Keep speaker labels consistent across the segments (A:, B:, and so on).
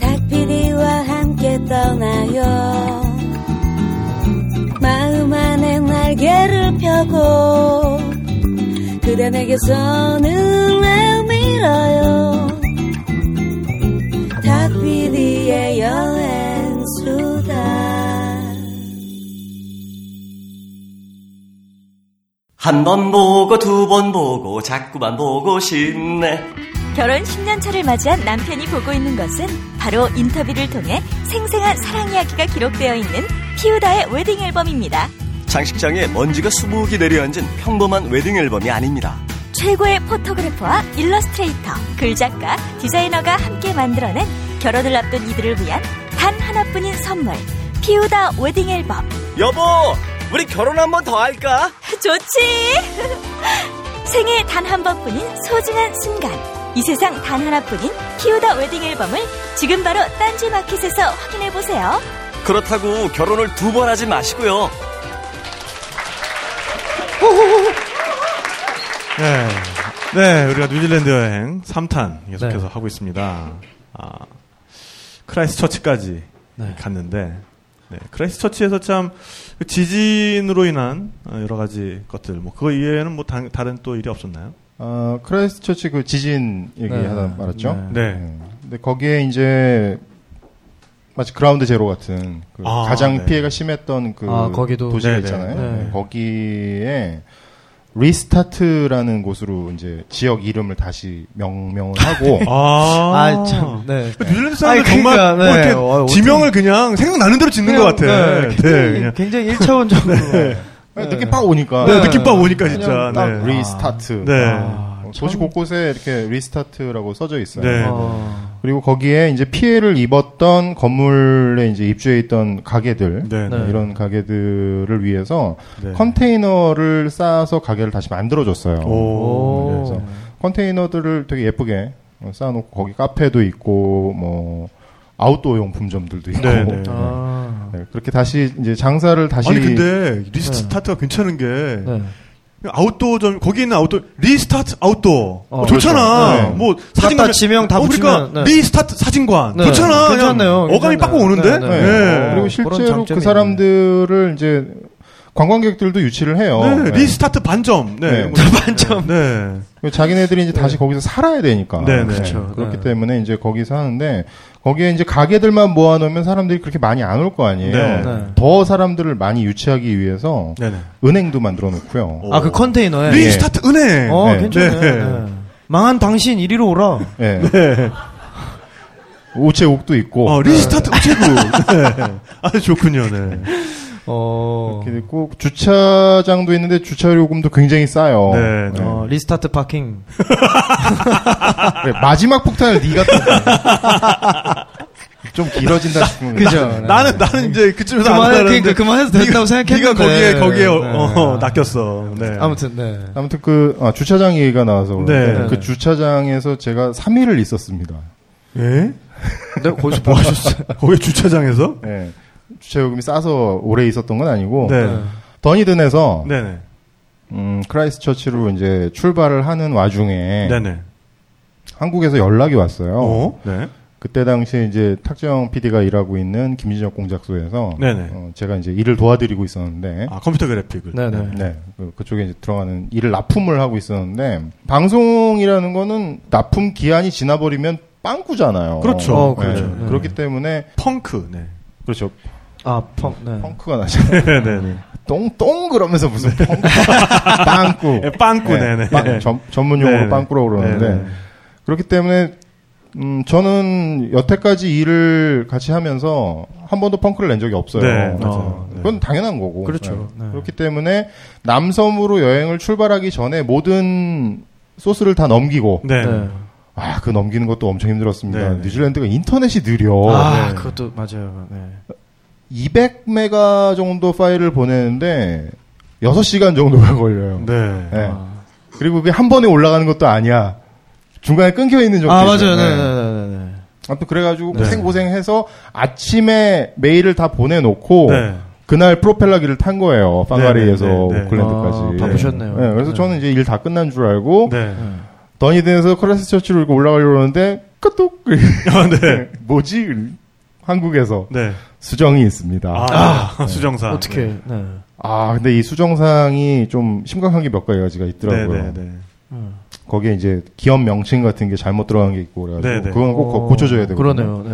A: 닭피디와 함께 떠나요 마음 안에 날개를 펴고 그대 내게서 눈을 밀어요 닭피디의 여행수다
B: 한 번 보고 두 번 보고 자꾸만 보고 싶네.
C: 결혼 10년 차를 맞이한 남편이 보고 있는 것은 바로 인터뷰를 통해 생생한 사랑 이야기가 기록되어 있는 피우다의 웨딩 앨범입니다.
D: 장식장에 먼지가 수북이 내려앉은 평범한 웨딩 앨범이 아닙니다.
C: 최고의 포토그래퍼와 일러스트레이터, 글작가, 디자이너가 함께 만들어낸 결혼을 앞둔 이들을 위한 단 하나뿐인 선물. 피우다 웨딩 앨범.
D: 여보, 우리 결혼 한 번 더 할까?
C: 좋지! 생애 단 한 번뿐인 소중한 순간. 이 세상 단 하나뿐인 피우다 웨딩 앨범을 지금 바로 딴지 마켓에서 확인해보세요.
D: 그렇다고 결혼을 두 번 하지 마시고요.
E: 네. 네, 우리가 뉴질랜드 여행 3탄 계속해서 하고 있습니다. 아, 크라이스처치까지 갔는데, 네, 크라이스처치에서 참그 지진으로 인한 어, 여러 가지 것들, 뭐 그거 이외에는 뭐 다, 른또 일이 없었나요?
F: 어, 크라이스트처치 그 지진 얘기하다 말았죠.
E: 네.
F: 네. 근데 거기에 이제 마치 그라운드 제로 같은 그
E: 아,
F: 가장
E: 네.
F: 피해가 심했던 그
G: 아, 거기도.
F: 도시
E: 네네.
F: 있잖아요.
G: 네.
F: 네, 거기에 리스타트라는 곳으로 이제 지역 이름을 다시 명명을 하고
E: 아,
G: 아, 참. 네.
E: 그 뉴질랜드 사람들
G: 아니,
E: 정말
G: 그러니까,
E: 뭐
G: 네.
E: 이렇게
G: 어, 어떻게-
E: 지명을 그냥 생각나는 대로 짓는 것 같아. 네,
G: 굉장히,
E: 그냥.
G: 굉장히 1차원적으로.
F: 네, 느낌 빡 오니까
E: 네, 느낌 빡 오니까 진짜.
F: 그냥 딱
E: 네.
F: 리스타트.
E: 네.
F: 아, 도시 곳곳에 이렇게 리스타트라고 써져 있어요.
E: 네.
G: 어,
F: 그리고 거기에 이제 피해를 입었던 건물에 이제 입주해 있던 가게들
E: 네, 네.
F: 이런 가게들을 위해서
E: 네.
F: 컨테이너를 쌓아서 가게를 다시 만들어줬어요.
E: 오.
G: 오.
F: 그래서 컨테이너들을 되게 예쁘게 어, 쌓아놓고 거기 카페도 있고 뭐 아웃도어 용품점들도 있고
E: 네, 네.
G: 아.
F: 네, 그렇게 다시 이제 장사를 다시
E: 아니 근데 리스타트가 괜찮은 게
G: 네.
E: 아웃도어점 거기 있는 아웃도어 리스타트 아웃도어
G: 어,
E: 어, 좋잖아.
F: 그렇죠. 네.
E: 뭐
G: 갖다
E: 사진관
G: 지명 다
E: 어, 그러니까
G: 붙이면, 네.
E: 리스타트 사진관
G: 네,
E: 좋잖아. 그냥
G: 괜찮네요.
E: 어감이
G: 괜찮네요.
E: 빡빡 오는데.
G: 네,
F: 네.
G: 네.
F: 그리고
G: 그런
F: 실제로
G: 장점이
F: 그 사람들을 이제 관광객들도 유치를
G: 어,
F: 해요.
E: 네,
F: 네.
E: 리스타트 반점. 네.
F: 네.
E: 이런 거. 네.
F: 그리고 자기네들이 이제 다시 거기서 살아야 되니까.
E: 네, 네.
G: 그렇죠.
F: 그렇기
G: 네.
F: 때문에 이제 거기서 하는데 거기에 이제 가게들만 모아놓으면 사람들이 그렇게 많이 안 올 거 아니에요.
E: 네.
G: 네.
F: 더 사람들을 많이 유치하기 위해서
E: 네, 네.
F: 은행도 만들어 놓고요.
G: 아, 그 컨테이너에.
E: 리스타트 은행.
G: 어,
F: 네.
G: 괜찮네.
E: 네.
G: 네. 망한 당신 이리로 오라.
F: 예.
E: 네.
F: 우체국도 있고.
E: 어, 리스타트 우체국. 네. 아주 좋군요. 네.
G: 어,
F: 이렇게 있고 주차장도 있는데 주차요금도 굉장히 싸요.
E: 네, 네.
G: 어, 리스타트 파킹.
F: 그래, 마지막 폭탄을 네가 또- 좀 길어진다 싶으면
G: 그죠. 네.
E: 나는 나는 이제 그쯤에서 안
G: 그만해,
E: 하는데
G: 그러니까 그만해도 된다고 생각했는데.
E: 네가 거기에 거기에 어,
G: 네.
E: 어, 낚였어. 네.
G: 아무튼, 네.
F: 아무튼 그 아, 주차장 얘기가 나와서 그런데
E: 네.
F: 그 주차장에서 제가 3일을 있었습니다.
E: 예?
G: 내가 거기서 뭐 하셨어요?
E: 거기 주차장에서?
F: 예. 주차 요금이 싸서 오래 있었던 건 아니고
E: 네.
F: 더니든에서
E: 네네.
F: 음, 크라이스처치로 이제 출발을 하는 와중에
E: 네네.
F: 한국에서 연락이 왔어요.
E: 어? 네.
F: 그때 당시에 이제 탁재영 PD가 일하고 있는 김진혁 공작소에서
E: 네네.
F: 어, 제가 이제 일을 도와드리고 있었는데
E: 아, 컴퓨터 그래픽을.
G: 네네.
F: 네, 그, 쪽에 이제 들어가는 일을 납품을 하고 있었는데 방송이라는 거는 납품 기한이 지나버리면 빵꾸잖아요.
E: 그렇죠.
G: 어, 그렇죠. 네.
F: 그렇기 때문에
E: 펑크, 네.
F: 그렇죠.
G: 아, 펑, 네.
F: 펑크가 나잖아요.
E: 네네.
F: 똥똥 그러면서 무슨 펑크, 빵꾸.
E: 네, 빵꾸,
F: 네,
E: 네네.
F: 빵- 전, 문용어로
E: 네네.
F: 빵꾸라고 그러는데
E: 네네.
F: 그렇기 때문에 음, 저는 여태까지 일을 같이 하면서 한 번도 펑크를 낸 적이 없어요.
E: 네, 맞아요.
F: 어, 그건 당연한 거고.
G: 그렇죠. 네.
F: 그렇기 때문에 남섬으로 여행을 출발하기 전에 모든 소스를 다 넘기고
E: 네.
G: 네.
F: 아, 그 넘기는 것도 엄청 힘들었습니다.
E: 네네.
F: 뉴질랜드가 인터넷이 느려.
G: 아,
E: 네.
G: 그것도 맞아요. 네.
F: 200메가 정도 파일을 보내는데 6시간 정도가 걸려요.
E: 네.
F: 네.
G: 아.
F: 그리고 그게 한 번에 올라가는 것도 아니야. 중간에 끊겨 있는 적도
G: 아,
F: 있어요.
G: 맞아요.
F: 네.
G: 네, 네, 네, 네.
F: 아무튼 그래가지고
E: 네.
F: 고생고생해서 아침에 메일을 다 보내놓고
E: 네.
F: 그날 프로펠러기를 탄 거예요. 방가리에서
E: 네, 네, 네, 네.
F: 오클랜드까지.
G: 아, 바쁘셨네요.
F: 네, 그래서
G: 네.
F: 저는 이제 일 다 끝난 줄 알고
E: 네.
F: 더니든에서 크라스처치로 이렇게 올라가려고 그러는데 까똑.
E: 아, 네.
F: 뭐지? 한국에서
E: 네.
F: 수정이 있습니다.
E: 아, 수정사.
G: 어떻게?
E: 네.
G: 네. 네.
F: 아, 근데 이 수정상이 좀 심각한 게 몇 가지가
E: 네,
F: 있더라고요.
E: 네, 네.
G: 음.
F: 거기에 이제 기업 명칭 같은 게 잘못 들어간 게 있고 그래가지고
E: 네, 네.
F: 그건 꼭
G: 어,
F: 고쳐줘야 되고.
G: 그러네요. 네.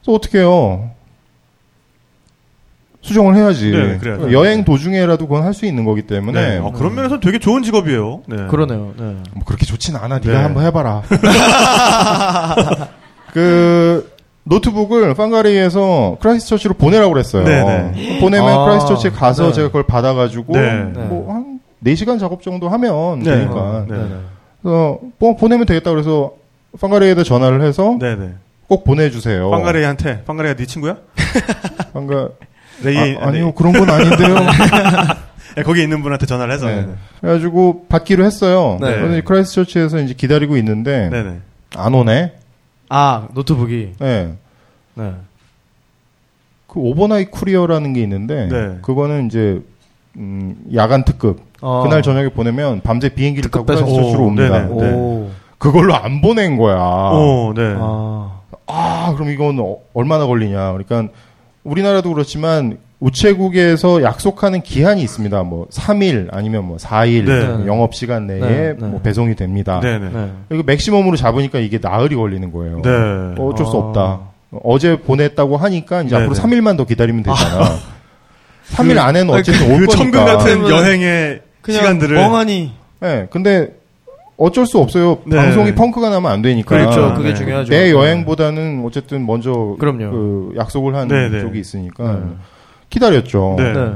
F: 그래서 어떻게 해요? 수정을 해야지.
E: 네, 네, 그래야죠.
F: 여행 도중에라도 그건 할 수 있는 거기 때문에
E: 네. 어, 그런 면에서 되게 좋은 직업이에요. 네.
G: 음. 그러네요. 네.
F: 뭐 그렇게 좋진 않아.
E: 네.
F: 네가 한번 해봐라. 그 노트북을 빵가리에서 크라이스처치로 보내라고 그랬어요.
E: 네,
F: 보내면
G: 아,
F: 크라이스처치에 가서
G: 네.
F: 제가 그걸 받아가지고
E: 네.
F: 뭐한 4시간 작업 정도 하면
E: 네.
F: 되니까.
E: 네. 네.
F: 그래서 뭐 보내면 되겠다 그래서 빵가리에다 전화를 해서
E: 네, 네.
F: 꼭 보내주세요.
E: 빵가레이한테 빵가레이가 네 친구야?
F: 빵가-
E: 네, 레이
F: 아, 아니요 그런 건 아닌데요.
E: 네, 거기 있는 분한테 전화를 해서.
F: 네.
E: 네.
F: 그래가지고 받기로 했어요.
E: 네.
F: 그래서 이제 크라이스처치에서 이제 기다리고 있는데
E: 네, 네.
F: 안 오네.
G: 아 노트북이.
F: 네.
G: 네.
F: 그 오버나잇 쿠리어라는 게 있는데
E: 네.
F: 그거는 이제 음, 야간 특급
G: 아.
F: 그날 저녁에 보내면 밤새 비행기를 타고
G: 특급
F: 다시
G: 배송.
F: 저수로
E: 오,
F: 옵니다.
E: 네네.
F: 네.
G: 오.
F: 그걸로 안 보낸 거야.
E: 오, 네.
G: 아.
F: 아 그럼 이건 어- 얼마나 걸리냐? 그러니까 우리나라도 그렇지만 우체국에서 약속하는 기한이 있습니다. 뭐 3일 아니면 뭐 4일
E: 네.
F: 영업 시간 내에
G: 네, 네.
F: 뭐 배송이 됩니다.
E: 네, 네.
G: 네.
F: 이거 맥시멈으로 잡으니까 이게 나흘이 걸리는 거예요.
E: 네.
F: 어, 어쩔 수
G: 아.
F: 없다. 어제 보냈다고 하니까 이제
E: 네네.
F: 앞으로 3일만 더 기다리면 되잖아. 3일 안에는 어쨌든 올
E: 그
F: 거니까.
E: 천국 같은
G: 그러면은
E: 여행의
G: 그냥
E: 시간들을
G: 멍하니.
F: 네, 근데 어쩔 수 없어요.
E: 네.
F: 방송이 펑크가 나면 안 되니까.
E: 그렇죠.
G: 그게
E: 네.
G: 중요하죠.
F: 아, 내 여행보다는 어쨌든 먼저
G: 그럼요.
F: 그 약속을 한
E: 네네.
F: 쪽이 있으니까 기다렸죠.
E: 네.
G: 네.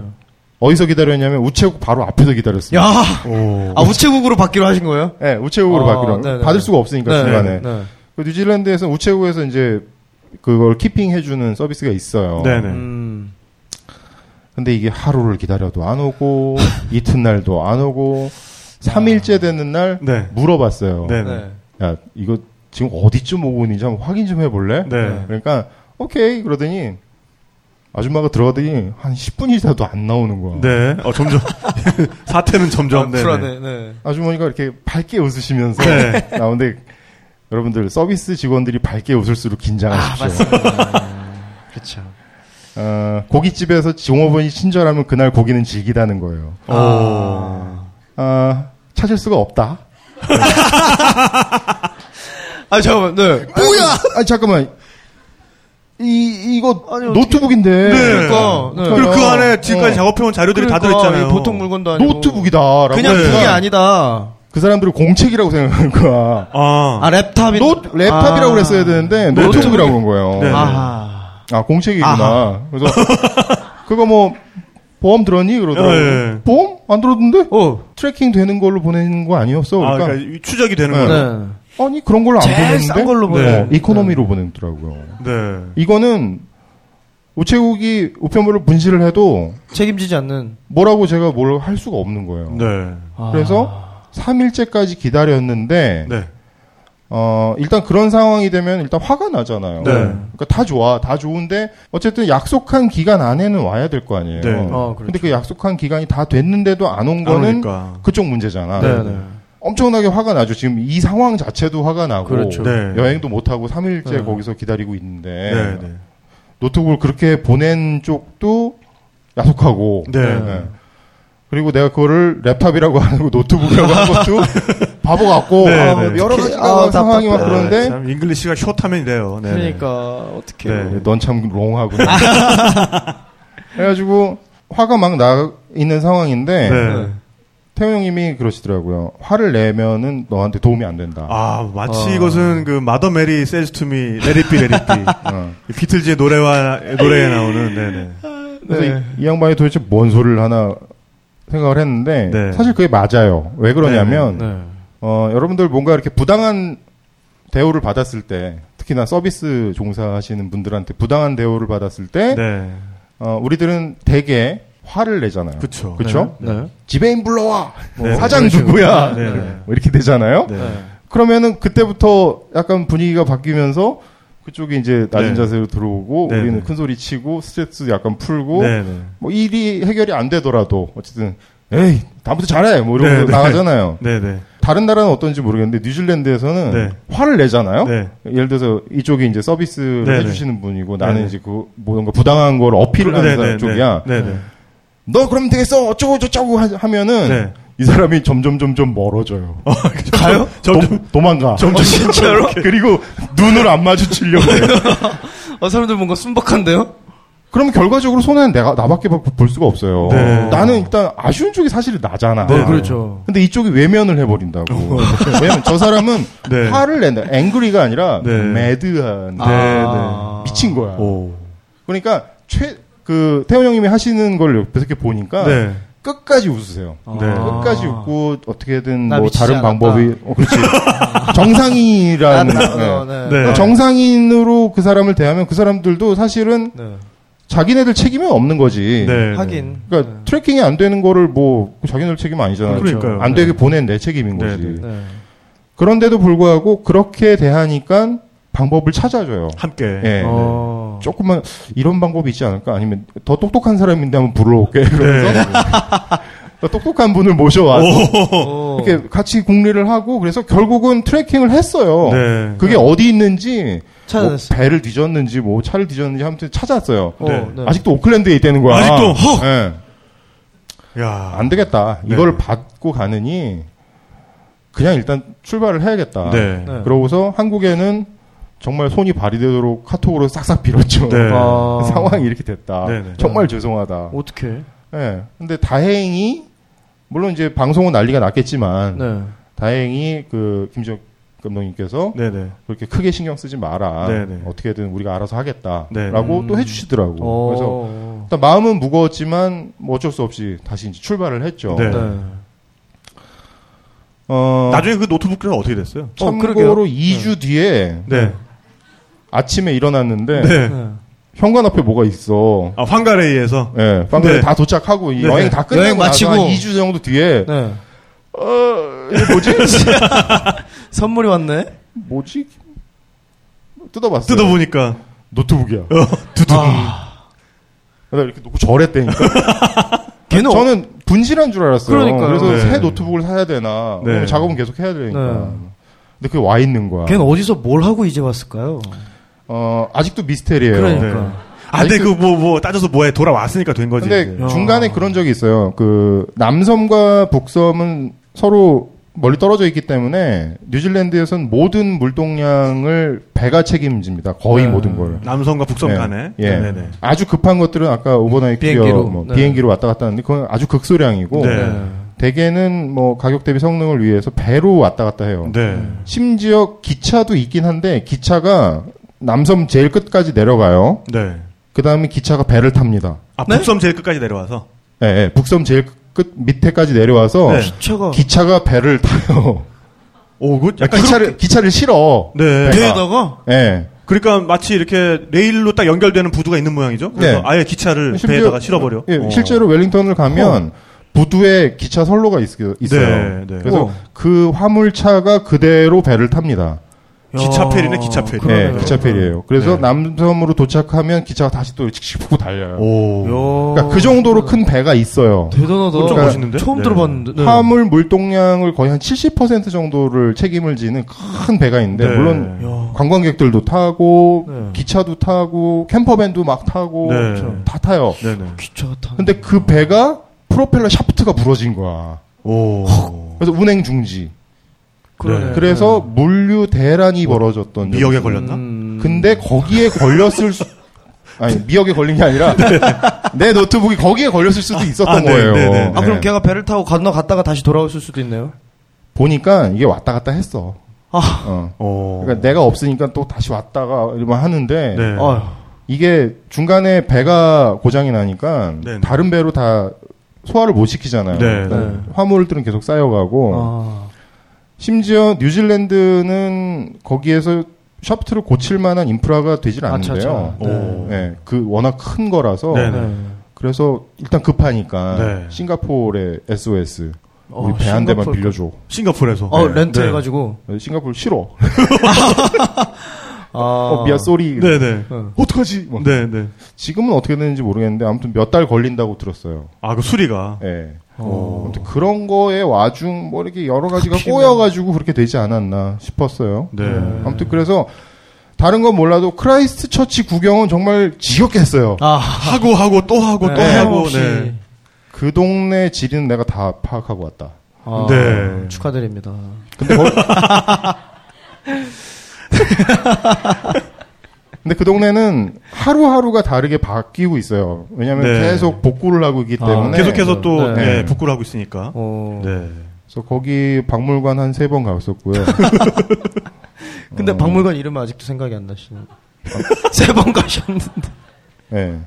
F: 어디서 기다렸냐면 우체국 바로 앞에서 기다렸습니다.
G: 야.
E: 오.
G: 아 우체국으로 받기로 하신 거예요?
F: 네, 우체국으로
G: 아,
F: 받기로
G: 네네.
F: 받을 수가 없으니까 그러니까 중간에.
G: 네.
F: 그 뉴질랜드에서 우체국에서 이제 그걸 키핑 해주는 서비스가 있어요.
E: 네, 네.
G: 음.
F: 근데 이게 하루를 기다려도 안 오고 이튿날도 안 오고 3일째 되는 날
E: 네.
F: 물어봤어요.
E: 네, 네.
G: 네.
F: 야 이거 지금 어디쯤 오고 있는지 한번 확인 좀 해볼래?
E: 네.
F: 그러니까 오케이 그러더니 아줌마가 들어가더니 한 10분이 지나도 안 나오는 거야.
E: 네. 어, 점점. 사태는 점점. 네, 네.
G: 불안해. 네.
F: 아주머니가 이렇게 밝게 웃으시면서
E: 네.
F: 나오는데 여러분들 서비스 직원들이 밝게 웃을수록
G: 아
F: 긴장하십시오.
G: 맞습니다. 그렇죠.
F: 어, 고깃집에서 종업원이 친절하면 그날 고기는 질기다는 거예요.
E: 어. 오.
F: 아, 찾을 수가 없다.
G: 아 잠깐만. 네.
F: 뭐야? 아, 잠깐만. 이 이거
G: 아니, 어떻게-
F: 노트북인데.
G: 그러니까, 네.
E: 그리고 그
F: 어,
E: 안에 지금까지
F: 어.
E: 작업해온 자료들이 다
G: 그러니까
E: 들어있잖아요.
G: 이 보통 물건도 아니고
F: 노트북이다라고.
G: 그냥
E: 네.
F: 해서
G: 그게 아니다.
F: 그 사람들은 공책이라고 생각하는 거야.
E: 아.
G: 아 랩탑이 아.
F: 노 랩탑이라고 그랬어야 되는데 노트북이라고 그런 거예요.
E: 네.
G: 아하.
F: 아 공책이구나.
G: 아하.
F: 그래서 그거 뭐 보험 들었니 그러더라고.
E: 네.
F: 보험 안 들었는데?
G: 오.
F: 트래킹 되는 걸로 보내는 거 아니었어.
E: 아,
F: 그러니까,
E: 그러니까 추적이 되는
F: 네.
E: 거예요.
G: 네.
F: 아니 그런 걸로 안
G: 제일
F: 보냈는데.
G: 싼 걸로
F: 어,
E: 보내.
F: 이코노미로 보내더라고요.
E: 네.
F: 이거는 우체국이 우편물을 분실을 해도
G: 책임지지 않는.
F: 뭐라고 제가 뭘 할 수가 없는 거예요.
E: 네.
G: 아.
F: 그래서 3일째까지 기다렸는데
E: 네.
F: 어, 일단 그런 상황이 되면 일단 화가 나잖아요.
E: 네.
F: 그러니까 다 좋아, 다 좋은데 어쨌든 약속한 기간 안에는 와야 될 거 아니에요.
E: 네.
G: 어, 그렇죠.
F: 근데 그 약속한 기간이 다 됐는데도 안 온
E: 안
F: 거는
E: 오니까.
F: 그쪽 문제잖아.
G: 네. 네.
F: 엄청나게 화가 나죠. 지금 이 상황 자체도 화가 나고
G: 그렇죠.
E: 네.
F: 여행도 못 하고 3일째
G: 네.
F: 거기서 기다리고 있는데
E: 네. 네.
F: 노트북을 그렇게 보낸 쪽도 야속하고
E: 네.
F: 그리고 내가 그거를 랩탑이라고 안 하고 노트북이라고 한 것도 바보 같고
E: 네,
F: 아,
E: 네.
F: 여러
G: 아,
F: 가지가 상황이 막
G: 답답해.
F: 그런데
E: 참 잉글리시가 숏하면 이래요. 네.
G: 그러니까 어떻게?
E: 네.
F: 넌 참 롱하고 그래가지고 화가 막 나 있는 상황인데
E: 네. 네.
F: 태용 형님이 그러시더라고요 화를 내면은 너한테 도움이 안 된다
E: 아 마치
G: 아.
E: 이것은 그 마더 메리 세즈투미 레리비 레리비
F: 어.
E: 네. 비틀즈의 노래와 노래에 나오는 네네
F: 그래서 이, 이 양반이 도대체 뭔 소리를 하나 생각을 했는데
E: 네.
F: 사실 그게 맞아요 왜 그러냐면
G: 네.
F: 어, 여러분들 뭔가 이렇게 부당한 대우를 받았을 때, 특히나 서비스 종사하시는 분들한테 부당한 대우를 받았을 때,
E: 네
F: 어, 우리들은 대개 화를 내잖아요.
E: 그쵸
F: 그쵸?
G: 네.
F: 지배인 불러와! 뭐
E: 네.
F: 사장 누구야!
E: 네.
F: 뭐 이렇게 되잖아요.
E: 네.
G: 네.
F: 그러면은 그때부터 약간 분위기가 바뀌면서 그쪽이 이제 낮은
E: 네.
F: 자세로 들어오고
E: 네,
F: 우리는
E: 네.
F: 큰 소리 치고 스트레스 약간 풀고
E: 네. 네.
F: 뭐 일이 해결이 안 되더라도 어쨌든 에이 다음부터 잘해 뭐 이러고
E: 네, 네.
F: 나가잖아요.
E: 네. 네.
F: 다른 나라는 어떤지 모르겠는데 뉴질랜드에서는
E: 네.
F: 화를 내잖아요.
E: 네.
F: 예를 들어서 이쪽이 이제 서비스를
E: 네,
F: 해주시는 분이고 나는
E: 네.
F: 이제 그 뭔가 부당한 걸 어필을 하는 사람 쪽이야.
E: 네, 네.
F: 너 그럼 되겠어 어쩌고 저쩌고 하- 하면은
E: 네.
F: 이 사람이 점점 점점 멀어져요.
E: 가요? 점점
F: 도, 망가 어,
E: 점점 네.
G: 진짜로?
F: 그리고 눈을 안 마주치려고. 해요.
G: 어, 사람들 뭔가 순박한데요?
F: 그럼 결과적으로 손해는 내가 나밖에 볼- 볼 수가 없어요.
E: 네.
F: 나는 일단 아쉬운 쪽이 사실 나잖아.
E: 네,
G: 그렇죠.
F: 근데 이쪽이 외면을 해버린다고. 왜냐면 저 사람은
E: 어. 네.
F: 화를 낸다. 앵그리가 아니라
E: 네.
F: 매드한
G: 아.
E: 네, 네.
F: 미친 거야.
E: 오.
F: 그러니까 최 그 태훈 형님이 하시는 걸 옆에서 이렇게 보니까
E: 네.
F: 끝까지 웃으세요.
G: 아.
E: 네.
F: 끝까지 웃고 어떻게든
G: 나
F: 뭐
G: 미치지
F: 다른
G: 않았다.
F: 방법이 어, 그렇지
G: 아,
F: 정상인이라는
G: 나-
F: 네.
G: 어, 네.
E: 네.
F: 그러니까 정상인으로 그 사람을 대하면 그 사람들도 사실은
G: 네.
F: 자기네들 책임은 없는 거지.
E: 네.
G: 하긴.
F: 그러니까 트래킹이 안 되는 거를 뭐 자기네들 책임 아니잖아요.
E: 그러니까요.
F: 안 되게 보낸 내 책임인
E: 네,
F: 거지.
E: 네.
G: 네.
F: 그런데도 불구하고 그렇게 대하니까 방법을 찾아줘요.
E: 함께. 네.
F: 예.
G: 어.
F: 조금만 이런 방법이 있지 않을까? 아니면 더 똑똑한 사람인데 한번 불러올게. 그러면서
E: 네.
F: 더 똑똑한 분을 모셔와서
G: 어.
F: 이렇게 같이 궁리를 하고 그래서 결국은 트래킹을 했어요.
E: 네.
F: 그게 어디 있는지 뭐
G: 찾아냈어요.
F: 배를 뒤졌는지 뭐 차를 뒤졌는지 아무튼 찾았어요.
G: 어,
E: 네.
G: 네.
F: 아직도 오클랜드에 있다는 거야.
E: 아직도? 헉!
F: 예.
E: 야.
F: 안 되겠다.
E: 네.
F: 이걸 받고 가느니 그냥 일단 출발을 해야겠다.
E: 네.
G: 네.
F: 그러고서 한국에는 정말 손이 발이 되도록 카톡으로 싹싹 빌었죠.
E: 네.
G: 아.
F: 상황이 이렇게 됐다.
E: 네, 네.
F: 정말 죄송하다.
G: 어떻게?
F: 예. 근데 다행히 물론 이제 방송은 난리가 났겠지만
G: 네.
F: 다행히 그 김지혁 감독님께서
E: 네, 네.
F: 그렇게 크게 신경 쓰지 마라.
E: 네, 네.
F: 어떻게든 우리가 알아서 하겠다라고
E: 네.
F: 또 해주시더라고.
G: 어.
F: 그래서 일단 마음은 무거웠지만 뭐 어쩔 수 없이 다시 이제 출발을 했죠.
E: 네.
G: 네.
F: 어,
E: 나중에 그 노트북들은 어떻게 됐어요?
F: 참고로
G: 그러게요.
F: 2주 뒤에
E: 네.
F: 아침에 일어났는데
E: 네.
G: 네.
F: 현관 앞에 뭐가 있어.
E: 아, 황가레이에서.
F: 예, 빵그레
E: 네.
F: 다 도착하고 이
E: 네.
F: 여행 다 끝나고
G: 여행 마치고.
F: 나서 한 2주 정도 뒤에
G: 네.
F: 어, 이게 뭐지?
G: 선물이 왔네.
F: 뭐지? 뜯어봤어.
E: 뜯어보니까.
F: 노트북이야.
E: 어, 두둥.
F: 그래서 이렇게 놓고 절했다니까.
G: 걔는 어-
F: 아, 저는 분실한 줄 알았어요.
G: 그러니까요.
F: 래서
E: 네.
F: 새 노트북을 사야 되나.
E: 네.
F: 그럼 작업은 계속 해야 되니까.
G: 네.
F: 근데 그게 와 있는 거야.
G: 걔는 어디서 뭘 하고 이제 왔을까요?
F: 어, 아직도 미스테리예요. 네.
G: 그러니까.
E: 아, 근데 그 뭐, 뭐, 따져서 뭐해. 돌아왔으니까 된 거지.
F: 근데
E: 이제.
F: 중간에
G: 아.
F: 그런 적이 있어요. 그 남섬과 북섬은 서로 멀리 떨어져 있기 때문에 뉴질랜드에선 모든 물동량을 배가 책임집니다. 거의
G: 네.
F: 모든 걸.
E: 남성과 북성
F: 예.
E: 간에.
F: 예.
E: 네, 네.
F: 아주 급한 것들은 아까 오버나이트
G: 비행기로.
F: 비행기로, 뭐
G: 네.
F: 비행기로 왔다 갔다 하는데 그건 아주 극소량이고
E: 네.
F: 대개는 뭐 가격 대비 성능을 위해서 배로 왔다 갔다 해요.
E: 네.
F: 심지어 기차도 있긴 한데 기차가 남섬 제일 끝까지 내려가요.
E: 네.
F: 그 다음에 기차가 배를 탑니다.
E: 아,
G: 네?
E: 북섬 제일 끝까지 내려와서.
F: 예, 예. 북섬 제일 끝 밑에까지 내려와서
E: 네.
G: 차가
F: 기차가 배를 타요.
E: 오, 그, 약간.
F: 기차를 기차를 실어.
E: 네.
F: 배가.
G: 배에다가
F: 예.
E: 그러니까 마치 이렇게 레일로 딱 연결되는 부두가 있는 모양이죠. 그래서
F: 네.
E: 아예 기차를
F: 심지어-
E: 배에다가 실어버려.
F: 예,
E: 어.
F: 실제로 웰링턴을 가면 부두에 기차 선로가 있, 어요
E: 네, 네.
F: 그래서
G: 어.
F: 그 화물차가 그대로 배를 탑니다.
E: 기차 페리네, 기차 페리.
F: 예,
G: 그러네요.
F: 기차 페리예요. 그래서
E: 네.
F: 남섬으로 도착하면 기차가 다시 또 칙칙 붙고 달려요.
E: 오.
F: 그러니까 그 정도로 큰 배가 있어요.
G: 대단하다.
E: 좀
G: 그러니까
E: 멋있는데?
G: 처음
E: 네.
G: 들어봤는데. 네.
F: 화물 물동량을 거의 한 70% 정도를 책임을 지는 큰 배가 있는데
E: 네.
F: 물론
G: 야.
F: 관광객들도 타고
G: 네.
F: 기차도 타고 캠퍼밴도 막 타고
E: 네.
F: 그렇죠. 다 타요.
E: 네네.
G: 기차가 타.
F: 근데 그 배가 프로펠러 샤프트가 부러진 거야.
E: 오.
F: 그래서 운행 중지.
G: 그러네.
E: 네. 뭐,
F: 그래서 물류 대란이 벌어졌던.
E: 미역에 음.
F: 적이
E: 걸렸나?
G: 음.
F: 있어요. 근데 거기에 걸렸을 수 아니 미역에 걸린 게 아니라 내 노트북이 거기에 걸렸을 수도 있었던
E: 네. 아, 네,
F: 거예요.
E: 네, 네.
G: 아 그럼
F: 네.
G: 걔가 배를 타고 건너갔다가 다시 돌아왔을 수도 있네요.
F: 보니까 이게 왔다 갔다 했어.
G: 아,
F: 어.
E: 오.
F: 그러니까 내가 없으니까 또 다시 왔다가 이러면 하는데
E: 네.
G: 아휴.
F: 이게 중간에 배가 고장이 나니까
E: 네, 네.
F: 다른 배로 다 소화를 못 시키잖아요.
E: 네,
F: 그러니까
G: 네.
F: 화물들은 계속 쌓여가고
G: 아.
F: 심지어 뉴질랜드는 거기에서 샤프트를 고칠 만한 인프라가 되질
G: 아차차.
F: 않는데요.
E: 오.
G: 네.
F: 네, 그 워낙 큰 거라서
E: 네, 네.
G: 네.
F: 그래서 일단 급하니까
E: 네.
F: 싱가포르의 SOS 우리
G: 어,
F: 배 한 대만
G: 싱가포르-
F: 빌려줘.
E: 싱가포르에서.
G: 어
E: 네.
G: 렌트
E: 네.
G: 해가지고.
F: 싱가포르 싫어.
G: 아.
F: 어, 미안 쏘리.
E: 네네.
F: 어떡하지? 막.
E: 네네.
F: 지금은 어떻게 되는지 모르겠는데 아무튼 몇 달 걸린다고 들었어요.
E: 아, 그 수리가.
F: 예. 아무튼 그런 거에 와중 뭐 이렇게 여러 가지가
G: 하필이면.
F: 꼬여가지고 그렇게 되지 않았나 싶었어요.
E: 네.
F: 음, 아무튼 그래서 다른 건 몰라도 크라이스트 처치 구경은 정말 지겹게 했어요.
G: 아,
E: 하고 하고 또 하고 또
G: 네.
E: 하고
G: 혹시.
E: 네.
F: 그 동네 지리는 내가 다 파악하고 왔다.
G: 아,
E: 네.
G: 축하드립니다.
F: 근데 거- 근데 그 동네는 하루하루가 다르게 바뀌고 있어요. 왜냐하면
E: 네.
F: 계속 복구를 하고 있기
G: 아,
F: 때문에
E: 계속해서 또
G: 네.
E: 네. 복구를 하고 있으니까.
G: 어.
E: 네.
F: 그래서 거기 박물관 한 세 번 갔었고요.
G: 근데 박물관 이름은 아직도 생각이 안 나시네요. 아, 세 번 가셨는데.
F: 네.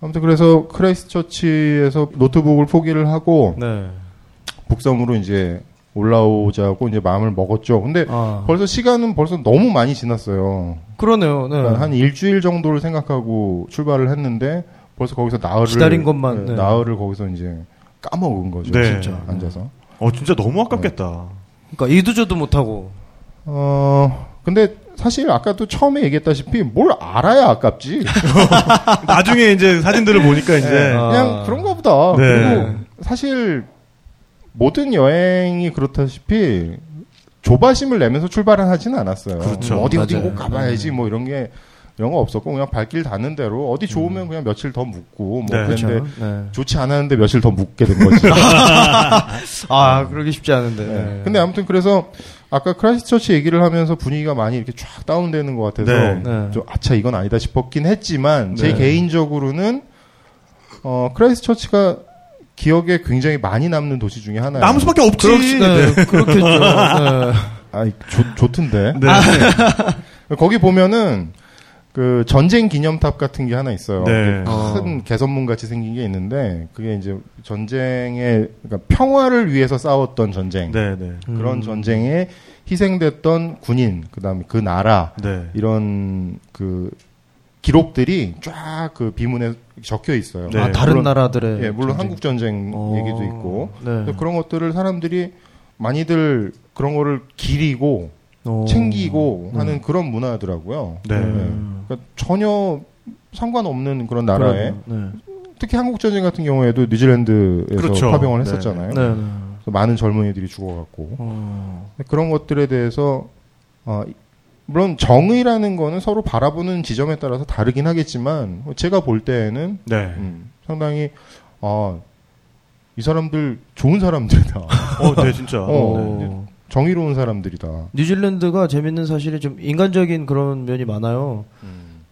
F: 아무튼 그래서 크라이스처치에서 노트북을 포기를 하고
G: 네.
F: 북섬으로 이제 올라오자고 이제 마음을 먹었죠. 근데
G: 아.
F: 벌써 시간은 벌써 너무 많이 지났어요.
G: 그러네요. 네.
F: 그러니까 한 일주일 정도를 생각하고 출발을 했는데 벌써 거기서 나흘을
G: 기다린 것만,
F: 네,
G: 네.
F: 나흘을 거기서 이제 까먹은 거죠.
E: 네.
F: 진짜 앉아서.
E: 어 진짜 너무 아깝겠다.
G: 그러니까 이도저도 못하고.
F: 어 근데 사실 아까도 처음에 얘기했다시피 뭘 알아야 아깝지.
E: 나중에 이제 사진들을 보니까 이제
F: 네, 그냥
G: 아.
F: 그런가 보다.
E: 네.
F: 그리고 사실 모든 여행이 그렇다시피 조바심을 내면서 출발은 하진 않았어요.
E: 그렇죠.
F: 뭐 어디 어디
G: 맞아요.
F: 꼭 가봐야지 뭐 이런 게 이런 거 없었고 그냥 발길 닿는 대로 어디 좋으면 그냥 며칠 더 묵고 뭐
E: 네.
F: 그런데
G: 그렇죠. 네.
F: 좋지 않았는데 며칠 더 묵게 된 거지.
G: 아, 그러기 쉽지 않은데.
F: 네. 근데 아무튼 그래서 아까 크라이스처치 얘기를 하면서 분위기가 많이 이렇게 쫙 다운되는 것 같아서
E: 네.
G: 네.
F: 좀 아차 이건 아니다 싶었긴 했지만 제
G: 네.
F: 개인적으로는 어 크라이스처치가 기억에 굉장히 많이 남는 도시 중에 하나예요.
E: 남을 수밖에 없지.
G: 네. 그렇지, 네. 그렇겠죠. 네.
F: 아 좋, 좋던데.
E: 네.
G: 아.
F: 거기 보면은 그 전쟁 기념탑 같은 게 하나 있어요. 그
E: 네.
F: 큰 개선문 같이 생긴 게 있는데 그게 이제 전쟁의 그러니까 평화를 위해서 싸웠던 전쟁
E: 네. 네.
F: 그런 전쟁에 희생됐던 군인 그다음에 그 나라
E: 네.
F: 이런 그 기록들이 쫙 그 비문에 적혀 있어요.
E: 네.
G: 아, 다른
F: 물론-
G: 나라들의.
F: 예, 물론
G: 전쟁.
F: 한국 전쟁
G: 어,
F: 얘기도 있고
G: 네.
F: 그런 것들을 사람들이 많이들 그런 거를 기리고
G: 어.
F: 챙기고 하는 그런 문화더라고요.
E: 네.
F: 그러니까 전혀 상관없는 그런 나라에
G: 그러네요.
F: 특히 한국 전쟁 같은 경우에도 뉴질랜드에서
E: 그렇죠. 네.
F: 파병을 했었잖아요.
G: 네. 네. 네.
F: 그래서 많은 젊은이들이 죽어갔고
G: 어.
F: 그런 것들에 대해서 어, 물론 정의라는 거는 서로 바라보는 지점에 따라서 다르긴 하겠지만 제가 볼 때에는
E: 네.
F: 음, 상당히 아, 이 사람들 좋은 사람들이다.
E: 어, 네, 진짜.
F: 어.
E: 네.
G: 네.
F: 정의로운 사람들이다.
G: 뉴질랜드가 재밌는 사실이 좀 인간적인 그런 면이 많아요.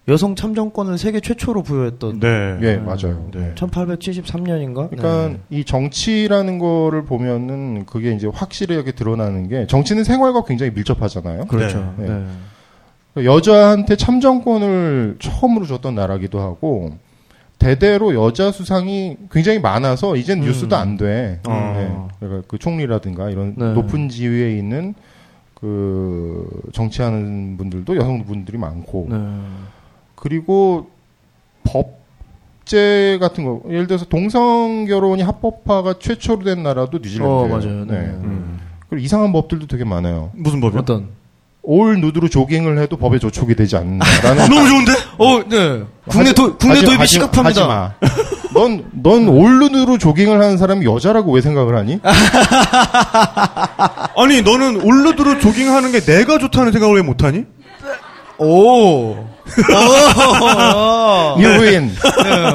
G: 여성 참정권을 세계 최초로 부여했던
E: 네.
F: 예, 맞아요.
E: 네.
G: 1873년인가? 네.
F: 그러니까 이 정치라는 거를 보면은 그게 이제 확실하게 드러나는 게 정치는 생활과 굉장히 밀접하잖아요.
G: 그렇죠.
F: 네.
G: 네.
F: 여자한테 참정권을 처음으로 줬던 나라기도 하고 대대로 여자 수상이 굉장히 많아서 이젠
G: 음. 아.
F: 뉴스도 안 돼.
E: 어.
F: 네. 그러니까 그 총리라든가 이런
G: 네.
F: 높은 지위에 있는 그 정치하는 분들도 여성분들이 많고
G: 네.
F: 그리고 법제 같은 거 예를 들어서 동성 결혼이 합법화가 최초로 된 나라도 뉴질랜드예요.
G: 어, 맞아요. 네.
F: 그리고 이상한 법들도 되게 많아요.
E: 음. 무슨 법이요?
G: 어떤?
F: 올 누드로 조깅을 해도 법에 저촉이 되지 않는다라는
E: 너무 좋은데?
G: 어, 네. 국내 도, 국내
F: 하지-
G: 도입이
F: 하지- 하지
G: 시급합니다.
F: 마. 넌, 넌 올눈으로 조깅을 하는 사람이 여자라고 왜 생각을 하니?
E: 아니, 너는 올르드로 조깅하는 게 내가 좋다는 생각을 왜 못하니?
G: 오. 오.
F: 유인.
G: 네.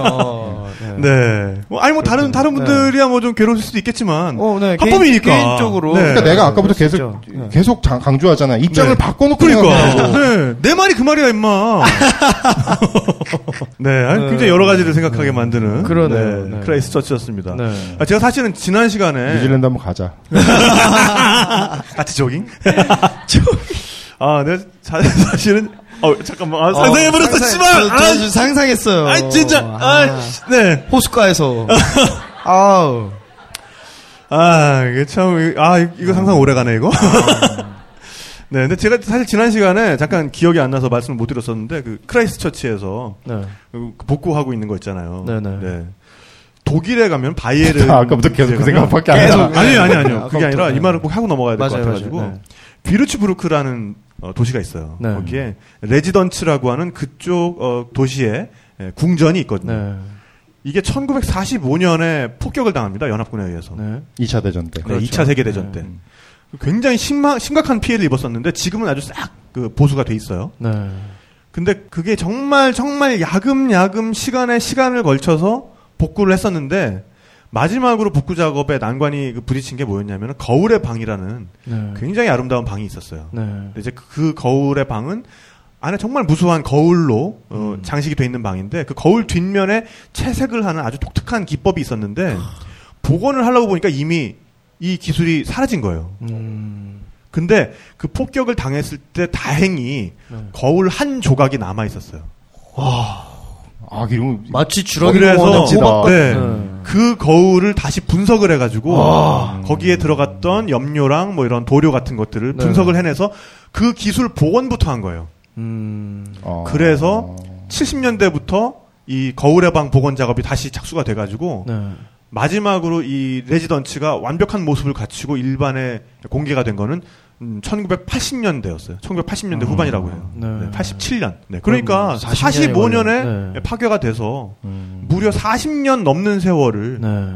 G: 어, 네. 그렇죠.
E: 네. 뭐, 아니, 뭐, 다른, 다른 분들이야 뭐 좀 괴로울 수도 있겠지만.
G: 어, 네. 개인-
E: 합법이니까.
G: 개인적으로.
E: 네.
F: 그러니까 내가 아까부터
G: 그럴 수
F: 계속,
G: 있죠. 네.
F: 계속 장- 강조하잖아. 입장을
E: 네.
F: 바꿔놓고
E: 그러니까.
F: 생각하라고.
E: 네. 내 말이 그 말이야, 임마. 네. 아니, 굉장히 여러 가지를 생각하게 만드는.
G: 그러네요. 네.
E: 크라이스 처치였습니다.
G: 네.
E: 아, 제가 사실은 지난 시간에.
F: 뉴질랜드 한번 가자.
E: 같이 조깅? 아, 내 자, 사실은 어 잠깐만 아,
G: 네,
E: 상상해버렸어
G: 상상-
E: 씨발
G: 저-
E: 아,
G: 저 지금 상상했어요.
E: 아, 진짜
G: 아.
E: 아네아
G: 호숫가에서. 아우.
E: 아, 이게 참아 이거 상상 오래가네 이거 네 근데 제가 사실 지난 시간에 잠깐 기억이 안 나서 말씀을 못 드렸었는데 그 크라이스처치에서
G: 네.
E: 그 복구하고 있는 거 있잖아요
G: 네네.
E: 독일에 가면 바이에른
F: 나 아까부터 계속 그
E: 가면-
F: 생각밖에 안 나.
E: 아니 아니 아니요. 그게
G: 아까부터,
E: 아니라 이
G: 네.
E: 말을 꼭 하고 넘어가야 될 것
G: 맞아요,
E: 같아가지고
G: 맞아요, 네.
E: 비르츠부르크라는 어, 도시가 있어요.
G: 네.
E: 거기에 레지던츠라고 하는 그쪽 어, 도시에 예, 궁전이 있거든요.
G: 네.
E: 이게 1945년에 폭격을 당합니다. 연합군에 의해서.
G: 네.
F: 2차 대전 때.
E: 네, 2차 세계대전 때. 굉장히 심하, 심각한 피해를 입었었는데 지금은 아주 싹 그 보수가 돼 있어요.
G: 네.
E: 근데 그게 정말 정말 야금야금 시간에 시간을 걸쳐서 복구를 했었는데 마지막으로 복구 작업에 난관이 그 부딪힌 게 뭐였냐면 거울의 방이라는
G: 네.
E: 굉장히 아름다운 방이 있었어요.
G: 네.
E: 근데 이제 그 거울의 방은 안에 정말 무수한 거울로 어,
G: 음.
E: 장식이 돼 있는 방인데 그 거울 뒷면에 채색을 하는 아주 독특한 기법이 있었는데
G: 아.
E: 복원을 하려고 보니까 이미 이 기술이 사라진 거예요.
G: 음.
E: 근데 그 폭격을 당했을 때 다행히
G: 네.
E: 거울 한 조각이 남아 있었어요.
F: 아, 그리고
G: 마치
E: 그래서 네.
G: 네.
E: 그 거울을 다시 분석을 해가지고 거기에 들어갔던 염료랑 뭐 이런 도료 같은 것들을
G: 아. 네.
E: 분석을 해내서 그 기술 복원부터 한 거예요.
G: 음.
F: 어.
E: 그래서 70년대부터 이 거울의 방 복원 작업이 다시 착수가 돼가지고
G: 네.
E: 마지막으로 이 레지던츠가 완벽한 모습을 갖추고 일반에 공개가 된 거는 음, 1980년대였어요. 1980년대 후반이라고 해요.
G: 네.
E: 87년. 그러니까
G: 그럼 40 년이
E: 45년에
G: 걸리네. 네.
E: 파괴가 돼서
F: 음.
E: 무려 40년 넘는 세월을
G: 네.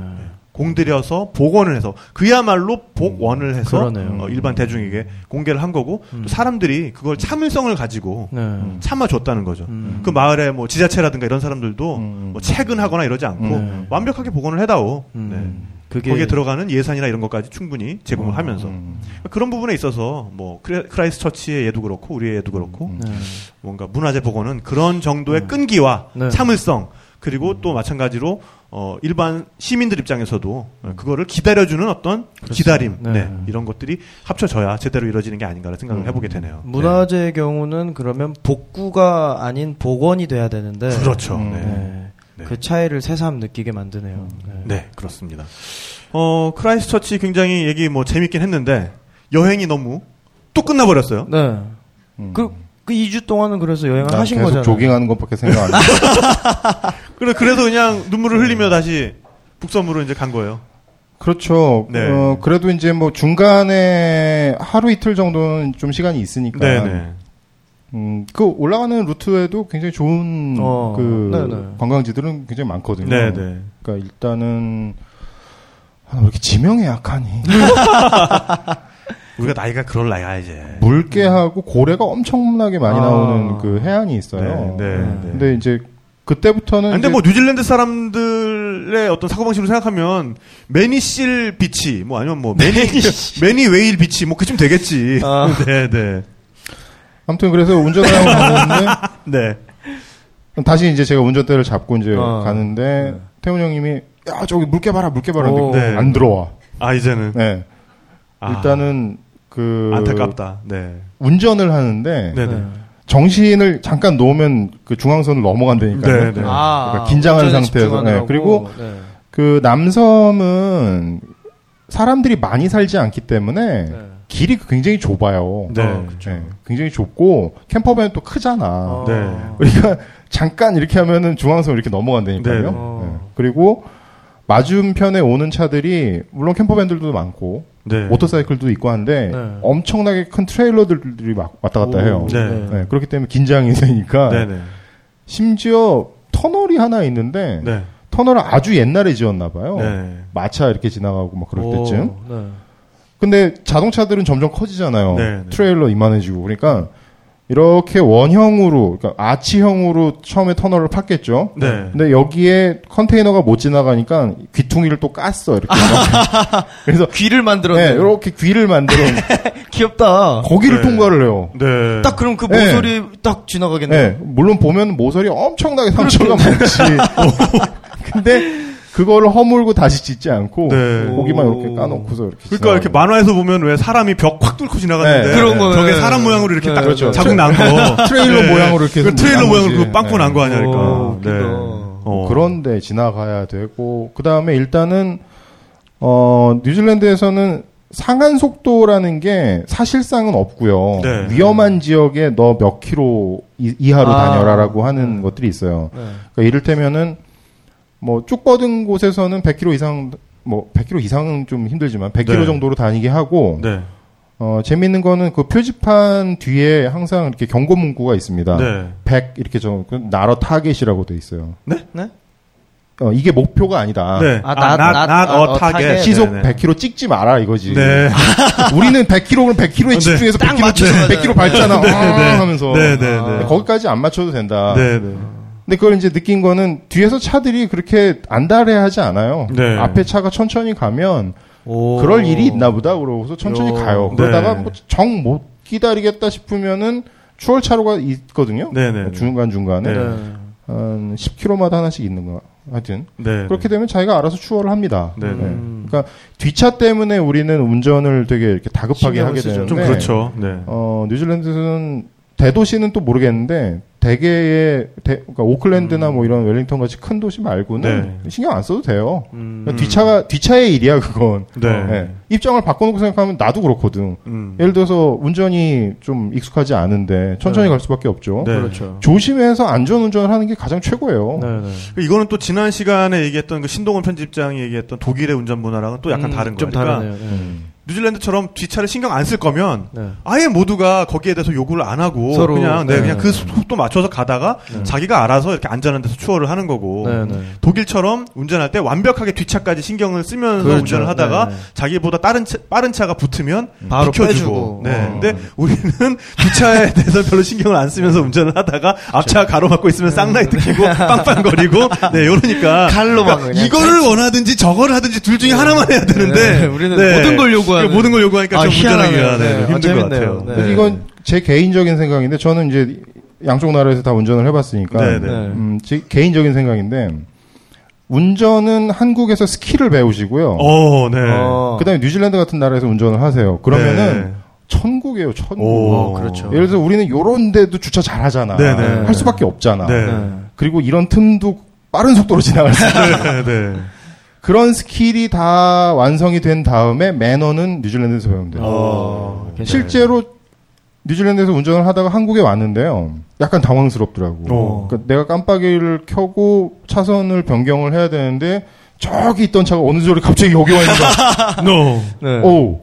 E: 공들여서 복원을 해서 그야말로 복원을 해서
G: 음, 그러네요. 음.
E: 어, 일반 대중에게 공개를 한 거고 또 사람들이 그걸 참을성을 가지고
G: 네.
E: 참아줬다는 거죠.
G: 음.
E: 그 마을에 뭐 지자체라든가 이런 사람들도
F: 음.
E: 뭐 채근하거나 이러지 않고
G: 네.
E: 완벽하게 복원을 해다오.
G: 음.
E: 네.
G: 그게
E: 거기에 들어가는 예산이나 이런 것까지 충분히 제공을 하면서 그러니까
F: 음.
E: 그런 부분에 있어서 뭐 크레- 크라이스처치의 예도 그렇고 우리의 예도 그렇고
G: 네.
E: 뭔가 문화재 복원은 그런 정도의 끈기와
G: 네.
E: 참을성 그리고 또 마찬가지로 어 일반 시민들 입장에서도 그거를 기다려주는 어떤 기다림
G: 네.
E: 네, 이런 것들이 합쳐져야 제대로 이루어지는 게 아닌가라는 생각을 해보게 되네요.
G: 문화재의 경우는 그러면 복구가 아닌 복원이 돼야 되는데
E: 네. 그렇죠.
F: 음.
E: 네.
G: 네.
E: 네.
G: 그 차이를 새삼 느끼게 만드네요. 네.
E: 네, 그렇습니다. 어, 크라이스처치 굉장히 얘기 뭐 재밌긴 했는데 여행이 너무 또 끝나버렸어요.
G: 네. 그, 그 2주 동안은 그래서 여행을
F: 난
G: 하신
F: 계속
G: 거잖아요.
F: 조깅하는 것밖에 생각 안 해.
E: 그래, 그래서 그냥 눈물을 흘리며 다시 북섬으로 이제 간 거예요.
F: 그렇죠.
E: 네.
F: 어, 그래도 이제 뭐 중간에 하루 이틀 정도는 좀 시간이 있으니까.
E: 네네.
F: 음, 그 올라가는 루트에도 굉장히 좋은
G: 어,
F: 그
G: 네네.
F: 관광지들은 굉장히 많거든요.
E: 네네.
F: 그러니까 일단은 아, 왜 이렇게 지명에 약하니
E: 우리가 나이가 그럴 나이야, 이제.
F: 물개하고 고래가 엄청나게 많이
G: 아.
F: 나오는 그 해안이 있어요.
E: 네, 네, 네.
F: 근데 이제 그때부터는
E: 근데
F: 이제
E: 뭐 뉴질랜드 사람들의 어떤 사고방식으로 생각하면 매니실 비치 뭐 아니면 뭐 매니 매니 웨일 비치 뭐 그쯤 되겠지.
G: 아.
E: 네, 네.
F: 아무튼 그래서 운전하고 가는데
E: 네.
F: 다시 이제 제가 운전대를 잡고 이제
G: 아.
F: 가는데 태훈 형님이 야 저기 물개 봐라 물개 봐라
G: 오.
F: 근데
E: 네.
F: 안 들어와.
E: 아, 이제는
F: 네.
E: 아,
F: 일단은 그
E: 안타깝다. 네.
F: 운전을 하는데
E: 네, 네.
F: 정신을 잠깐 놓으면 그 중앙선을 넘어간다니까요.
E: 네, 네.
G: 아,
F: 그러니까 긴장한
G: 운전에
F: 상태에서 네.
G: 집중하느라고.
F: 그리고
G: 네.
F: 그 남섬은 사람들이 많이 살지 않기 때문에
G: 네.
F: 길이 굉장히 좁아요.
E: 네.
F: 어, 네, 굉장히 좁고 캠퍼밴은 또 크잖아.
G: 어.
E: 네.
F: 그러니까 잠깐 이렇게 하면은 중앙선 이렇게 넘어간다니까요.
E: 네.
F: 네. 그리고 맞은편에 오는 차들이 물론 캠퍼밴들도 많고
E: 네.
F: 모터사이클도 있고 한데
G: 네.
F: 엄청나게 큰 트레일러들이 막 왔다 갔다 해요.
E: 네.
F: 네, 그렇기 때문에 긴장이 되니까
E: 네, 네.
F: 심지어 터널이 하나 있는데
E: 네.
F: 터널을 아주 옛날에 지었나 봐요.
E: 네.
F: 마차 이렇게 지나가고 막 그럴 때쯤.
G: 오, 네.
F: 근데 자동차들은 점점 커지잖아요.
E: 네, 네.
F: 트레일러 이만해지고 그러니까 이렇게 원형으로 그러니까 아치형으로 처음에 터널을 팠겠죠.
E: 네.
F: 근데 여기에 컨테이너가 못 지나가니까 귀퉁이를 또 깠어 이렇게. 그래서
G: 귀를 만들었네.
F: 네, 이렇게 귀를 만들어
G: 귀엽다.
F: 거기를
E: 네.
F: 통과를 해요.
E: 네.
G: 딱 그럼 그
F: 네.
G: 모서리 딱 지나가겠네.
F: 네,
G: 요
F: 물론 보면 모서리 엄청나게 상처가 많지.
E: 그렇죠.
F: 근데 그거를 허물고 다시 짓지 않고
E: 네.
F: 고기만 이렇게 까놓고서 이렇게.
E: 그러니까 이렇게
F: 지나가고.
E: 만화에서 보면 왜 사람이 벽 확 뚫고 지나가는데
F: 네.
G: 그런 거네.
E: 저게 사람 모양으로 이렇게
G: 네,
E: 딱
G: 그렇죠.
E: 자국 난 거.
F: 트레일러 모양으로 이렇게
E: 그
F: 해서
E: 트레일러
F: 난 거지.
E: 모양으로 그 빵꾸
F: 네. 뭐
E: 난 거 아니야, 그러니까.
G: 오,
E: 네.
G: 웃기다.
E: 어.
F: 그런데 지나가야 되고 그 다음에 일단은 어 뉴질랜드에서는 상한 속도라는 게 사실상은 없고요.
E: 네.
F: 위험한 지역에 너 몇 킬로 이- 이하로
G: 아.
F: 다녀라라고
E: 음.
F: 하는 것들이 있어요.
G: 네.
F: 그러니까 이를테면은 뭐 쭉 뻗은 곳에서는 100km 이상 뭐 100km 이상은 좀 힘들지만 100km
E: 네.
F: 정도로 다니게 하고
E: 네.
F: 어 재밌는 거는 그 표지판 뒤에 항상 이렇게 경고 아. 문구가 있습니다.
E: 네.
F: 100 이렇게 좀 나러 타겟이라고 돼 있어요.
G: 네?
F: 어, 이게 목표가 아니다.
E: 네.
G: 아,
E: 아,
G: not- not-
E: not
G: not
E: a
G: a target.
E: target.
F: 시속
E: 네, 네.
F: 100km 찍지 마라 이거지. 아.
E: 네.
F: 우리는 100km 그럼 100km에
E: 네.
F: 집중해서
G: 딱
F: 100km
G: 맞춰서 가잖아요.
F: 100km 밟잖아.
E: 네,
F: 아,
E: 네.
F: 하면서
E: 네, 네, 네.
F: 거기까지 안 맞춰도 된다.
E: 네, 네.
F: 근데 그걸 이제 느낀 거는 뒤에서 차들이 그렇게 안달해하지 않아요.
E: 네.
F: 앞에 차가 천천히 가면
G: 오.
F: 그럴 일이 있나 보다 그러고서 천천히
G: 요.
F: 가요.
E: 네.
F: 그러다가 뭐 정 못 기다리겠다 싶으면은 추월 차로가 있거든요.
E: 네, 네, 네.
F: 중간 중간에
E: 네.
F: 한 10km마다 하나씩 있는 거. 하여튼
E: 네.
F: 그렇게 되면 자기가 알아서 추월을 합니다.
E: 네, 네.
G: 음,
F: 그러니까 뒤차 때문에 우리는 운전을 되게 이렇게 다급하게
G: 신경을
F: 하게
G: 쓰죠.
F: 되는데
E: 좀 그렇죠. 네.
F: 어, 뉴질랜드는 대도시는 또 모르겠는데 대개의 대- 그러니까 오클랜드나
E: 음.
F: 뭐 이런 웰링턴 같이 큰 도시 말고는
E: 네.
F: 신경 안 써도 돼요.
G: 음.
F: 그러니까 뒤차가 뒤차의 일이야 그건.
E: 음. 네.
F: 예. 입장을 바꿔놓고 생각하면 나도 그렇거든.
E: 음.
F: 예를 들어서 운전이 좀 익숙하지 않은데 천천히 갈 수밖에 없죠.
E: 네.
G: 그렇죠.
F: 조심해서 안전 운전을 하는 게 가장 최고예요.
G: 네, 네.
E: 이거는 또 지난 시간에 얘기했던 그 신동원 편집장이 얘기했던 독일의 운전 문화랑은 또 약간
G: 음,
E: 다른 거예요.
G: 좀 다르네요. 네.
E: 뉴질랜드처럼 뒷차를 신경 안 쓸 거면
G: 네.
E: 아예 모두가 거기에 대해서 요구를 안 하고
G: 서로,
E: 그냥 네,
G: 네.
E: 그냥 그 속도 맞춰서 가다가 자기가 알아서 이렇게 안전한 데서 추월을 하는 거고
G: 네, 네.
E: 독일처럼 운전할 때 완벽하게 뒷차까지 신경을 쓰면서
G: 그렇죠.
E: 운전을 하다가
G: 네, 네.
E: 자기보다 다른 차, 빠른 차가 붙으면
G: 바로
E: 비켜주고
G: 빼주고.
E: 네.
G: 어.
E: 근데 우리는 뒷차에 대해서 별로 신경을 안 쓰면서 운전을 하다가
G: 그렇죠.
E: 앞차가 가로막고 있으면 쌍라이트 켜고 빵빵거리고 네 이러니까
G: 네. 칼로만 그냥
E: 이거를 원하든지 저거를 하든지 둘 중에 하나만 해야 되는데 그러니까
G: 네, 우리는 모든 걸 요구하는.
E: 모든 걸 요구하니까
G: 아,
E: 좀
G: 희한하네요.
E: 운전하기가 네, 힘들
G: 네, 아,
E: 것
G: 재밌네요.
E: 같아요.
G: 네.
F: 근데 이건 제 개인적인 생각인데 저는 이제 양쪽 나라에서 다 운전을 해봤으니까
E: 네, 네.
G: 네.
F: 음, 제 개인적인 생각인데 운전은 한국에서 스키를 배우시고요.
E: 어, 네.
G: 어.
F: 그다음에 뉴질랜드 같은 나라에서 운전을 하세요. 그러면은
E: 네.
F: 천국이에요, 천국.
E: 오.
G: 어, 그렇죠.
F: 예를 들어 우리는 요런 데도 주차 잘하잖아.
E: 네, 네.
F: 할 수밖에 없잖아.
E: 네.
G: 네.
F: 그리고 이런 틈도 빠른 속도로 지나갈 수
E: 네,
F: 있는
E: 네.
F: 그런 스킬이 다 완성이 된 다음에 매너는 뉴질랜드에서 배우면 돼요.
G: 어, 괜찮아요.
F: 실제로 뉴질랜드에서 운전을 하다가 한국에 왔는데요. 약간 당황스럽더라고.
E: 어.
F: 그러니까 내가 깜빡이를 켜고 차선을 변경을 해야 되는데 저기 있던 차가 어느 저리 갑자기 여기 와 있는 거야.
E: No.
G: 네.
F: 오.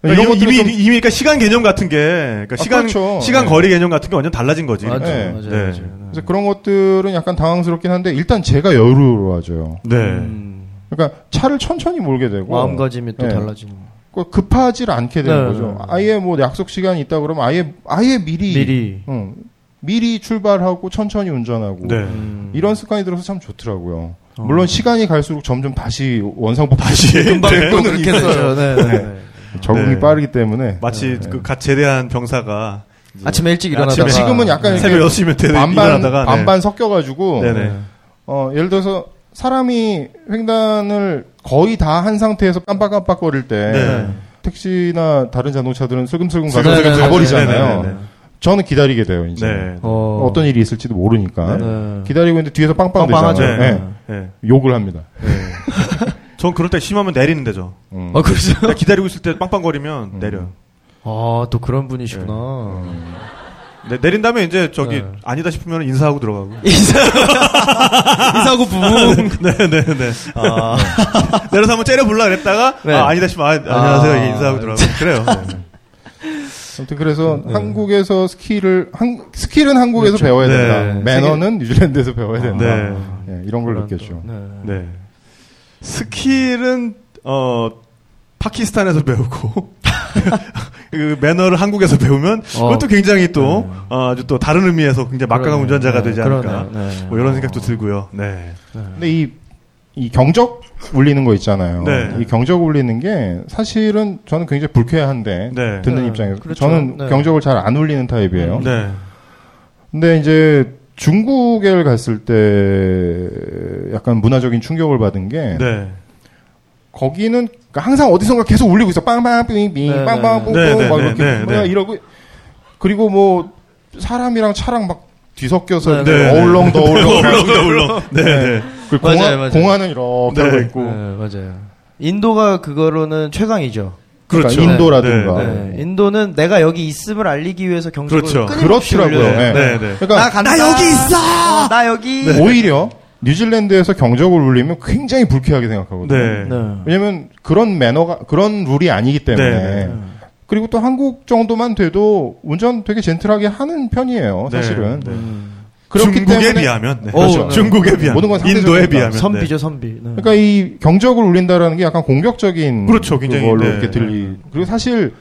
E: 그러니까
F: 이런
E: 어, 이미
F: 것들이 좀-
E: 이미 그러니까 시간 개념 같은 게 그러니까 시간
F: 그렇죠.
E: 시간
F: 네.
E: 거리 개념 같은 게 완전 달라진 거지.
G: 맞아요.
F: 네.
G: 맞아요.
E: 네.
G: 맞아요.
F: 그래서 그런 것들은 약간 당황스럽긴 한데 일단 제가 여유로워져요.
E: 네.
G: 음,
F: 그러니까 차를 천천히 몰게 되고
G: 마음가짐이 또
F: 네.
G: 달라지는. 거.
F: 그 급하지 않게 되는
G: 네.
F: 거죠. 아예 뭐 약속 시간이 있다 그러면 아예 아예 미리
G: 미리.
F: 응. 미리 출발하고 천천히 운전하고
E: 네.
G: 음.
F: 이런 습관이 들어서 참 좋더라고요.
G: 어.
F: 물론 시간이 갈수록 점점 다시 원상복 다시
E: 네.
G: 또 그렇게 써요. 네, 네, 네.
F: 적응이
E: 네.
F: 빠르기 때문에
E: 마치 그갓 제대한 병사가
G: 네. 아침에 일찍 일어나다가
E: 아침에
F: 지금은 약간 이렇게
E: 새벽 6시면 되는
F: 반반
E: 일어나다가
F: 반반 섞여가지고
E: 네. 네네.
F: 어, 예를 들어서 사람이 횡단을 거의 다 한 상태에서 깜빡깜빡거릴 때
E: 네.
F: 택시나 다른 자동차들은 슬금슬금 가서
G: 슬금슬금
F: 가버리잖아요.
E: 네, 네, 네, 네.
F: 저는 기다리게 돼요 이제
E: 네.
G: 어.
F: 어떤 일이 있을지도 모르니까
G: 네.
F: 기다리고 있는데 뒤에서 빵빵
G: 빵빵하죠.
F: 되잖아요.
E: 네.
F: 네.
E: 네.
F: 욕을 합니다.
E: 전 그럴 때 심하면 내리는 데죠.
F: 음.
G: 어, 그렇죠.
E: 그러니까 기다리고 있을 때 빵빵거리면 내려요.
G: 아, 또 그런 분이시구나. 음.
E: 네, 내린 다음에 이제 저기
G: 네.
E: 아니다 싶으면 인사하고 들어가고.
G: 인사, 인사하고 부부.
E: 네네네.
G: 아,
E: 내려서 한번 째려볼라 그랬다가
G: 네.
E: 아, 니다 싶으면 아, 안녕하세요
G: 아.
E: 이렇게 인사하고 들어가고 그래요. 네.
F: 아무튼 그래서 한국에서 스킬을 한, 스킬은 한국에서 배워야
E: 네.
F: 된다. 매너는 뉴질랜드에서 배워야 된다.
E: 네.
F: 예, 이런 걸 느꼈죠.
G: 네.
E: 네. 스킬은 어 파키스탄에서 배우고 그 매너를 한국에서 배우면
G: 어. 네.
E: 그것도 굉장히 또 어, 아주 또 다른 의미에서 굉장히 막강한
G: 그러네요.
E: 운전자가
G: 네,
E: 되지 않을까.
G: 그러네요. 네.
E: 뭐 이런 생각도 들고요. 네.
F: 근데 이, 이 경적 울리는 거 있잖아요.
E: 네.
F: 이 경적 울리는 게 사실은 저는 굉장히 불쾌한데
E: 네.
F: 듣는
G: 네,
F: 입장에서
G: 그렇죠.
F: 저는
G: 네.
F: 경적을 잘 안 울리는 타입이에요.
E: 네.
F: 근데 이제 중국에 갔을 때 약간 문화적인 충격을 받은 게
E: 네.
F: 거기는 그러니까 항상 어디선가 계속 울리고 있어. 빵빵 빙빙
G: 네,
F: 빵빵
G: 네,
F: 뽕뽕
E: 네, 네,
F: 막
E: 네,
F: 이렇게
E: 네,
F: 뭐야
E: 네.
F: 이러고 그리고 뭐 사람이랑 차랑 막 뒤섞여서
G: 네, 네.
F: 어울렁 더울렁
E: 울렁 울렁. 네. 네.
F: 그리고
G: 맞아요,
F: 공항,
G: 맞아요.
F: 공항은 이렇게
E: 네.
F: 하고 있고
G: 네, 맞아요. 인도가 그거로는 최강이죠.
F: 그러니까
E: 그렇죠.
F: 인도라든가
E: 네,
G: 네. 인도는 내가 여기 있음을 알리기 위해서 경적을
E: 그렇죠.
G: 끊임없이
F: 그렇더라고요.
G: 울려요.
F: 네.
E: 네, 네.
G: 나
F: 그러니까
G: 간다.
E: 나 여기 있어!
G: 어, 나 여기. 네.
F: 오히려 뉴질랜드에서 경적을 울리면 굉장히 불쾌하게 생각하거든요.
E: 네.
F: 왜냐면 그런 매너가 그런 룰이 아니기 때문에
E: 네,
F: 그리고 또 한국 정도만 돼도 운전 되게 젠틀하게 하는 편이에요. 어, 사실은
E: 네.
G: 음.
F: 그렇기
E: 중국에
F: 때문에-
E: 비하면 네.
F: 그렇죠.
E: 어, 중국에 비하면
F: 모든 건 상대적입니다.
E: 인도에 비하면
G: 아, 선비죠 선비. 네.
F: 그러니까 이 경적을 울린다라는 게 약간 공격적인
E: 그렇죠, 굉장히,
F: 걸로
E: 네.
F: 이렇게 들리. 그리고 사실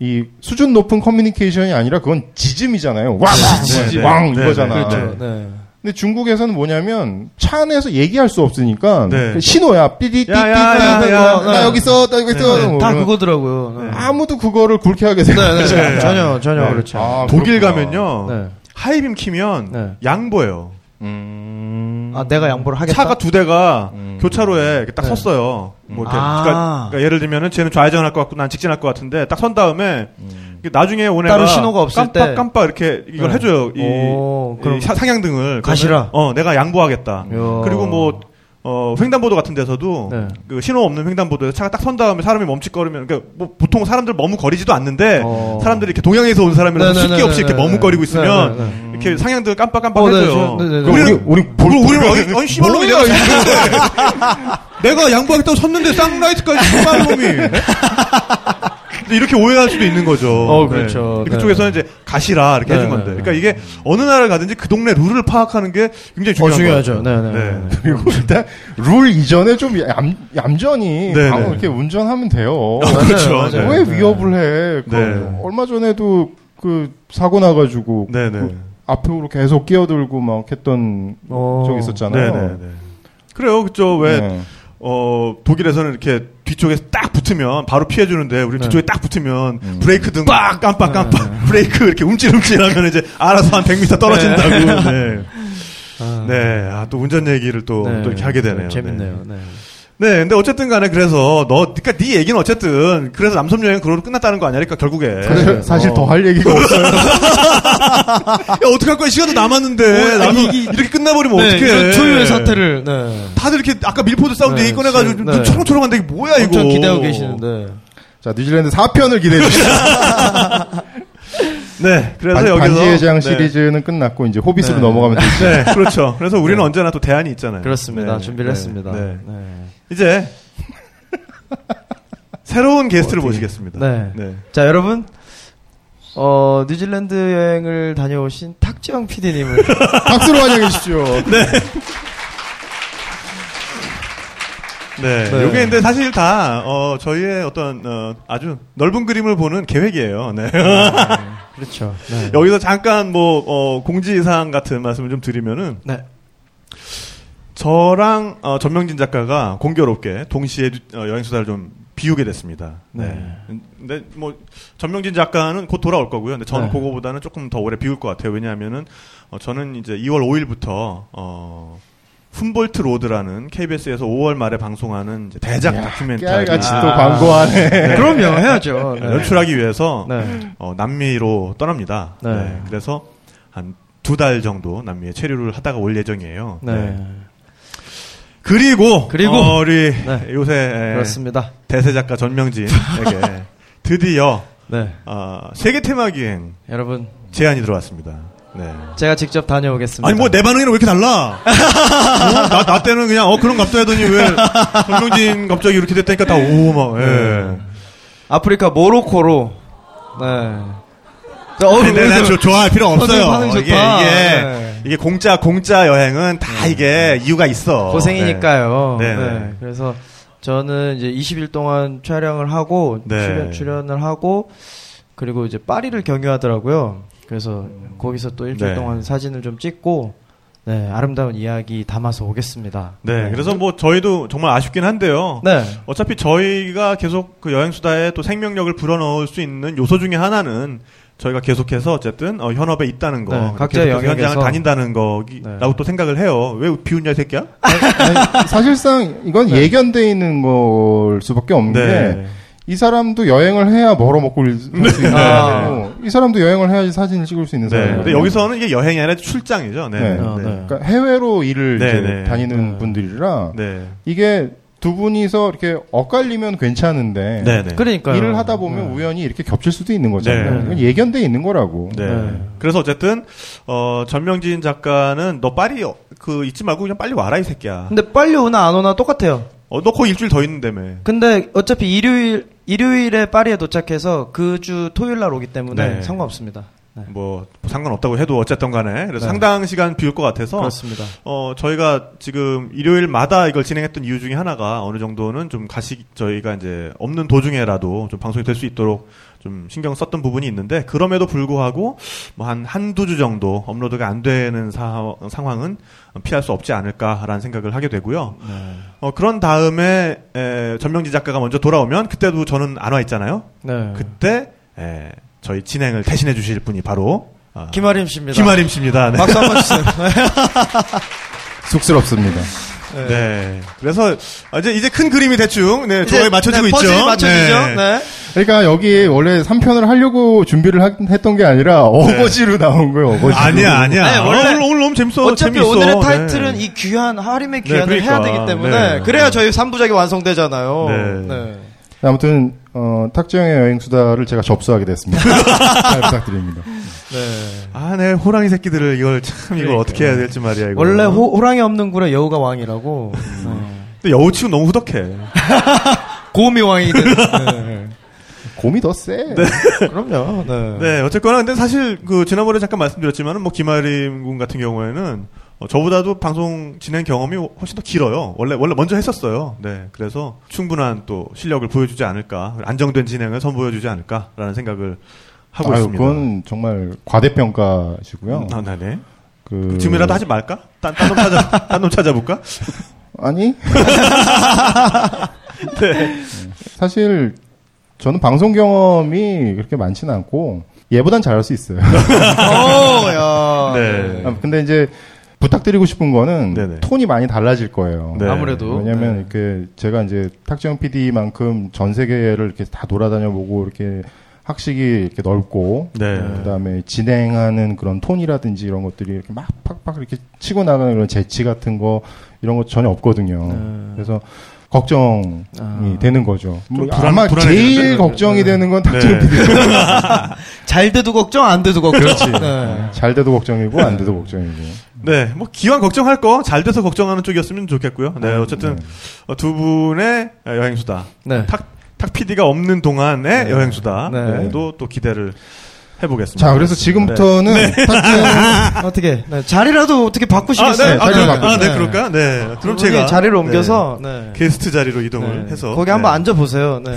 F: 이 수준 높은 커뮤니케이션이 아니라 그건 지짐이잖아요. 왕,
E: 네, 네.
F: 왕
E: 네,
F: 이거잖아.
E: 네,
G: 그렇죠. 네.
F: 근데 중국에서는 뭐냐면 차 안에서 얘기할 수 없으니까 그
E: 네.
F: 신호야 삐디띠띠
E: 야, 야, 야, 야,
F: 나
G: 네.
F: 여기 있어, 나 여기 있어.
E: 네,
F: 뭐
G: 다
F: 그러면
G: 그거더라고요. 네.
F: 아무도 그거를 굴쾌하게
G: 네, 네,
F: 생각하지
G: 네.
F: 않아요.
G: 전혀 전혀
E: 네.
G: 그렇죠.
F: 아,
E: 독일
F: 그렇구나.
E: 가면요
G: 네.
E: 하이빔 키면
G: 네.
E: 양보해요.
F: 음.
G: 아 내가 양보를 하겠다.
E: 차가 두 대가
F: 음.
E: 교차로에 이렇게 딱
G: 네.
E: 섰어요. 뭐 이렇게
G: 아.
E: 그러니까, 그러니까 예를 들면은 쟤는 좌회전할 것 같고 난 직진할 것 같은데 딱 선 다음에 이게 나중에 온 애가
G: 따로 신호가 없을
E: 깜빡
G: 때.
E: 깜빡 이렇게 이걸
G: 네.
E: 해줘요. 이,
G: 오,
E: 이
G: 그럼
E: 사- 상향등을
G: 가시라.
E: 그러면, 어 내가 양보하겠다.
G: 이야.
E: 그리고 뭐 어, 횡단보도 같은 데서도
G: 그렇죠. 네.
E: 그 신호 없는 횡단보도에서 차가 딱 선 다음에 사람이 멈칫거리면 그러니까 뭐 보통 사람들 머뭇거리지도 않는데
G: 어.
E: 사람들이 이렇게 동양에서 온 사람이라서
G: 네네네네네.
E: 쉽게 없이 이렇게 머뭇거리고 있으면
G: 네네네.
E: 이렇게 상향등 깜빡깜빡
G: 어, 네,
E: 해줘요.
G: 저- 네네네.
E: 우리는
F: 우리
E: 뭘, 우리는 어이, 어이, 씨발 놈이 내가 내가 양보하겠다고 섰는데 쌍라이트까지 씨발 놈이. 근데 네? 이렇게 오해할 수도 있는 거죠.
G: 어, 그렇죠.
E: 네.
G: 네.
E: 그쪽에서는 이제 가시라 이렇게
G: 네,
E: 해준 건데.
G: 네, 네.
E: 그러니까 이게 어느 나라를 가든지 그 동네 룰을 파악하는 게 굉장히
G: 어,
E: 중요한
G: 중요하죠.
E: 것 같아요.
G: 네, 네, 네. 네.
F: 그리고 일단 룰 이전에 좀 얌, 얌전히
E: 네,
F: 방어
E: 네.
F: 이렇게 운전하면 돼요.
E: 어, 그렇죠.
G: 맞아요,
E: 네.
G: 맞아요.
F: 왜 위협을 해? 그
E: 네.
F: 얼마 전에도 그 사고 나가지고
E: 네, 네.
F: 그 앞으로 계속 끼어들고 막 했던
G: 어.
F: 적이
E: 네,
F: 있었잖아요.
E: 네, 네. 그래요. 그죠. 왜,
F: 네.
E: 어, 독일에서는 이렇게 뒤쪽에 딱 붙으면 바로 피해주는데, 우리
G: 네. 음.
E: 뒤쪽에 딱 붙으면 브레이크 등 빡! 깜빡깜빡 브레이크 이렇게 움찔움찔 하면 이제 알아서 한 100m 떨어진다고. 네.
G: 아.
E: 네. 아, 또 운전 얘기를 또,
G: 네.
E: 또 이렇게 하게 되네요.
G: 재밌네요. 네.
E: 네. 네, 근데 어쨌든 간에 그래서 너, 그니까 네 얘기는 어쨌든 그래서 남섬 여행 그걸로 끝났다는 거 아니야? 그러니까 결국에.
F: 사실, 사실 더 할 얘기가 없어요.
E: 야, 어떡할 거야? 시간도 남았는데.
G: 어,
E: 남
G: 아니,
E: 이
G: 이게-
E: 이렇게 끝나버리면
G: 네,
E: 뭐 어떡해.
G: 이런 초유의 사태를 네.
E: 다들 이렇게 아까 밀포드 사운드
G: 네,
E: 얘기 꺼내가지고
G: 지금,
E: 눈
G: 네.
E: 초롱초롱한데 이게 뭐야 이거.
G: 엄청 기대하고 계시는데.
F: 자, 뉴질랜드 4편을 기대해 주시죠.
E: 네, 그래서
F: 반-
E: 여기서
F: 반지의 제왕
E: 네.
F: 시리즈는 끝났고 이제 호빗으로
G: 네.
F: 넘어가면 되죠.
E: 네, 그렇죠. 그래서 우리는 언제나 또 대안이 있잖아요.
G: 그렇습니다.
E: 네,
G: 준비를
E: 네,
G: 했습니다.
E: 네.
G: 네.
E: 이제 새로운 게스트를 모시겠습니다.
G: 뭐 네. 자, 여러분. 어, 뉴질랜드 여행을 다녀오신 탁지영 PD님을
F: 박수로 환영해 주십시오.
E: 네.
G: 네.
E: 요게 근데 사실 다 어, 저희의 어떤 어, 아주 넓은 그림을 보는 계획이에요. 네.
G: 그렇죠. 네.
E: 여기서 잠깐 뭐 어, 공지사항 같은 말씀을 좀 드리면은
G: 네.
E: 저랑 어, 전명진 작가가 공교롭게 동시에 어, 여행수다를 좀 비우게 됐습니다.
G: 네.
E: 근데 뭐 전명진 작가는 곧 돌아올 거고요. 근데 저는
G: 네.
E: 그거보다는 조금 더 오래 비울 것 같아요. 왜냐하면은 어, 저는 이제 2월 5일부터 어, 훔볼트 로드라는 KBS에서 5월 말에 방송하는 이제 대작 다큐멘터리
F: 깨알같이
E: 아,
F: 또 광고하네.
G: 그럼요. 해야죠. 네.
E: 연출하기 위해서
G: 네.
E: 어, 남미로 떠납니다.
G: 네.
E: 네, 그래서 한 두 달 정도 남미에 체류를 하다가 올 예정이에요. 네.
G: 네.
E: 그리고
G: 그리고
E: 어, 우리
G: 네.
E: 요새 예,
G: 그렇습니다.
E: 대세 작가 전명진에게 드디어
G: 네.
E: 어, 세계 테마 기행
G: 여러분,
E: 제안이 들어왔습니다. 네.
G: 제가 직접 다녀오겠습니다.
E: 아니 뭐 내 반응이랑 왜 이렇게 달라? 어? 나, 나 때는 그냥 어 그런 갑자 하더니 왜 전명진 갑자기 이렇게 됐다니까 다오막 예.
G: 네. 아프리카 모로코로. 네. 자, 어,
E: 근데 난 조- 네, 좋아할 필요 없어요.
G: 선생님 반응 좋다.
E: 이게 이게,
G: 네.
E: 이게 공짜 공짜 여행은 다 이게 이유가 있어.
G: 고생이니까요.
E: 네.
G: 네.
E: 네.
G: 그래서 저는 이제 20일 동안 촬영을 하고
E: 네.
G: 출연 출연을 하고 그리고 이제 파리를 경유하더라고요. 그래서 거기서 또 일주일
E: 네.
G: 동안 사진을 좀 찍고 네, 아름다운 이야기 담아서 오겠습니다.
E: 네. 네. 그래서 뭐 저희도 정말 아쉽긴 한데요.
G: 네.
E: 어차피 저희가 계속 그 여행수다에 또 생명력을 불어넣을 수 있는 요소 중에 하나는 저희가 계속해서 어쨌든 어, 현업에 있다는 거,
G: 네, 각자의
E: 계속해서
G: 영역에서.
E: 현장을 다닌다는 거라고
G: 네.
E: 또 생각을 해요. 왜 비웃냐 이 새끼야?
F: 아니, 사실상 이건
E: 네.
F: 예견돼 있는 걸 수밖에
G: 네.
F: 없는 게 이 사람도 여행을 해야 벌어먹고 할수 있는
G: 아.
F: 사람이고 이 사람도 여행을 해야지 사진을 찍을 수 있는
E: 네.
F: 사람이에요.
E: 근데 여기서는 이게 여행이 아니라 출장이죠. 네.
F: 네.
G: 어,
E: 네.
G: 네.
F: 그러니까 해외로 일을
E: 네,
F: 이제
E: 네.
F: 다니는
G: 네.
F: 분들이라
E: 네.
F: 이게 두 분이서 이렇게 엇갈리면 괜찮은데
E: 네. 네.
G: 그러니까
F: 일을 하다 보면 우연히 이렇게 겹칠 수도 있는
E: 네.
F: 거잖아요. 이건 예견돼 있는 거라고.
E: 네.
G: 네.
E: 그래서 어쨌든 어 전명진 작가는 너 파리 어, 그 잊지 말고 그냥 빨리 와라 이 새끼야.
G: 근데 빨리 오나 안 오나 똑같아요.
E: 어, 너 거의 일주일 더 있는데며.
G: 근데 어차피 일요일 일요일에 파리에 도착해서 그 주 토요일 날 오기 때문에
E: 네.
G: 상관없습니다.
E: 뭐 상관없다고 해도 어쨌든 간에 그래서
G: 네.
E: 상당 시간 비울 것 같아서
G: 그렇습니다.
E: 어, 저희가 지금 일요일마다 이걸 진행했던 이유 중에 하나가 어느 정도는 좀 가시, 저희가 이제 없는 도중에라도 좀 방송이 될 수 있도록 좀 신경 썼던 부분이 있는데, 그럼에도 불구하고 뭐 한, 한두 주 정도 업로드가 안 되는 사- 상황은 피할 수 없지 않을까라는 생각을 하게 되고요.
G: 네.
E: 어, 그런 다음에, 에, 전명지 작가가 먼저 돌아오면, 그때도 저는 안 와 있잖아요.
G: 네.
E: 그때, 에, 저희 진행을 대신해 주실 분이 바로, 어,
G: 김아림 씨입니다.
E: 김아림 씨입니다. 네.
G: 박수 한번 주세요.
F: 쑥스럽습니다.
E: 네. 네. 그래서 이제 이제 큰 그림이 대충 네,
G: 이제,
E: 조각이 맞춰지고
G: 네,
E: 있죠. 어,
G: 퍼즐이 맞춰지죠. 네.
F: 그러니까 여기 원래 3편을 하려고 준비를 하- 했던 게 아니라 어거지로 나온 거예요. 어거지로.
E: 네. 아니야, 아니야.
G: 아니, 네, 원래-
E: 아, 오늘, 오늘 너무 재밌어.
G: 어차피
E: 재밌어.
G: 오늘의
E: 네.
G: 타이틀은 이 귀한 하림의 귀환을
E: 그러니까.
G: 해야 되기 때문에
E: 네.
G: 그래야 저희 3부작이 완성되잖아요.
E: 네.
G: 네.
F: 아무튼 어, 탁재영의 여행 수다를 제가 접수하게 됐습니다. 잘 부탁드립니다.
G: 네.
E: 아, 네. 호랑이 새끼들을 이걸 참 이걸 어떻게 해야 될지 말이야, 이거.
G: 원래 호, 랑이 없는 굴에 여우가 왕이라고 네.
E: 근데 여우치고 너무 후덕해.
G: 고음이 왕이 된. 네.
F: 곰이 더 세.
G: 그럼요. 네.
E: 네, 어쨌거나 근데 사실 그 지난번에 잠깐 말씀드렸지만은 뭐 김아림 군 같은 경우에는 어, 저보다도 방송 진행 경험이 훨씬 더 길어요. 원래 원래 먼저 했었어요. 네, 그래서 충분한 또 실력을 보여주지 않을까, 안정된 진행을 선보여주지 않을까라는 생각을 하고
F: 아유,
E: 있습니다.
F: 그건 정말 과대평가시고요.
E: 아, 네, 네.
F: 그...
E: 지금이라도 하지 말까? 딴, 딴놈 찾아, 딴놈 찾아볼까?
F: 아니
E: 네.
F: 사실 저는 방송 경험이 그렇게 많지는 않고 얘보단 잘할 수 있어요.
G: 오, 어, 야.
E: 네.
F: 아, 근데 이제 부탁드리고 싶은 거는
E: 네네.
F: 톤이 많이 달라질 거예요.
E: 네.
G: 아무래도.
F: 왜냐면 이렇게 제가 이제 탁재영 PD만큼 전 세계를 이렇게 다 돌아다녀보고 이렇게 학식이 이렇게 넓고
E: 네.
F: 어, 그다음에 진행하는 그런 톤이라든지 이런 것들이 이렇게 막 팍팍 이렇게 치고 나가는 그런 재치 같은 거 이런 거 전혀 없거든요.
E: 네.
F: 그래서 걱정이
G: 아.
F: 되는 거죠. 뭐
E: 불안-
F: 아마
E: 불안해지는데?
F: 제일 걱정이 되는 건
E: 네.
F: 탁재영 PD.
G: 잘 돼도 걱정, 안 돼도 걱정. 그렇지. 네.
F: 잘 돼도 걱정이고 안 돼도 걱정이고.
E: 네, 뭐 기왕 걱정할 거 잘 돼서 걱정하는 쪽이었으면 좋겠고요.
G: 아,
E: 네, 어쨌든
F: 네.
E: 어, 두 분의 여행수다.
G: 네.
E: 탁, 탁 PD가 없는 동안의 여행수다.
G: 네.
E: 네. 도또 기대를 해보겠습니다.
F: 자, 그래서
E: 네.
F: 지금부터는 탁재영
G: 어떻게 네, 자리라도 어떻게 바꾸시겠어요?
E: 아, 네. 아,
F: 자리를
E: 네.
F: 바꾸죠.
E: 아, 네, 그럴까? 네. 그럼 제가
G: 자리를
E: 네.
G: 옮겨서 네.
E: 게스트 자리로 이동을
G: 네.
E: 해서
G: 거기 한번
E: 네.
G: 앉아 보세요. 네.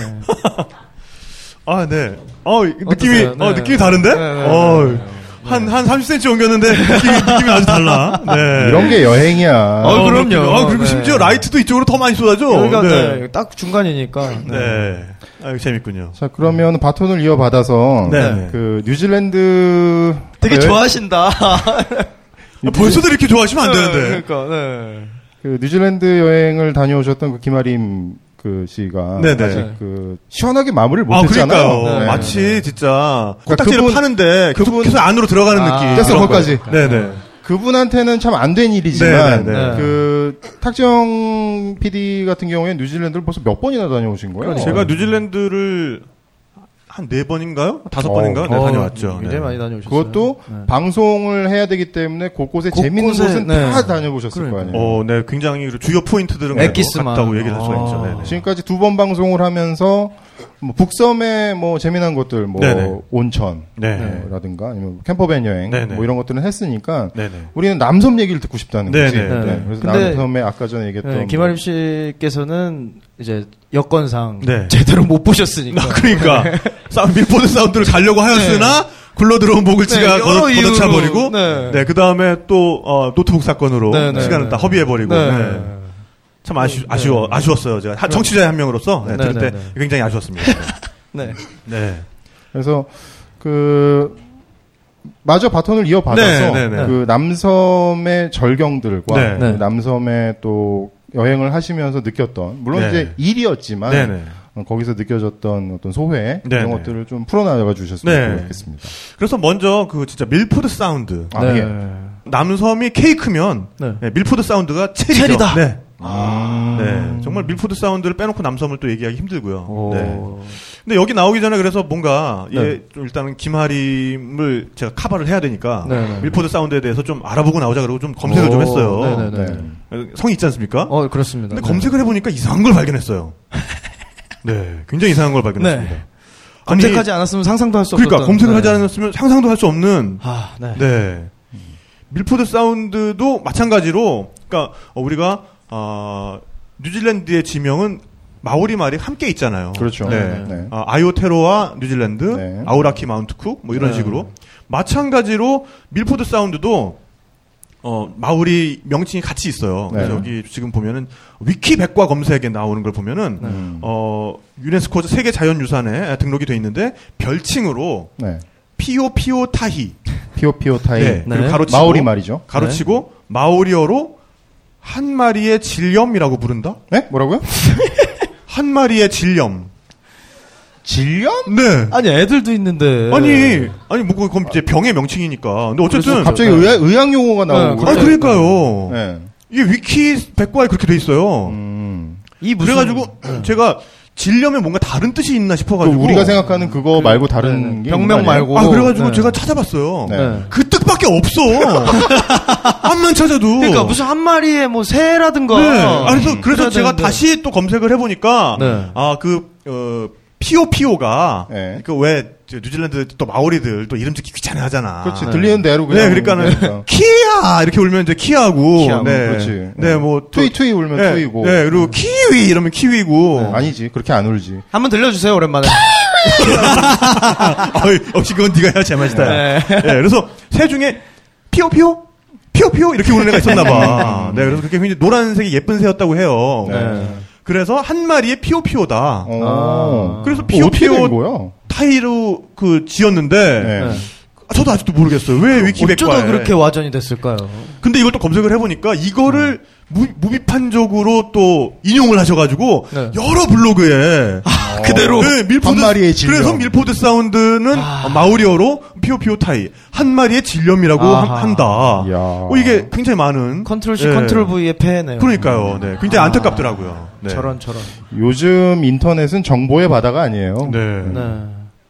E: 아, 네. 어, 느낌이,
G: 어떠세요? 네.
E: 어, 느낌이 다른데?
G: 네, 네,
E: 어,
G: 네.
E: 한, 한 30cm 옮겼는데, 느낌이, 느낌이 아주 달라. 네.
F: 이런 게 여행이야.
G: 어, 그럼요.
E: 그렇군요. 아, 그리고
G: 네.
E: 심지어 라이트도 이쪽으로 더 많이 쏟아져.
G: 여기가
E: 네.
G: 네. 딱 중간이니까.
E: 네. 아, 이거 재밌군요.
F: 자, 그러면 바톤을 이어받아서
E: 네.
F: 그 뉴질랜드
G: 되게
F: 여-
G: 좋아하신다.
E: 아, 벌써도 이렇게 좋아하시면 안 되는데.
G: 그러니까. 네.
F: 그 뉴질랜드 여행을 다녀오셨던 그 김아림 그 씨가
E: 네네.
F: 아직 그 시원하게 마무리를 못
E: 아,
F: 했잖아요.
E: 그러니까요.
G: 네.
E: 마치 진짜 코딱지를
F: 그분-
E: 파는데 계속,
F: 그분-
E: 계속 안으로 들어가는
G: 아,
E: 느낌.
F: 됐어,
E: 그런
F: 거기까지.
E: 거예요. 네네.
F: 그분한테는 참 안 된 일이지만
E: 네네네.
F: 그 탁정 PD 같은 경우에 뉴질랜드를 벌써 몇 번이나 다녀오신 거예요?
E: 네. 제가 뉴질랜드를 한 네 번인가요? 다섯
F: 어,
E: 번인가요? 네,
G: 어,
E: 다녀왔죠.
G: 굉장히
E: 네.
G: 많이 다녀오셨어요.
F: 그것도
G: 네.
F: 방송을 해야 되기 때문에 곳곳에
G: 곳곳에,
F: 재밌는 곳은
G: 네.
F: 다 다녀보셨을
G: 그러니까.
F: 거 아니에요.
E: 어, 네, 굉장히 그리고 주요 포인트들은 그래도
G: 엑기스만.
E: 같다고 얘기를 할 수가 있죠.
G: 아.
E: 네네.
F: 어. 지금까지 두 번 방송을 하면서 뭐 북섬의 뭐 재미난 것들 뭐
E: 네네.
F: 온천
E: 네.
F: 뭐 라든가 아니면 캠퍼밴 여행
E: 네네.
F: 뭐 이런 것들은 했으니까
E: 네네.
F: 우리는 남섬 얘기를 듣고 싶다는
E: 네네.
F: 거지. 네.
G: 네.
F: 그래서
G: 근데-
F: 남섬에 아까 전에
E: 뭐.
F: 얘기했던 뭐
G: 네, 김아림 씨께서는 이제 여건상
E: 네.
G: 제대로 못 보셨으니까.
E: 아, 그러니까
G: 네.
E: 사운드, 밀보드 사운드를 가려고 하였으나 굴러 들어온 모글치가
G: 네, 여러
E: 걷어,
G: 이유로.
E: 차 버리고
G: 네.
E: 네. 그 다음에 또 어, 노트북 사건으로
G: 네, 네,
E: 시간을
G: 네.
E: 다 허비해 버리고
G: 네.
E: 참 아쉬, 아쉬워 아쉬웠어요 제가 한 정치자의 한 명으로서 네,
G: 네,
E: 들을
G: 네,
E: 때
G: 네.
E: 굉장히 아쉬웠습니다.
G: 네.
E: 네.
F: 그래서 그 마저 바톤을 이어받아서
E: 네, 네, 네.
F: 그 남섬의 절경들과 그
E: 네.
G: 네.
F: 남섬의 또 여행을 하시면서 느꼈던 물론
E: 네.
F: 이제 일이었지만
E: 네, 네.
F: 어, 거기서 느껴졌던 어떤 소회
E: 네,
F: 이런
E: 네.
F: 것들을 좀 풀어나가 주셨으면
E: 네.
F: 좋겠습니다.
E: 그래서 먼저 그 진짜 밀포드 사운드
F: 아,
G: 네.
F: 예.
E: 남섬이 케이크면
G: 네.
E: 네, 밀포드 사운드가 체리죠.
G: 체리다. 아.
E: 네. 네, 정말 밀포드 사운드를 빼놓고 남섬을 또 얘기하기 힘들고요.
G: 오.
E: 네. 근데 여기 나오기 전에 그래서 뭔가
G: 네.
E: 얘좀 일단은 김하림을 제가 카바를 해야 되니까
G: 네, 네.
E: 밀포드 사운드에 대해서 좀 알아보고 나오자 그러고 좀 검색을 좀
G: 오.
E: 했어요.
G: 네, 네, 네.
F: 네.
E: 성이 있지 않습니까?
G: 어, 그렇습니다.
E: 근데
G: 네.
E: 검색을 해보니까 이상한 걸 발견했어요. 네, 굉장히 이상한 걸 발견했습니다. 아니,
G: 검색하지 않았으면 상상도 할 수 없었던.
E: 그러니까 검색을 하지
G: 네.
E: 않았으면 상상도 할 수 없는
G: 아, 네.
E: 네. 밀포드 사운드도 마찬가지로, 그러니까 어, 우리가 어, 뉴질랜드의 지명은 마오리 말이 함께 있잖아요.
F: 그렇죠.
E: 네.
F: 네.
E: 아, 아이오테로와 뉴질랜드,
F: 네.
E: 아우라키 마운트쿡 뭐 이런
G: 네.
E: 식으로 마찬가지로 밀포드 사운드도 어, 마오리 명칭이 같이 있어요. 그래서
F: 네.
E: 여기 지금 보면은 위키백과 검색에 나오는 걸 보면은
F: 음.
E: 어, 유네스코 세계 자연유산에 등록이 돼 있는데 별칭으로
F: 네.
E: 피오 피오 타히
F: 피오피오 타이
E: 네. 그리고
G: 네.
E: 가로치고
F: 마오리 말이죠.
E: 가로치고 마오리어로 한 마리의 질염이라고 부른다.
F: 네? 뭐라고요?
E: 한 마리의 질염.
F: 질염?
E: 네.
G: 아니 애들도 있는데.
F: 네.
E: 아니 아니 뭐 그건 이제 병의 명칭이니까. 근데 어쨌든
F: 갑자기
G: 네.
F: 의학, 의학 용어가 나오고.
G: 네,
E: 아
F: 그래요.
E: 그러니까요.
F: 네.
E: 이게 위키 백과에 그렇게 돼 있어요.
F: 음.
G: 이 무슨
E: 그래가지고 제가 질염에 뭔가 다른 뜻이 있나
F: 또
E: 싶어가지고
F: 그 우리가 생각하는 그거 말고
G: 네, 네.
F: 다른 게
G: 병명
F: 있는 거 아니에요?
G: 말고.
E: 아 그래가지고
G: 네.
E: 제가 찾아봤어요.
F: 네.
E: 그 뜻밖에 없어. 한만 찾아도.
G: 그러니까 무슨 한 마리의 뭐 새라든가.
E: 어.
G: 네.
E: 네. 아, 그래서, 그래서
G: 음. 그래야
E: 제가
G: 되는데.
E: 다시 또 검색을 해보니까,
G: 네.
E: 아, 그, 어, 피오피오가,
F: 네.
E: 그 왜, 저 뉴질랜드 또 마오리들 또 이름 짓기 귀찮아 하잖아.
F: 그렇지.
G: 네.
F: 들리는 대로
E: 네,
F: 그냥.
E: 그러니까는,
F: 그러니까.
E: 키야! 이렇게 울면 이제 키하고,
G: 키하고,
E: 네.
F: 그렇지.
E: 네, 뭐, 또-
F: 투이 투이 울면
E: 네,
F: 투이고. 음. 네,
E: 네, 그리고 키위 이러면 키위고.
F: 아니지. 그렇게 안 울지.
G: 한번 들려주세요 오랜만에.
E: 아, 어이, 역시 그건 네가 해야 제맛이다.
G: 네.
E: 예, 그래서 새 중에 피오피오? 피오피오? 이렇게 우는 애가 있었나봐. 네, 그래서 그렇게 굉장히 노란색이 예쁜 새였다고 해요.
G: 네.
E: 그래서 한 마리의 피오피오다.
F: 어.
G: 아.
E: 그래서
F: 피오 피오
E: 피오피오
F: 거야?
E: 타이로 그 지었는데
F: 네.
E: 아, 저도 아직도 모르겠어요. 왜 위키백과에?
G: 어쩌다 그렇게 와전이 됐을까요?
E: 근데 이걸 또 검색을 해보니까 이거를
F: 음.
E: 무, 무비판적으로 또 인용을 하셔가지고
G: 네. 아,
E: 여러 블로그에
F: 그대로
E: 네, 밀포드
F: 한 마리의 질염.
E: 그래서 밀포드 사운드는
G: 아.
E: 마오리어로 피오피오 타이 한 마리의 질염이라고
G: 아하.
E: 한- 한다.
F: 이야.
E: 어, 이게 굉장히 많은
G: 컨트롤 C
E: 예.
G: 컨트롤 V의 폐해네요.
E: 그러니까요. 네, 굉장히 안타깝더라고요. 네.
G: 저런 저런.
F: 요즘 인터넷은 정보의 바다가 아니에요.
E: 네.
G: 네.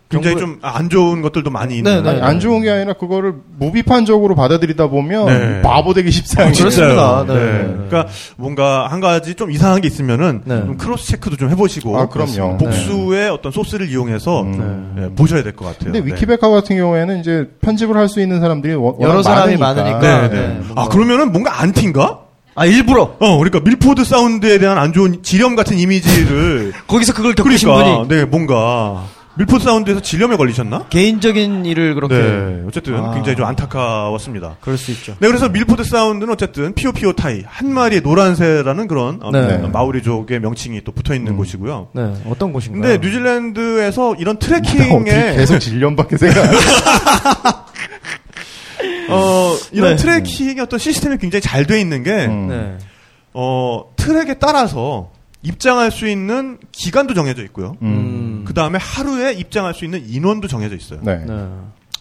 E: 굉장히
G: 정부에-
E: 좀 안 좋은 것들도 많이 있는.
G: 네,
F: 아니, 안 좋은 게 아니라 그거를 무비판적으로 받아들이다 보면
E: 네.
F: 바보 되기 쉽상해요.
G: 그렇죠. 그렇습니다.
E: 진짜요.
G: 네.
E: 그러니까 뭔가 한 가지 좀 이상한 게 있으면은
G: 네.
E: 좀 크로스 체크도 좀 해보시고.
F: 아, 그럼요.
E: 복수의 어떤 소스를 이용해서
F: 음.
E: 네, 보셔야 될 것 같아요.
F: 근데
E: 네.
F: 위키백과 같은 경우에는 이제 편집을 할 수 있는 사람들이 워- 워낙
G: 여러 사람이
F: 많으니까.
G: 많으니까.
E: 네, 네.
G: 네, 뭔가-
E: 아 그러면은 뭔가 안티인가?
G: 아 일부러
E: 어, 그러니까 밀포드 사운드에 대한 안 좋은 지렴 같은 이미지를
G: 거기서 그걸 겪으신
E: 그러니까
G: 분이
E: 네 뭔가 밀포드 사운드에서 지렴에 걸리셨나?
G: 개인적인 일을 그렇게.
E: 네, 어쨌든
G: 아.
E: 굉장히 좀 안타까웠습니다.
G: 그럴 수 있죠.
E: 네, 그래서 밀포드 사운드는 어쨌든 피오피오 타이 한 마리의 노란새라는 그런 어,
G: 네.
E: 마오리족의 명칭이 또 붙어 있는 곳이고요.
G: 네, 어떤 곳인가요?
E: 근데 뉴질랜드에서 이런
F: 나 어떻게
E: 트레킹에
F: 계속 질년밖에 생각 안 해.
E: 어 이런
G: 네.
E: 트레킹의 어떤 시스템이 굉장히 잘 돼 있는 게
F: 음.
G: 네.
E: 어, 트랙에 따라서 입장할 수 있는 기간도 정해져 있고요.
G: 음.
E: 그 다음에 하루에 입장할 수 있는 인원도 정해져 있어요.
F: 네.
G: 네.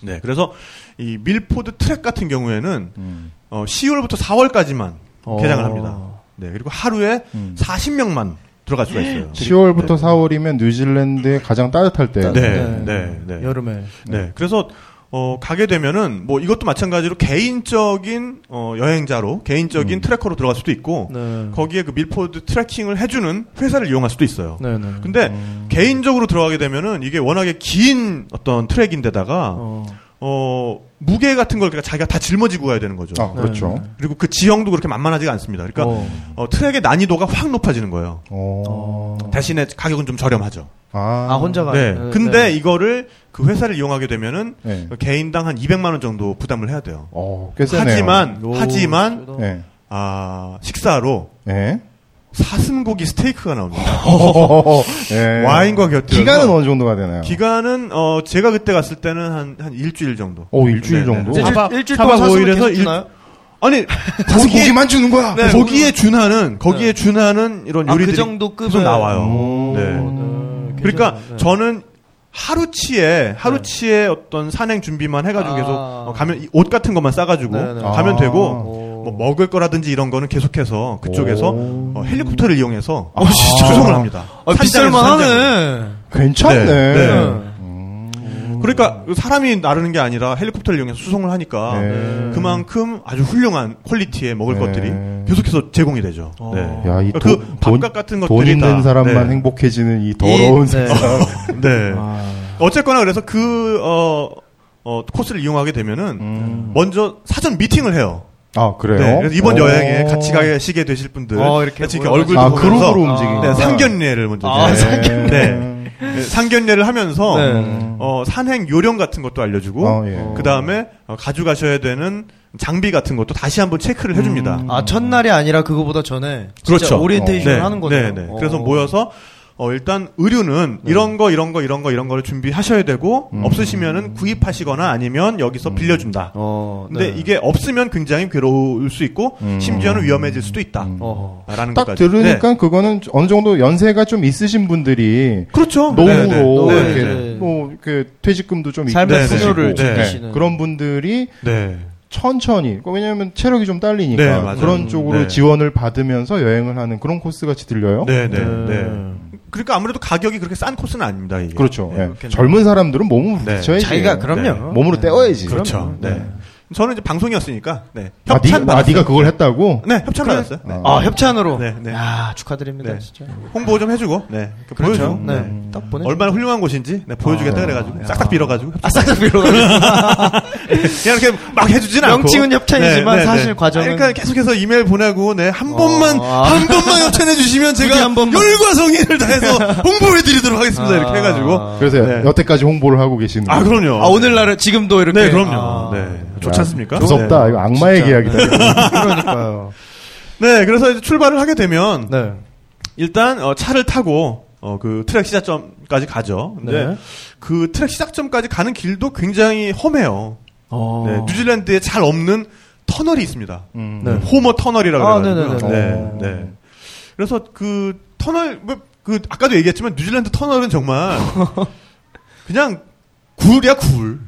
E: 네, 그래서 이 밀포드 트랙 같은 경우에는
F: 음.
E: 어, 10월부터 4월까지만
G: 어.
E: 개장을 합니다. 네, 그리고 하루에
F: 음.
E: 40명만 들어갈 수가 있어요.
F: 10월부터
G: 네.
F: 4월이면 뉴질랜드의 가장 따뜻할 때.
E: 네, 네, 네. 네.
G: 여름에.
E: 네, 그래서 어, 가게 되면은 뭐 이것도 마찬가지로 개인적인 어, 여행자로 개인적인 트래커로 들어갈 수도 있고
G: 네.
E: 거기에 그 밀포드 트래킹을 해주는 회사를 이용할 수도 있어요.
G: 네, 네.
E: 근데 개인적으로 들어가게 되면은 이게 워낙에 긴 어떤 트랙인데다가 어.
G: 어.
E: 무게 같은 걸 그러니까 자기가 다 짊어지고 가야 되는 거죠.
F: 아, 그렇죠.
G: 네.
E: 그리고 그 지형도 그렇게 만만하지가 않습니다. 그러니까
G: 어.
E: 어, 트랙의 난이도가 확 높아지는 거예요.
F: 어.
E: 대신에 가격은 좀 저렴하죠.
F: 아.
G: 아 혼자가.
E: 네.
G: 아니라-
E: 근데
G: 네.
E: 이거를 그 회사를 이용하게 되면은
F: 네.
E: 개인당 한 200만 원 정도 부담을 해야 돼요.
F: 어, 꽤 세네요.
E: 하지만
G: 오,
E: 하지만
G: 저도-
F: 네.
E: 아, 식사로
F: 네.
E: 사슴고기 스테이크가 나옵니다.
F: 네.
E: 와인과 곁들여서
F: 기간은 어느 정도가 되나요?
E: 기간은 어 제가 그때 갔을 때는 한 한 일주일 정도.
F: 오, 일주일 정도?
E: 네, 네.
G: 일주일-
E: 사박-
G: 일주일
E: 사박
G: 동안 사슴을
E: 오일에서
G: 계속
E: 일-
G: 주나요?
E: 아니
F: 가서
E: 거기에-
F: 고기만 주는 거야.
E: 네, 거기에 준하는 거기에
G: 네.
E: 준하는 이런
G: 아,
E: 요리들이
G: 그 정도 급은-
E: 계속 나와요.
F: 오.
E: 네.
G: 네,
E: 그러니까
G: 괜찮아요. 네.
E: 저는 하루치에
F: 네.
E: 하루치에 어떤 산행 준비만 해가지고
G: 아.
E: 계속 어, 가면 이옷 같은 것만 싸가지고
G: 네, 네.
E: 가면
F: 아.
E: 되고
G: 오.
E: 뭐 먹을 거라든지 이런 거는 계속해서 그쪽에서
F: 오.
E: 어, 헬리콥터를 이용해서
F: 아, 진짜요?
E: 조성을 합니다.
G: 아,
E: 산장에서 산장으로.
G: 비쌀만하네.
F: 괜찮네.
E: 네, 네.
F: 음.
E: 그러니까 사람이 나르는 게 아니라 헬리콥터를 이용해서 수송을 하니까
F: 네.
E: 그만큼 아주 훌륭한 퀄리티의 먹을
F: 네. 어.
E: 것들이 계속해서 제공이 되죠. 네.
F: 야, 이
E: 그
F: 돈,
E: 밥값 같은
F: 돈
E: 것들이
F: 있는
E: 다-
F: 사람만
E: 네.
F: 행복해지는 이 더러운
G: 이- 네.
F: 세상.
E: 네.
G: 아.
E: 어쨌거나 그래서 그, 어, 어, 코스를 이용하게 되면은,
F: 음.
E: 먼저 사전 미팅을 해요.
F: 아 그래요?
E: 네, 그래서 이번
F: 오.
E: 여행에 같이 가시게 되실 분들,
G: 어,
E: 이렇게,
G: 이렇게
E: 같이 이렇게 얼굴
G: 모여가지고.
F: 아
E: 보면서
F: 그룹으로
G: 아.
F: 움직이는
E: 네,
G: 아.
E: 상견례를 먼저.
G: 아,
E: 네.
G: 상견례.
E: 네. 네, 상견례를 하면서,
G: 네.
E: 어, 산행 요령 같은 것도 알려주고,
F: 아, 예.
E: 그 다음에 가져가셔야 되는 장비 같은 것도 다시 한번 체크를 해줍니다.
F: 음.
G: 아 첫날이 아니라 그거보다 전에 진짜
E: 그렇죠.
G: 오리엔테이션 을
E: 네,
G: 하는 거네요. 어.
E: 네, 네. 그래서 모여서 어, 일단 의류는 이런 거 이런 거 이런 거 이런 거를 준비하셔야 되고 없으시면은 구입하시거나 아니면 여기서 빌려준다.
G: 어,
E: 근데
G: 네.
E: 이게 없으면 굉장히 괴로울 수 있고
F: 음.
E: 심지어는 위험해질 수도 있다라는
G: 어.
F: 딱
E: 것까지.
F: 들으니까
E: 네.
F: 그거는 어느 정도 연세가 좀 있으신 분들이
E: 그렇죠.
F: 노후로
E: 네, 네.
G: 네,
F: 이렇게
G: 네.
F: 뭐 이렇게 퇴직금도 좀
G: 삶의
F: 있으시고,
G: 풍요를
E: 네.
G: 즐기시는.
F: 그런 분들이
E: 네.
F: 천천히 그 왜냐하면 체력이 좀 딸리니까
E: 네, 맞아요.
F: 그런 쪽으로
E: 네.
F: 지원을 받으면서 여행을 하는 그런 코스 같이 들려요.
E: 네, 네,
G: 네.
E: 네. 그러니까 아무래도 가격이 그렇게 싼 코스는 아닙니다. 이게.
F: 그렇죠.
E: 네,
F: 예.
E: 그렇겠네요.
F: 젊은 사람들은 몸을
E: 네.
F: 부딪혀야지.
G: 자기가 그럼요. 네.
F: 몸으로 때워야지.
E: 그렇죠. 네. 저는 이제 방송이었으니까 네.
F: 음. 아,
E: 협찬
F: 네가, 아,
E: 받았어요.
F: 네가 그걸 했다고?
E: 네, 협찬 받았어요. 네.
G: 아 협찬으로.
E: 네, 네.
G: 야 축하드립니다
E: 네.
G: 진짜.
E: 홍보 좀 해주고, 네, 이렇게 보여주고,
G: 네. 아,
E: 네.
G: 딱 보내.
E: 얼마나 훌륭한 곳인지 네, 보여주겠다 그래가지고 싹싹 빌어가지고 협찬.
G: 아싹싹 빌어 가겠습니다.
E: 네. 그냥 이렇게 막 해주진 않고 네,
G: 명칭은 협찬이지만 사실 과정은-
E: 그러니까 계속해서 이메일 보내고 네 한 번만
G: 아.
E: 한 번만 협찬해 주시면 제가
G: 부디 한 번만. 네.
E: 열과 성의를 다해서 홍보해드리도록 하겠습니다 이렇게 해가지고
F: 그래서
E: 네.
F: 여태까지 홍보를 하고 계시는
E: 아
F: 거예요.
E: 그럼요
G: 아 오늘날은 지금도 이렇게.
E: 네 그럼요
G: 아.
E: 네 좋지 않습니까
F: 무섭다. 이거 악마의 이야기다.
G: 그러니까요.
E: 네, 네, 그래서 이제 출발을 하게 되면
G: 네.
E: 일단 어, 차를 타고 어, 그 트랙 시작점까지 가죠 근데
G: 네.
E: 그 트랙 시작점까지 가는 길도 굉장히 험해요
G: 어.
E: 네, 뉴질랜드에 잘 없는 터널이 있습니다.
F: 음.
G: 네.
E: 호머 터널이라고
G: 아,
E: 그래가지고.
F: 네네네. 어.
E: 네, 네. 그래서 그 터널 뭐그 아까도 얘기했지만 뉴질랜드 터널은 정말 그냥 굴이야 굴.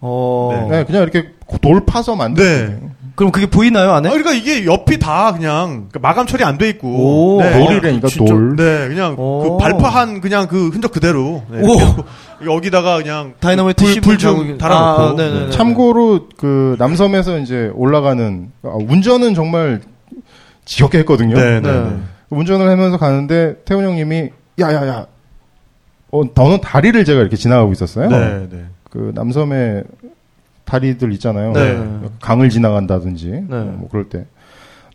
G: 어.
F: 네, 그냥 이렇게 돌 파서 만든.
E: 음. 네.
G: 그럼 그게
F: 네?
G: 보이나요 안에?
E: 아, 그러니까 이게 옆이 다 그냥 그 마감 처리 안 돼 있고
G: 오,
E: 네.
F: 돌이라니까
G: 진짜-
F: 그러니까 돌.
E: 네, 그냥
G: 오.
E: 그 발파한 그냥 그 흔적 그대로 네,
G: 오.
E: 이렇게 여기다가 그냥
G: 다이너마이트
E: 불-
G: 씹은
E: 불
G: 자국이-
E: 좀 달아놓고
G: 아, 네네네.
F: 참고로 그 남섬에서 이제 올라가는 아, 운전은 정말 지겹게 했거든요.
E: 네, 네, 네.
G: 네.
F: 운전을 하면서 가는데 태훈 형님이 야야야. 어, 너는 다리를 제가 이렇게 지나가고 있었어요.
E: 네, 네.
F: 그 남섬에 다리들 있잖아요.
G: 네.
F: 강을 지나간다든지
G: 네.
F: 뭐 그럴 때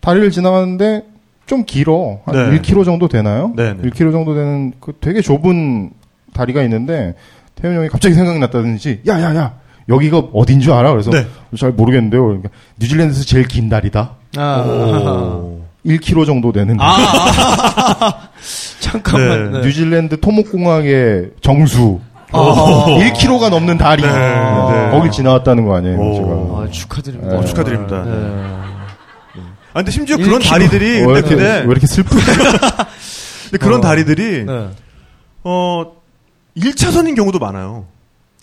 F: 다리를 지나가는데 좀 길어 한
E: 네.
F: 1km 정도 되나요?
E: 네, 네.
F: 1km 정도 되는 그 되게 좁은 다리가 있는데 태현 형이 갑자기 생각났다든지 야야야 여기가 어딘 줄 알아? 그래서
E: 네.
F: 잘 모르겠는데요. 그러니까 뉴질랜드에서 제일 긴 다리다.
G: 아.
F: 1km 정도 되는
E: 아,
G: 잠깐만. 네.
F: 뉴질랜드 토목공항의 정수
G: 아.
F: 1km가 넘는 다리
E: 네.
F: 거길 지나왔다는 거 아니에요?
E: 오.
F: 제가.
G: 아, 축하드립니다.
E: 어, 축하드립니다.
G: 네.
E: 아, 근데 심지어 그런
G: 1km.
E: 다리들이
F: 왜
E: 근데,
F: 이렇게,
E: 근데
F: 왜 이렇게 아. 슬프지?
E: 근데 그런
G: 어.
E: 다리들이
G: 네.
E: 어 1차선인 경우도 많아요.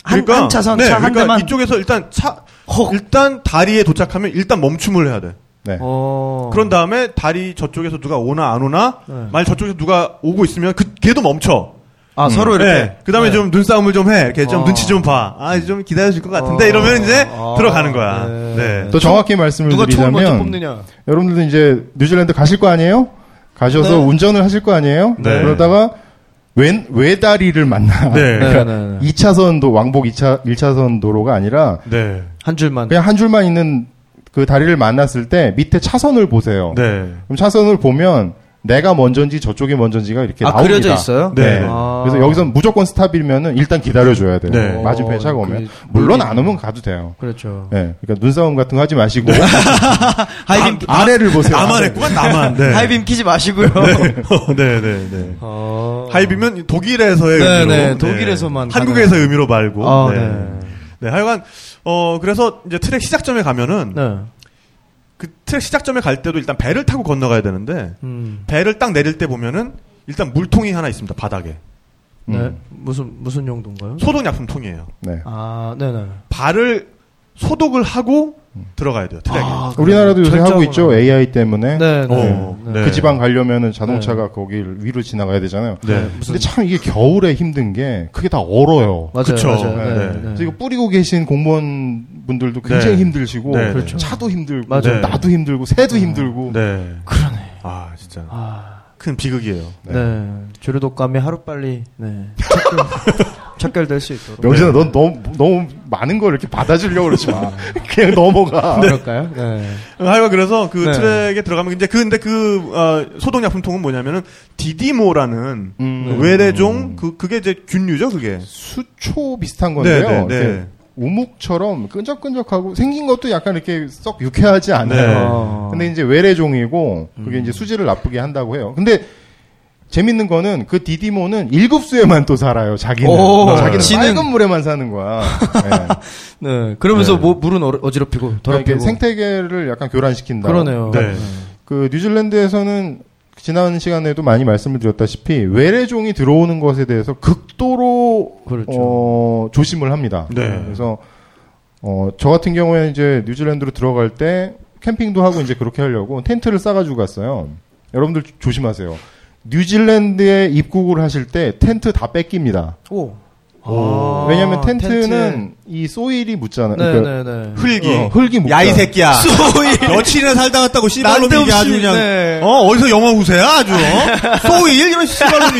G: 한- 한 차선,
E: 네,
G: 차한
E: 그러니까
G: 대만.
E: 이쪽에서 일단 차
G: 헉.
E: 일단 다리에 도착하면 일단 멈춤을 해야 돼.
F: 네.
G: 어.
E: 그런 다음에 다리 저쪽에서 누가 오나 안 오나
G: 네.
E: 만약 저쪽에서 누가 오고 있으면 그 걔도 멈춰.
G: 아, 서로 이렇게.
E: 네. 그다음에
G: 네.
E: 좀 눈싸움을 좀 해. 이렇게 좀
G: 어.
E: 눈치 좀 봐. 아, 이제 좀 기다려 줄것 같은데
G: 어.
E: 이러면 이제
G: 어.
E: 들어가는 거야.
G: 네.
E: 네.
F: 또 정확히 말씀을
G: 누가 좋은 것도
F: 드리자면
G: 뽑느냐.
F: 여러분들도 이제 뉴질랜드 가실 거 아니에요? 가셔서
G: 네.
F: 운전을 하실 거 아니에요?
E: 네.
F: 그러다가 왼 외다리를 만나. 그러니까
E: 네.
G: 네, 네, 네.
F: 2차선도 왕복 2차 1차선 도로가 아니라
E: 네.
G: 한 줄만.
F: 그냥 한 줄만 있는 그 다리를 만났을 때 밑에 차선을 보세요.
E: 네.
F: 그럼 차선을 보면 내가 먼저인지 저쪽이 먼저인지가 이렇게
G: 아,
F: 나옵니다.
G: 그려져 있어요?
F: 네.
E: 네.
G: 아.
F: 그래서 여기서 무조건 스탑이면은 일단 기다려줘야 돼요.
E: 네.
F: 맞은편 차가
G: 어,
F: 오면.
G: 그-
F: 물론 안 오면 가도 돼요.
G: 그렇죠.
F: 네. 그러니까 눈싸움 같은 거 하지 마시고.
G: 네. 하이빔,
F: 아래를 보세요.
E: 나만
F: 아래.
E: 했구만 나만. 네.
G: 하이빔 끼지 마시고요.
E: 네, 네, 네.
G: 어.
E: 하이비면 독일에서의
G: 네,
E: 의미로
G: 네, 독일에서만
E: 한국에서
G: 가는.
E: 의미로 말고
G: 아,
E: 네.
G: 네.
E: 네, 하여간 어 그래서 이제 트랙 시작점에 가면은
G: 네.
E: 그 트랙 시작점에 갈 때도 일단 배를 타고 건너가야 되는데
G: 음.
E: 배를 딱 내릴 때 보면은 일단 물통이 하나 있습니다 바닥에
F: 음.
G: 네. 무슨, 무슨 용도인가요?
E: 소독약품 통이에요.
F: 네.
G: 아, 네네.
E: 발을 소독을 하고 들어가야 돼요 트랙에.
G: 아,
F: 우리나라도 요새 하고
G: 철저하구나.
F: 있죠. 예. AI 때문에.
G: 네, 네.
E: 어,
G: 네.
E: 네.
F: 그 지방 가려면은 자동차가 거길 위로 지나가야 되잖아요.
E: 네.
G: 무슨-
F: 근데 참 이게 겨울에 힘든 게 그게 다 얼어요.
G: 맞아요.
E: 그쵸.
G: 맞아요. 네,
E: 네.
G: 네.
F: 그래서 이거 뿌리고 계신 공무원 분들도 굉장히
E: 네.
F: 힘들시고
E: 네, 네.
G: 그렇죠.
F: 차도 힘들고
G: 맞아요. 네. 음.
F: 나도 힘들고 새도 힘들고
E: 네.
G: 그러네.
E: 아 진짜
G: 아.
E: 큰 비극이에요.
G: 네. 주류 독감이 하루빨리, 네. 착결될 수 있도록.
F: 명진아, 넌 너무, 너무 많은 걸 이렇게 받아주려고 그러지 마. 그냥 넘어가.
G: 그럴까요? 네.
E: 어, 하여간 그래서 그
G: 네.
E: 트랙에 들어가면 이제 그- 근데 그 어, 소독약품통은 뭐냐면은 디디모라는
G: 네.
F: 음.
E: 외래종 그 그게 이제 균류죠 그게.
F: 수초 비슷한
E: 네,
F: 건데요.
E: 네, 네.
F: 이렇게 우묵처럼 끈적끈적하고 생긴 것도 약간 이렇게 썩 유쾌하지
E: 네.
F: 않아요.
G: 어.
F: 근데 이제 외래종이고
G: 음.
F: 그게 이제 수질을 나쁘게 한다고 해요. 근데 재밌는 거는 그 디디모는 일급수에만 또 살아요. 자기는
G: 오, 네.
F: 자기는
G: 지능.
F: 빨간 물에만 사는 거야. 네.
G: 네. 그러면서
F: 네.
G: 뭐 물은 어- 어지럽히고
F: 그러니까
G: 더럽히고.
F: 이게 생태계를 약간 교란시킨다.
G: 어. 그러네요.
E: 네.
F: 그 뉴질랜드에서는 지난 시간에도 많이 말씀을 드렸다시피 외래종이 들어오는 것에 대해서 극도로
G: 그렇죠.
F: 어, 조심을 합니다.
E: 네.
F: 그래서 어, 저 같은 경우에는 이제 뉴질랜드로 들어갈 때 캠핑도 하고 이제 그렇게 하려고 텐트를 싸가지고 갔어요. 여러분들 조- 조심하세요. 뉴질랜드에 입국을 하실 때 텐트 다 뺏깁니다.
G: 오.
F: 어. 아.
G: 아,
F: 왜냐하면 텐트는 이 소일이 묻잖아요. 그러니까
G: 네네네.
H: 흙이.
F: 어, 흙이 묻잖아요.
H: 야이 새끼야. 며칠이나 살다 갔다고 씨발놈이 이게 아주 그냥
G: 네.
H: 어 어디서 영어 우세야 아주 어? 소일 이런 씨발놈이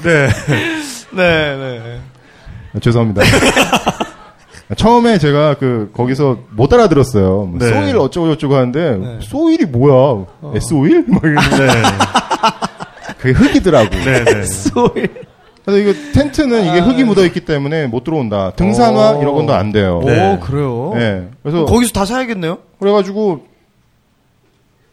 H: 이제
E: 네.
G: 네네.
F: 아, 죄송합니다. 처음에 제가 그 거기서 못 알아들었어요.
E: 네.
F: 소일 어쩌고 저쩌고 하는데
G: 네.
F: 소일이 뭐야? 소일? 막 이러는데 그게 흙이더라고.
E: 네. 네.
G: 소일.
F: 그래서 이거 텐트는 이게 흙이 묻어 있기 때문에 못 들어온다. 등산화
G: 오.
F: 이런 건도 안 돼요.
G: 오
E: 네.
G: 그래요.
F: 네. 그래서
G: 그럼 거기서 다 사야겠네요.
F: 그래가지고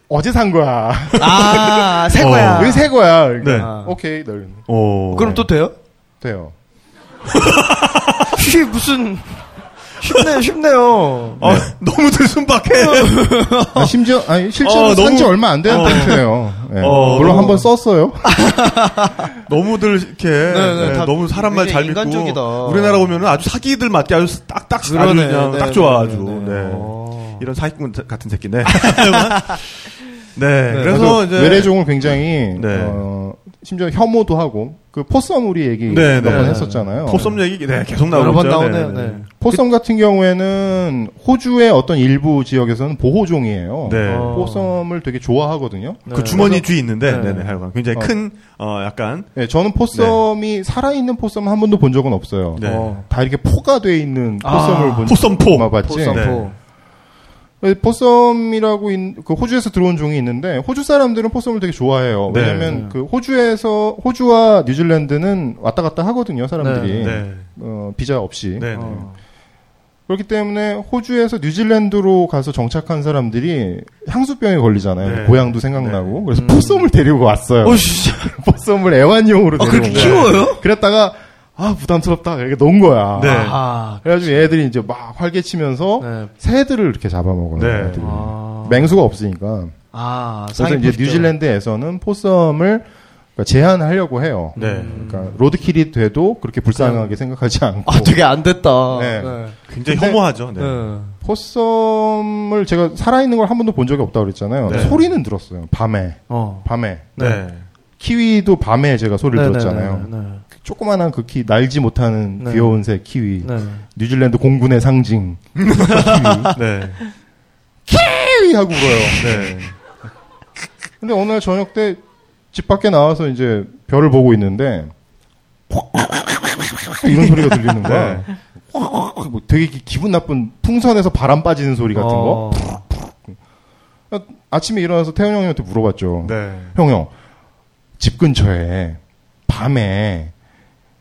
F: 어제 산 거야.
G: 아, 새
E: 어.
G: 거야.
F: 여기 새 거야. 그러니까
E: 네.
G: 아.
F: 오케이, 널
E: 오.
G: 그럼 또 돼요?
F: 돼요.
G: 쉬 무슨 쉽네 쉽네요. 네.
E: 아, 너무 들숨박해.
F: 아, 심지어 아니 실제로
E: 어,
F: 산지
E: 너무-
F: 얼마 안 되는
E: 어.
F: 텐트예요. 네.
E: 어.
F: 물론 한번 썼어요.
E: 너무들 이렇게
G: 네,
E: 네,
G: 다
E: 너무 사람 말
G: 되게
E: 잘 믿고
G: 인간적이다.
E: 우리나라 보면은 아주 사기들 맞게 아주 딱딱 아주
G: 그러네.
E: 그냥
G: 네,
E: 딱 좋아
G: 네,
E: 아주
G: 네, 네.
E: 네.
G: 어.
E: 이런 사기꾼 같은 새끼네. 네.
F: 그래서
E: 그래서 이제
F: 외래종을 굉장히
E: 네.
F: 어, 심지어 혐오도 하고 그 포썸 우리 얘기
E: 네, 네,
F: 몇번
E: 네.
F: 했었잖아요.
E: 포섬 얘기 네, 계속 나오죠.
G: 어. 여러 번 나오네요. 네.
F: 포썸 같은 경우에는 호주의 어떤 일부 지역에서는 보호종이에요.
E: 네.
G: 어.
F: 포썸을 되게 좋아하거든요.
G: 네.
E: 그 주머니 뒤 있는데
G: 네.
E: 네, 네, 하여간 굉장히
F: 어.
E: 큰 어, 약간
F: 네, 저는 포썸이 살아있는 포썸 한 번도 본 적은 없어요.
E: 네.
G: 어.
F: 다 이렇게 포가 돼 있는
G: 아,
F: 포썸을 본
E: 포썸포.
F: 만 봤지.
G: 포쌈포.
E: 네.
F: 그래서 포썸이라고 인- 그 호주에서 들어온 종이 있는데 호주 사람들은 포썸을 되게 좋아해요.
E: 네.
F: 왜냐하면 그 호주에서 호주와 뉴질랜드는 왔다 갔다 하거든요. 사람들이
E: 네.
F: 어, 비자 없이
E: 네. 네.
G: 어.
F: 그렇기 때문에 호주에서 뉴질랜드로 가서 정착한 사람들이 향수병에 걸리잖아요.
E: 네.
F: 고향도 생각나고 그래서 포썸을 데리고 왔어요.
G: 어, 진짜.
F: 포썸을 애완용으로
G: 아,
F: 데리고
E: 네.
G: 그렇게
F: 온 거예요.
G: 키워요?
F: 그랬다가 아 부담스럽다 이렇게 놓은 거야.
E: 네.
G: 아,
F: 그래가지고 얘들이 이제 막 활개치면서
G: 네.
F: 새들을 이렇게 잡아먹어요.
E: 네.
F: 애들이.
G: 아,
F: 맹수가 없으니까.
G: 아,
F: 그래서
G: 상위
F: 이제
G: 포스죠.
F: 뉴질랜드에서는 포썸을 그러니까 제한하려고 해요.
E: 네.
G: 음.
F: 그러니까 로드킬이 돼도 그렇게 불쌍하게 생각하지 않고
G: 네. 아, 되게 안 됐다.
F: 네.
G: 네.
E: 굉장히
F: 근데-
E: 혐오하죠. 네.
G: 네.
F: 포썸을 제가 살아있는 걸 한 번도 본 적이 없다고 그랬잖아요.
E: 네.
F: 소리는 들었어요. 밤에.
G: 어.
F: 밤에.
E: 네.
F: 키위도 밤에 제가 소리를
G: 네,
F: 들었잖아요.
G: 네, 네,
F: 조그만한 그 키, 날지 못하는
G: 네.
F: 귀여운 새 키위.
G: 네.
F: 뉴질랜드 공군의 상징. 키위.
E: 네.
F: 키위! 하고 울어요.
E: 네.
F: 근데 어느 날 저녁 때 집 밖에 나와서 이제 별을 보고 있는데 이런 소리가 들리는
G: 네.
F: 거야. 뭐 되게 기- 기분 나쁜 풍선에서 바람 빠지는 소리 같은 거.
G: 어.
F: 아침에 일어나서 태훈 형님한테 물어봤죠.
E: 네.
F: 형, 형, 집 근처에 밤에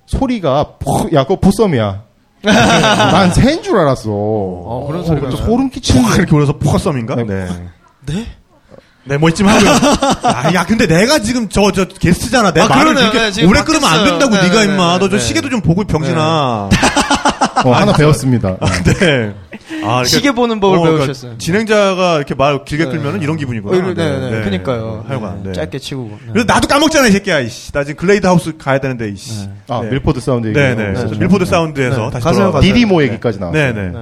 F: 소리가 포, 야, 그거 보썸이야. 난 새인 줄 알았어.
G: 어, 그런 소리가
F: 그래서
G: 나요? 어,
F: 소름 끼치는
E: 와, 이렇게 올라서 포커썸인가?
F: 네.
E: 네.
G: 네?
E: 네, 뭐 이쯤 하고요.
H: 아, 야 근데 내가 지금 저 저 게스트잖아 내
G: 아,
H: 말을
G: 그러네요.
H: 그렇게
G: 네, 지금
H: 오래 끌으면 안
G: 바뀌었어요.
H: 된다고
G: 네,
H: 네, 가
G: 네,
H: 임마
G: 네,
H: 너 저
G: 네.
H: 시계도 좀 보고 병신아
F: 어, 하나 배웠습니다.
E: 네. 아, 이렇게-
G: 시계 보는 법을
E: 어, 그러니까
G: 배우셨어요.
E: 진행자가 이렇게 말 길게 끌면은 이런
G: 어,
E: 기분이구나.
G: 이러- 네, 네, 그니까요.
E: 하여간. 네.
G: 짧게 치고. 네.
E: 그래서 나도 까먹잖아, 이 새끼야, 이씨. 나 지금 글레이드 하우스 가야 되는데, 이씨.
F: 아,
E: 네.
F: 밀포드 사운드 얘기.
E: 네네. 그래서 밀포드 사운드에서
G: 네.
E: 다시
G: 가세요,
E: 돌아가.
G: 가세요.
F: 디디모 얘기까지 나왔어요.
E: 네네.
G: 네.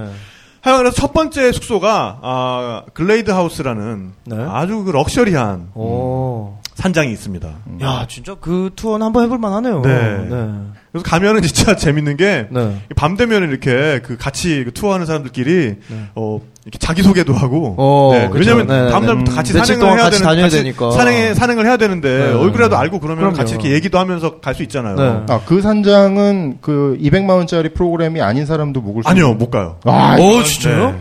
E: 하여간 그래서 첫 번째 숙소가 아, 글레이드 하우스라는
G: 네.
E: 아주 그 럭셔리한
G: 오.
E: 산장이 있습니다.
G: 야, 진짜 그 투어는 한번 해볼 만하네요.
E: 음. 네.
G: 네.
E: 그래서 가면은 진짜 재밌는 게
G: 네.
E: 밤 되면 이렇게 그 같이 그 투어하는 사람들끼리 어 이렇게 자기 소개도 하고
G: 네. 어,
E: 네,
G: 그렇죠.
E: 왜냐면
G: 네,
E: 다음
G: 네.
E: 날부터
G: 음,
E: 같이
G: 며칠
E: 산행을
G: 동안
E: 해야
G: 같이
E: 되는
G: 다녀야
E: 같이
G: 되니까.
E: 산행 산행을 해야 되는데
G: 네.
E: 얼굴이라도 알고 그러면
G: 그럼요.
E: 같이 이렇게 얘기도 하면서 갈 수 있잖아요.
G: 네.
F: 아, 그 산장은 그 200만 원짜리 프로그램이 아닌 사람도 묵을 수
E: 아니요 뭐. 못 가요.
F: 아,
G: 오, 진짜요?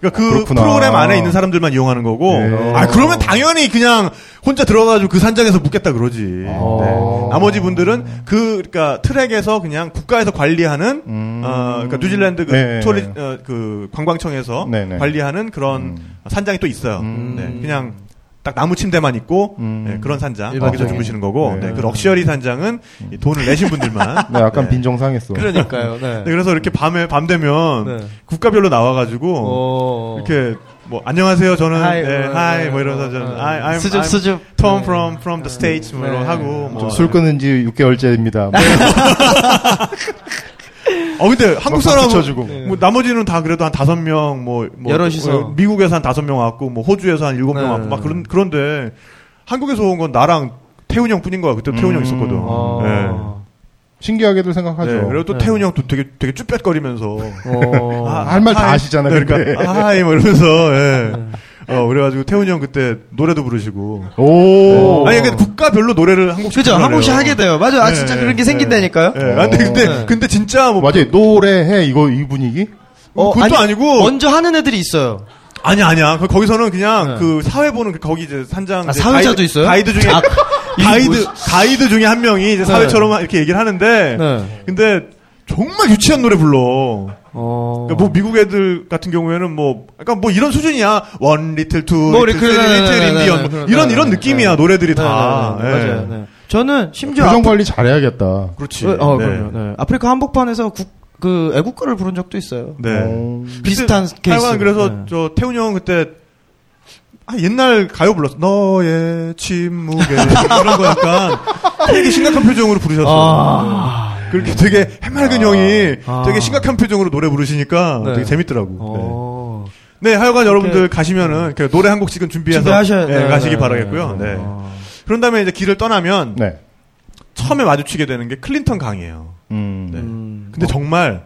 E: 그러니까 그
F: 그렇구나.
E: 프로그램 안에 있는 사람들만 이용하는 거고
F: 네.
E: 아 그러면 당연히 그냥 혼자 들어가가지고 그 산장에서 묵겠다 그러지
F: 아.
E: 네. 나머지 분들은 그 그러니까 트랙에서 그냥 국가에서 관리하는 어, 그러니까 뉴질랜드 그,
F: 음. 네.
E: 토리, 어, 그 관광청에서
F: 네, 네.
E: 관리하는 그런 산장이 또 있어요 네. 그냥 딱 나무 침대만 있고
F: 음.
E: 네, 그런 산장
G: 일반적인.
E: 거기서 주무시는 거고
F: 네. 음.
E: 네, 그 럭셔리 산장은 이 돈을 내신 분들만
F: 네, 약간
E: 네.
F: 빈정상했어.
G: 그러니까요. 네.
E: 네, 그래서 이렇게 밤에 밤 되면
G: 네.
E: 국가별로 나와가지고
G: 어.
E: 이렇게 뭐 안녕하세요 저는 하이,
G: Hi,
E: 네,
G: 어,
E: hi
G: 어,
E: 뭐 이러면서
G: 어,
E: 저는
G: 어.
E: I, I'm,
G: 수줍,
E: I'm
G: 수줍.
E: Tom
G: 네.
E: from from the States 뭐 이런
G: 네.
E: 거 하고 뭐.
F: 술 끊은 지 6개월째입니다.
E: 네,
F: 막
E: 어 근데 한국 사람은
F: 쳐주고.
E: 뭐 나머지는 다 그래도 한 다섯 명뭐 뭐,
G: 네. 여럿이서.
E: 어, 미국에서 한 다섯 명 왔고 뭐 호주에서 한 일곱 명
G: 네.
E: 왔고 막 그런 그런데 한국에서 온 건 나랑 태훈 형뿐인 거야
G: 음.
E: 그때 태훈 형 있었거든.
G: 어.
E: 네.
F: 신기하게도
E: 네,
F: 생각하죠.
E: 그리고 또
G: 네.
E: 태훈 형도 되게 되게 쭈뼛거리면서
G: 어.
F: 할 말다
E: 하이.
F: 아시잖아요,
E: 네,
F: 근데.
E: 그러니까 하이 뭐 이러면서 예.
G: 네.
E: 어 그래가지고 태훈이 형 그때 노래도 부르시고.
F: 오.
E: 아니 그 국가별로 노래를 한 곡씩.
G: 그죠? 한
E: 불러요.
G: 곡씩 하게 돼요. 맞아. 아,
E: 네,
G: 진짜 그런 게
E: 네.
G: 생긴다니까요.
E: 예. 아, 근데 근데
G: 네.
E: 근데 진짜 뭐
F: 맞아요. 노래해 이거 이 분위기?
G: 어,
E: 그것도 아니, 고
G: 먼저 하는 애들이 있어요.
E: 아니 아니야. 그- 거기서는 그냥
G: 네.
E: 그 사회 보는 그 거기 이제 산장
G: 아,
E: 이제
G: 사회자도
E: 가이드-
G: 있어요?
E: 가이드 중에
G: 아, 이게
E: 가이드
G: 뭐지?
E: 가이드 중에 한 명이 이제 사회처럼 이렇게 얘기를 하는데
G: 네.
E: 근데 정말 유치한 노래 불러.
G: 어.
E: 그러니까 뭐 미국 애들 같은 경우에는 뭐 그러니까 뭐 이런 수준이야 원 리틀 투
G: 뭐
E: 리틀
G: 리클,
E: 쓰리
G: 네, 네,
E: 리틀
G: 네,
E: 인디언
G: 네,
E: 뭐
G: 네,
E: 이런
G: 네,
E: 이런
G: 네,
E: 느낌이야 노래들이 다
G: 네, 네,
E: 예.
G: 네, 맞아요. 네. 저는 심지어
F: 표정
G: 아프-
F: 관리 잘해야겠다.
E: 그렇지
G: 어,
E: 네.
G: 그럼요. 네. 아프리카 한복판에서 국, 그 애국가를 부른 적도 있어요.
E: 네.
F: 어.
G: 비슷한 케이스.
E: 하여간 그래서
G: 네.
E: 저 태훈 형 그때 아, 옛날 가요 불렀어 너의 침묵에 이런 거 약간 되게 심각한 표정으로 부르셨어
G: 아.
E: 그렇게 되게 해맑은 형이
G: 아.
E: 되게 심각한 표정으로 노래 부르시니까
G: 네.
E: 되게 재밌더라고
G: 어.
E: 네, 네, 하여간 여러분들
G: 그렇게-
E: 가시면은 그 노래 한 곡씩은 준비해서
G: 준비하셔야
E: 예,
G: 네,
E: 가시기
G: 네, 네,
E: 바라겠고요
G: 네, 네.
E: 네. 그런 다음에 이제 길을 떠나면
F: 네.
E: 처음에 마주치게 되는 게 클린턴 강이에요.
F: 음.
E: 네.
G: 음.
E: 근데 정말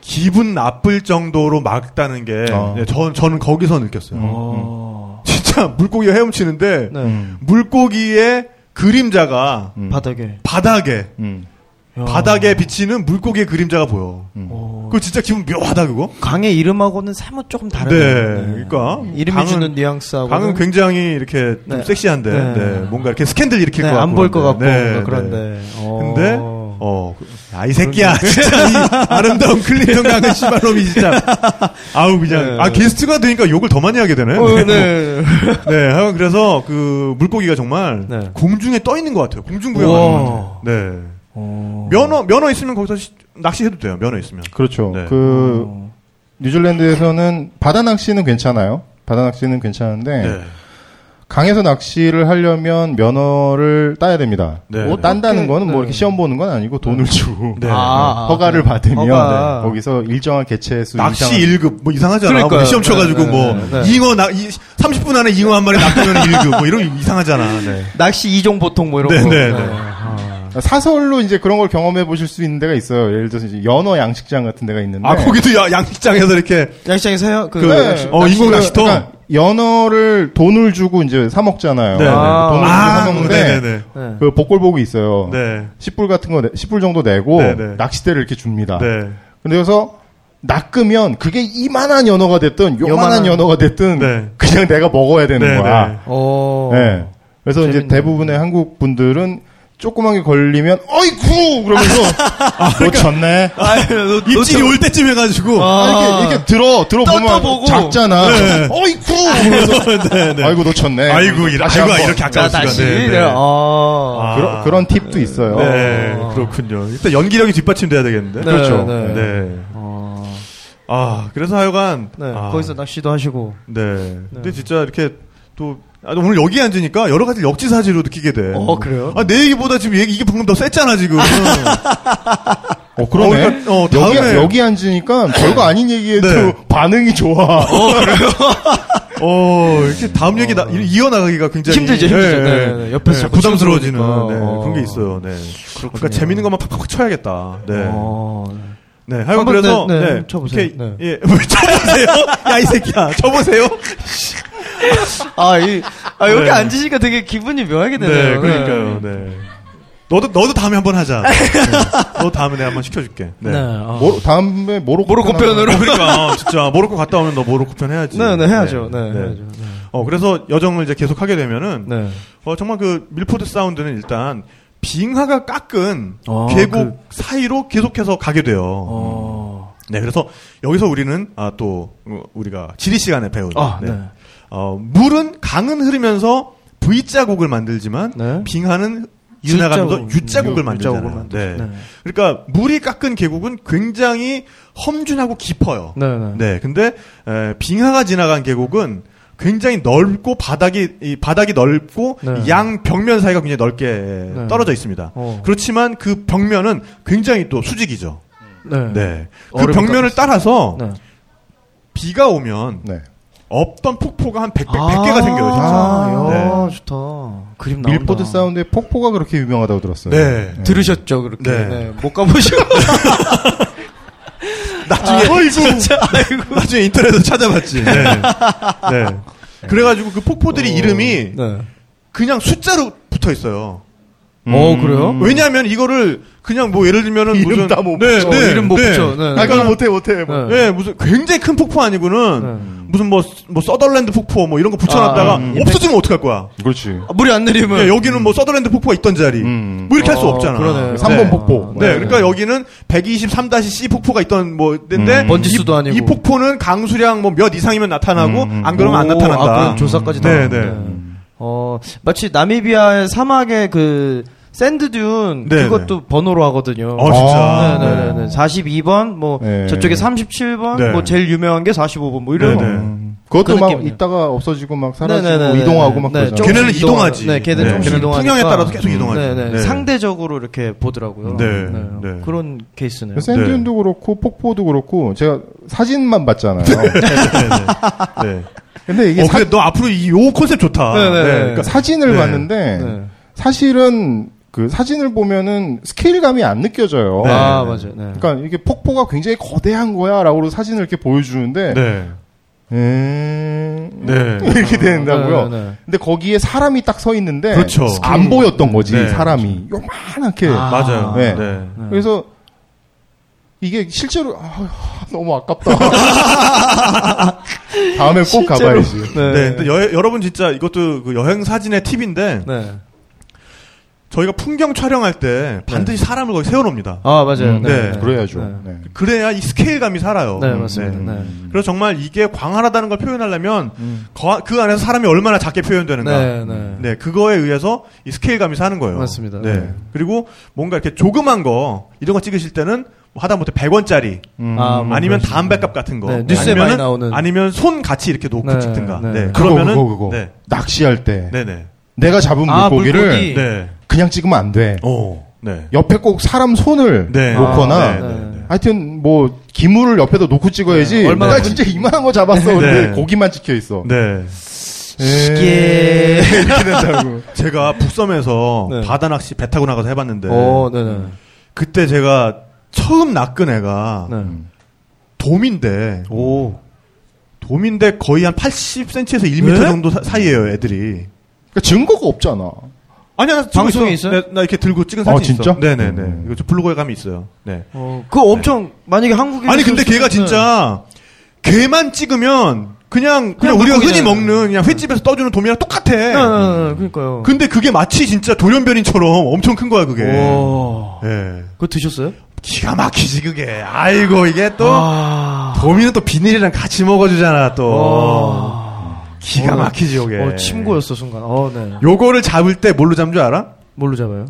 E: 기분 나쁠 정도로 막다는 게
G: 아.
F: 어.
E: 네, 전, 저는 거기서 느꼈어요.
G: 어.
E: 진짜 물고기가 헤엄치는데
G: 네.
F: 음.
E: 물고기의 그림자가
F: 음.
G: 바닥에.
E: 바닥에
F: 음.
G: 야.
E: 바닥에 비치는 물고기의 그림자가 보여.
G: 어.
E: 그거 진짜 기분 묘하다 그거.
G: 강의 이름하고는 사뭇 조금 다른.
E: 네, 그러니까
G: 이름이
E: 강은-
G: 주는 뉘앙스하고.
E: 방은 굉장히 이렇게 좀
G: 네.
E: 섹시한데
G: 네.
E: 네, 뭔가 이렇게 스캔들 일으킬
G: 네,
E: 것 같고
G: 안 보일 것 같고
E: 그런데.
G: 뭔가
E: 네.
G: 그런데. 어.
E: 근데 어아이 새끼야 진짜 이 아름다운 클린턴 강의 씨발놈이 진짜 아우 그냥
G: 네.
E: 아 게스트가 되니까 욕을 더 많이 하게 되네.
G: 어,
E: 네.
G: 네.
E: 하여간 그래서 그 물고기가 정말
G: 네.
E: 공중에 떠 있는 것 같아요. 공중 구경
G: 우와.
E: 하는 것 같아요. 네.
G: 어.
E: 면허 면허 있으면 거기서 시- 낚시해도 돼요. 면허 있으면.
F: 그렇죠.
E: 네.
F: 그 뉴질랜드에서는 바다 낚시는 괜찮아요. 바다 낚시는 괜찮은데
E: 네.
F: 강에서 낚시를 하려면 면허를 따야 됩니다.
E: 네.
F: 뭐 딴다는 거는 뭐
G: 네.
F: 이렇게 시험 보는 건 아니고 돈을 주고
E: 네.
G: 아,
F: 허가를 받으면
G: 허가.
F: 네. 거기서 일정한 개체 수
E: 낚시
F: 이상
E: 1급 뭐 이상하잖아.
G: 그러니까요.
E: 뭐 시험 쳐가지고
G: 네,
E: 뭐
G: 네, 네.
E: 잉어 나 이- 30분 안에 잉어 한 마리 낚으면 1급 뭐 이런 거 이상하잖아. 네.
G: 낚시 이종 보통 뭐 이런
E: 네,
G: 거.
E: 네, 네.
F: 사설로 이제 그런 걸 경험해 보실 수 있는 데가 있어요. 예를 들어서 이제 연어 양식장 같은 데가 있는데
G: 네.
E: 아 거기도 야- 양식장에서 이렇게
G: 양식장에서 해요? 그,
E: 그
G: 낚시-
E: 어, 인공 낚시터.
F: 네. 그러니까 연어를 돈을 주고 이제 사 먹잖아요.
E: 네, 네.
F: 돈을 주고
E: 아,
F: 사 먹는데
E: 네네네.
G: 네.
F: 그 복골복이 있어요.
E: 네.
F: 10불 같은 거, 내- 10불 정도 내고,
E: 네, 네.
F: 낚싯대를 이렇게 줍니다.
E: 네.
F: 근데 그래서, 낚으면, 그게 이만한 연어가 됐든, 요만한
G: 요만한-
F: 연어가 됐든,
E: 네.
F: 그냥 내가 먹어야 되는
E: 네,
F: 거야.
G: 어.
F: 네. 그래서 이제
G: 재밌네.
F: 대부분의 한국 분들은, 조그만 게 걸리면, 어이쿠! 그러면서,
E: 아,
F: 아,
E: 그러니까
F: 놓쳤네.
G: 아유, 너-
E: 입질이 올 때쯤 해가지고.
F: 그렇죠. 아, 이렇게, 이렇게 들어, 들어보면
G: 떠보고.
F: 작잖아. 어이쿠! 그러면서,
E: 네, 네.
F: 아이고, 놓쳤네.
E: 아이고, 이라,
F: 다시
E: 아이고,
F: 한번. 네.
E: 이렇게
G: 자,
E: 아까운
G: 다시.
E: 시간에.
G: 네. 아.
F: 그런, 그런 팁도 있어요.
E: 네, 그렇군요. 일단 연기력이 뒷받침돼야 되겠는데.
G: 네,
F: 그렇죠.
G: 네.
E: 네.
G: 어.
E: 아, 그래서 하여간.
G: 네.
E: 아,
G: 거기서 낚시도 하시고.
E: 네. 근데 진짜 이렇게 또. 아, 오늘 여기 앉으니까 여러 가지 역지사지로 느끼게 돼.
G: 어, 그래요?
E: 아, 내 얘기보다 지금 얘기, 이게 방금 더 셌잖아, 지금.
F: 어, 그러네.
E: 어, 그러니까, 어,
F: 여기,
E: 다음에-
F: 여기 앉으니까 별거 아닌 얘기에도
E: 네.
F: 반응이 좋아.
E: 어, 이렇게 다음 얘기 나, 이어나가기가 굉장히 예,
G: 힘들죠, 힘들죠. 네, 네, 네. 옆에서 자꾸
E: 부담스러워지는
G: 치우쳐오니까.
E: 네,
G: 어.
E: 그런 게 있어요. 네. 그러니까 재밌는 것만 팍팍 쳐야겠다. 네.
G: 어,
E: 네.
G: 네.
E: 하여간
G: 한번
E: 그래서
G: 네,
E: 네.
G: 네, 쳐보세요.
E: 이렇게,
G: 네.
E: 예. 뭘 쳐보세요? 야, 이 새끼야. 쳐보세요.
G: 아, 이, 아, 여기
E: 네.
G: 앉으니까 되게 기분이 묘하게
E: 네,
G: 되네요.
E: 그러니까요. 네. 너도 너도 다음에 한번 하자. 네. 너 다음에 내가 한번 시켜줄게. 네.
G: 네. 네, 어.
F: 모로, 뭐, 다음에 모로코,
G: 모로코
F: 편하고.
G: 편으로.
E: 그러니까 진짜 모로코 갔다 오면 너 모로코 편 해야지.
G: 네, 네, 해야죠. 네, 해야죠.
E: 어 그래서 여정을 이제 계속 하게 되면은
G: 네.
E: 어, 정말 그 밀포드 사운드는 일단 빙하가 깎은
G: 아,
E: 계곡 사이로 계속해서 가게 돼요. 네, 그래서 여기서 우리는 아 또 우리가 지리 시간에 배운
G: 아,
E: 네.
G: 네.
E: 어, 물은 강은 흐르면서 V 자국을 만들지만
G: 네.
E: 빙하는
G: U자국.
E: 지나가면서 U 자국을
G: U- U자국을
E: 만들잖아요.
G: 만들죠.
E: 네.
G: 네.
E: 그러니까 물이 깎은 계곡은 굉장히 험준하고 깊어요.
G: 네, 네.
E: 네, 근데 에, 빙하가 지나간 계곡은 굉장히 넓고 바닥이 이 바닥이 넓고
G: 네.
E: 양 벽면 사이가 굉장히 넓게
G: 네.
E: 떨어져 있습니다.
G: 어.
E: 그렇지만 그 벽면은 굉장히 또 수직이죠.
G: 네.
E: 네, 그
G: 얼음이
E: 벽면을 따라서
G: 네.
E: 비가 오면
F: 네.
E: 없던 폭포가 한 100, 100개가 생겨요, 진짜.
G: 아,
E: 네.
G: 야, 좋다. 그림 나온다.
F: 밀포드 사운드의 폭포가 그렇게 유명하다고 들었어요.
E: 네.
G: 들으셨죠, 그렇게.
E: 네.
G: 네. 못 가보시고.
E: 나중에 진짜 나중에 인터넷에서 찾아봤지. 네. 네. 그래가지고 그 폭포들이 이름이
G: 네.
E: 그냥 숫자로 붙어 있어요.
G: 어, 그래요?
E: 왜냐하면 이거를 그냥 뭐 예를 들면은
F: 이름
E: 무슨
F: 다못
E: 네,
G: 붙여.
E: 네,
G: 어, 이름 못
E: 네.
G: 붙여. 네, 네.
F: 아, 그건 못해, 못해. 뭐.
G: 네.
E: 네, 무슨 굉장히 큰 폭포 아니고는
G: 네.
E: 무슨 뭐, 뭐 서덜랜드 폭포 뭐 이런 거 붙여놨다가
G: 아, 음.
E: 없어지면 어떡할 거야?
F: 그렇지.
G: 아, 물이 안 내리면.
E: 네, 여기는 뭐 서덜랜드 폭포가 있던 자리
F: 음.
E: 뭐 이렇게 할 수
G: 어,
E: 없잖아.
G: 그러네.
E: 네.
F: 3번 폭포.
E: 네, 그러니까 여기는 123-C 폭포가 있던 뭐 데인데
F: 음.
G: 번지수도
E: 이,
G: 아니고.
E: 이 폭포는 강수량 뭐 몇 이상이면 나타나고
F: 음, 음.
E: 안 그러면 안
G: 오, 아,
E: 나타난다.
G: 그럼 조사까지 다.
E: 네, 네.
G: 어, 마치 나미비아의 사막의 그 샌드듄
E: 네,
G: 그것도 번호로 하거든요.
E: 어, 진짜.
F: 아,
G: 네, 네, 네. 42번 뭐
F: 네.
G: 저쪽에 37번
E: 네.
G: 뭐 제일 유명한 게 45번 뭐 이런
E: 네,
G: 거.
E: 네.
F: 음. 그것도
G: 그
F: 막
G: 느낌이요.
F: 있다가 없어지고 막 사라지고
G: 네네네네.
F: 이동하고 막
G: 네,
F: 그러잖아.
G: 조금씩
E: 걔네는
G: 이동하-
E: 이동하지.
G: 네, 걔네는
E: 네,
G: 조금씩
E: 걔네는
G: 이동하지.
E: 풍경에 따라서 계속 이동하지.
G: 네, 네.
E: 네.
G: 상대적으로 이렇게 보더라고요.
E: 네, 네.
G: 그런 케이스네요.
F: 샌드윤도 그렇고 폭포도 그렇고 제가 사진만 봤잖아요.
E: 네, 네.
F: 근데 이게
E: 어,
F: 사,
E: 근데 너 앞으로 이 요 컨셉 좋다.
G: 네, 네, 네.
E: 그러니까
F: 진을
E: 네.
F: 봤는데
G: 네.
F: 사실은 그 사진을 보면은 스케일감이 안 느껴져요.
E: 네.
G: 아, 맞아요. 네.
F: 그러니까 이게 폭포가 굉장히 거대한 거야라고 사진을 이렇게 보여주는데
E: 네.
F: 음,
E: 네.
F: 이렇게 된다고요.
G: 네, 네, 네.
F: 근데 거기에 사람이 딱 서 있는데
E: 그렇죠.
F: 안 보였던 거지
E: 네,
F: 사람이 요만하게.
G: 아.
E: 맞아요.
F: 네.
E: 네.
F: 그래서 이게 실제로 아, 너무 아깝다. 다음에 꼭 가봐야지.
G: 네.
E: 네, 근데 여, 여러분 진짜 이것도 그 여행 사진의 팁인데
G: 네.
E: 저희가 풍경 촬영할 때
G: 네.
E: 반드시 사람을 거기 세워놓습니다.
G: 아, 맞아요.
F: 음,
E: 네.
F: 그래야죠.
G: 네.
F: 네.
E: 그래야 이 스케일감이 살아요.
G: 네,
E: 음,
G: 맞습니다.
E: 네.
G: 네. 음.
E: 그래서 정말 이게 광활하다는 걸 표현하려면 거- 그 안에서 사람이 얼마나 작게 표현되는가.
G: 네, 네.
E: 네, 그거에 의해서 이 스케일감이 사는 거예요.
G: 맞습니다.
E: 네.
G: 네.
E: 그리고 뭔가 이렇게 조그만 거 이런 거 찍으실 때는 뭐 하다못해 100원짜리
G: 아, 뭐
E: 음, 아니면
G: 그러시구나.
E: 담배값 같은 거
G: 네, 뉴스에
E: 아니면은-
G: 많이 나오는.
E: 아니면 손 같이 이렇게 놓고
G: 네,
E: 찍든가.
G: 네.
E: 네.
F: 그거
E: 그러면은
F: 그거 그거
E: 네.
F: 낚시할 때
E: 네, 네.
F: 내가 잡은
G: 아,
F: 물고기를
G: 물고기.
E: 네.
F: 그냥 찍으면 안 돼.
E: 오. 네.
F: 옆에 꼭 사람 손을
E: 네.
F: 놓거나
E: 아, 네,
G: 네, 네.
F: 하여튼 뭐 기물을 옆에다 놓고 찍어야지.
G: 네, 얼마나
F: 나 진짜 이만한 거 잡았어. 근데
E: 네.
F: 고기만 찍혀 있어.
E: 네.
G: 뭐, 이게
F: 이렇게 된다고.
E: 제가 북섬에서
G: 네.
E: 바다 낚시 배 타고 나가서 해 봤는데
G: 어, 네, 네.
E: 그때 제가 처음 낚은 애가
G: 네.
F: 음.
E: 돔인데
G: 오.
E: 돔인데 거의 한 80cm에서 1m
G: 네?
E: 정도 사- 사이에요, 애들이.
F: 그러니까 증거가 없잖아.
E: 아니야, 나 찍고
G: 방송에 있어요?
E: 나, 나 이렇게 들고 찍은
F: 아,
E: 사진
F: 진짜?
E: 있어. 네네네.
F: 음.
E: 이거 좀 블로그에 가면 있어요. 네.
G: 어, 그거 엄청 만약에 한국에
E: 아니 근데 걔가 진짜 걔만 찍으면 그냥 그냥, 우리가 흔히
G: 물고기잖아요.
E: 먹는 그냥 횟집에서 떠주는 도미랑 똑같아.
G: 네, 네, 네, 네. 그러니까요.
E: 근데 그게 마치 진짜 돌연변이처럼 엄청 큰 거야 그게.
G: 오.
E: 예.
G: 그거 드셨어요?
E: 기가 막히지 그게. 아이고 이게 또
G: 아.
E: 도미는 또 비닐이랑 같이 먹어주잖아 또.
G: 와.
E: 기가
G: 어.
E: 막히지 요게.
G: 어, 침고였어 순간. 어, 네.
E: 요거를 잡을 때 뭘로 잡는 줄 알아?
G: 뭘로 잡아요?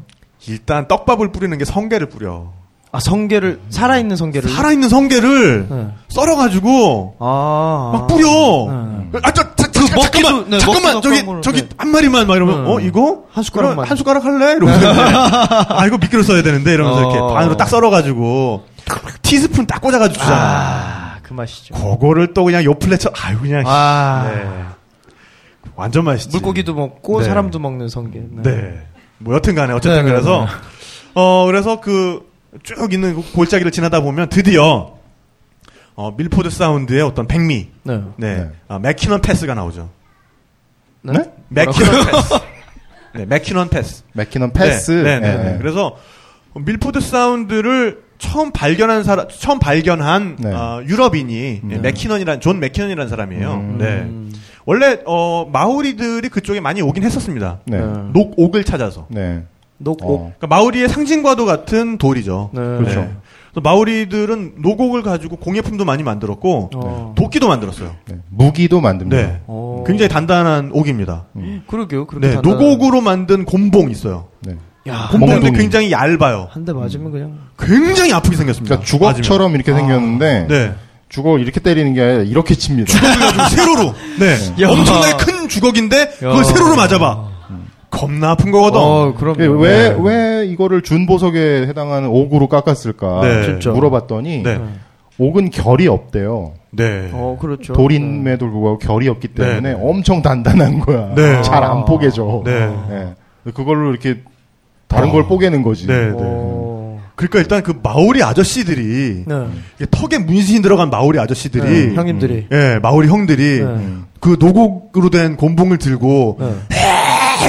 E: 일단 떡밥을 뿌리는 게 성게를 뿌려.
G: 아, 성게를 살아있는 성게를.
E: 살아있는 성게를
G: 네.
E: 썰어가지고
G: 아.
E: 막 뿌려.
G: 네, 네.
E: 아, 저, 저, 저,
G: 먹기도-
E: 잠깐만,
G: 네, 먹기도
E: 잠깐만, 저기,
G: 깜깜으로,
E: 저기,
G: 네.
E: 한 마리만, 막 이러면,
G: 네.
E: 어, 이거?
G: 한 숟가락만. 네.
E: 그럼 한 숟가락 할래? 이러면서, 이렇게, 아, 이거 미끼로 써야 되는데? 이러면서
G: 어.
E: 이렇게 반으로 딱 썰어가지고, 티스푼 딱 꽂아가지고 주잖아.
G: 아, 그 맛이죠.
E: 그거를 또 그냥 요플레처럼, 아유, 그냥, 씨.
G: 아.
E: 네. 완전 맛있지.
G: 물고기도 먹고
E: 네.
G: 사람도 먹는 성게. 네.
E: 네. 뭐 여튼간에 어쨌든
G: 네, 네,
E: 그래서 어 그래서 그 쭉 있는 그 골짜기를 지나다 보면 드디어 어 밀포드 사운드의 어떤 백미,
G: 네.
E: 네,
F: 네.
E: 아, 맥키넌 패스가 나오죠.
G: 네?
E: 맥키넌 패스. 네, 맥키넌 패스.
F: 맥키넌 패스.
E: 네, 네, 네,
F: 예,
E: 네.
F: 예.
E: 그래서 밀포드 사운드를 처음 발견한 사람, 처음 발견한
F: 네.
E: 어, 유럽인이
F: 네.
E: 맥키넌이란 존 맥키넌이라는 사람이에요.
F: 음.
E: 네. 원래 어 마오리들이 그쪽에 많이 오긴 했었습니다.
F: 네.
G: 네.
E: 녹옥을 찾아서.
F: 네.
G: 녹옥.
F: 어.
E: 그러니까 마오리의 상징과도 같은 돌이죠.
G: 네.
F: 그렇죠.
E: 네. 그래서 마오리들은 노곡을 가지고 공예품도 많이 만들었고
G: 어.
E: 도끼도 만들었어요.
F: 네. 무기도 만듭니다.
E: 네.
G: 어.
E: 굉장히 단단한 옥입니다.
G: 그러게요. 그렇게
E: 네,
G: 단단한-
E: 노곡으로 만든 곰봉 있어요.
F: 네.
G: 야,
E: 곰봉인데
F: 곰봉이.
E: 굉장히 얇아요.
G: 한 대 맞으면 그냥
E: 굉장히 아프게 생겼습니다.
F: 그러니까 주걱처럼 이렇게 생겼는데
E: 맞으면. 네.
F: 주걱 이렇게 때리는 게 아니라 이렇게 칩니다.
E: 그래가지고 세로로. 네.
G: 야.
E: 엄청나게 큰 주걱인데
G: 야.
E: 그걸 세로로 맞아봐. 겁나 아픈 거거든.
G: 어, 그럼
F: 왜 왜 이거를 준 보석에 해당하는 옥으로 깎았을까
E: 네.
G: 진짜.
F: 물어봤더니
E: 네.
F: 옥은 결이 없대요.
E: 네.
G: 어, 그렇죠. 네.
F: 돌임에도 불구하고 결이 없기 때문에
E: 네.
F: 엄청 단단한 거야.
E: 네.
F: 잘 안 포개져.
E: 네.
F: 네. 그걸로 이렇게 다른 걸 뽀개는 거지.
E: 네, 네.
G: 어.
E: 그러니까 일단 그 마오리 아저씨들이
G: 네.
E: 이게 턱에 문신 들어간 마오리 아저씨들이
G: 네, 형님들이.
E: 예 마오리 형들이
G: 네.
E: 그 노곡으로 된 곤봉을
F: 음.
E: 들고
G: 네.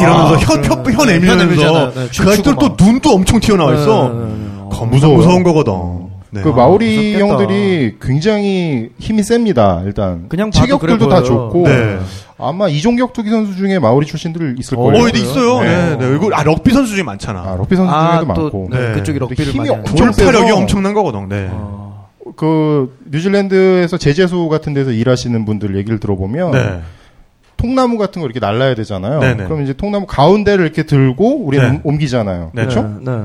E: 이러면서 혀 펴, 혀
G: 내밀잖아요.
E: 내밀면서
G: 네,
E: 그 아이들
G: 춤추고
E: 또
G: 막.
E: 눈도 엄청 튀어나와 있어
G: 네, 네, 네.
E: 겁나 무서운, 거거든 네.
F: 그
E: 아,
F: 마오리
G: 무섭겠다.
F: 형들이 굉장히 힘이 셉니다. 일단
G: 그냥 봐도
F: 체격들도
G: 그래
F: 다
G: 보여요.
F: 좋고
E: 네.
F: 아마 이종격 투기 선수 중에 마오리 출신들 있을
G: 어,
F: 거예요.
E: 어 이제 있어요
F: 네.
E: 네. 네, 그리고 아 럭비 선수 중에 많잖아
F: 아, 럭비 선수
G: 아,
F: 중에도
G: 또
F: 많고
G: 네,
E: 네.
G: 그쪽이 럭비를
F: 힘이
G: 많이 하는.
F: 엄청
E: 돌파력이
F: 세서.
E: 엄청난 거거든 네
G: 어.
F: 그 뉴질랜드에서 제재소 같은 데서 일하시는 분들 얘기를 들어보면
E: 네.
F: 통나무 같은 거 이렇게 날라야 되잖아요.
E: 네네.
F: 그럼 이제 통나무 가운데를 이렇게 들고 우리는
E: 네.
F: 옮- 옮기잖아요.
E: 네.
F: 그렇죠?
G: 네. 네.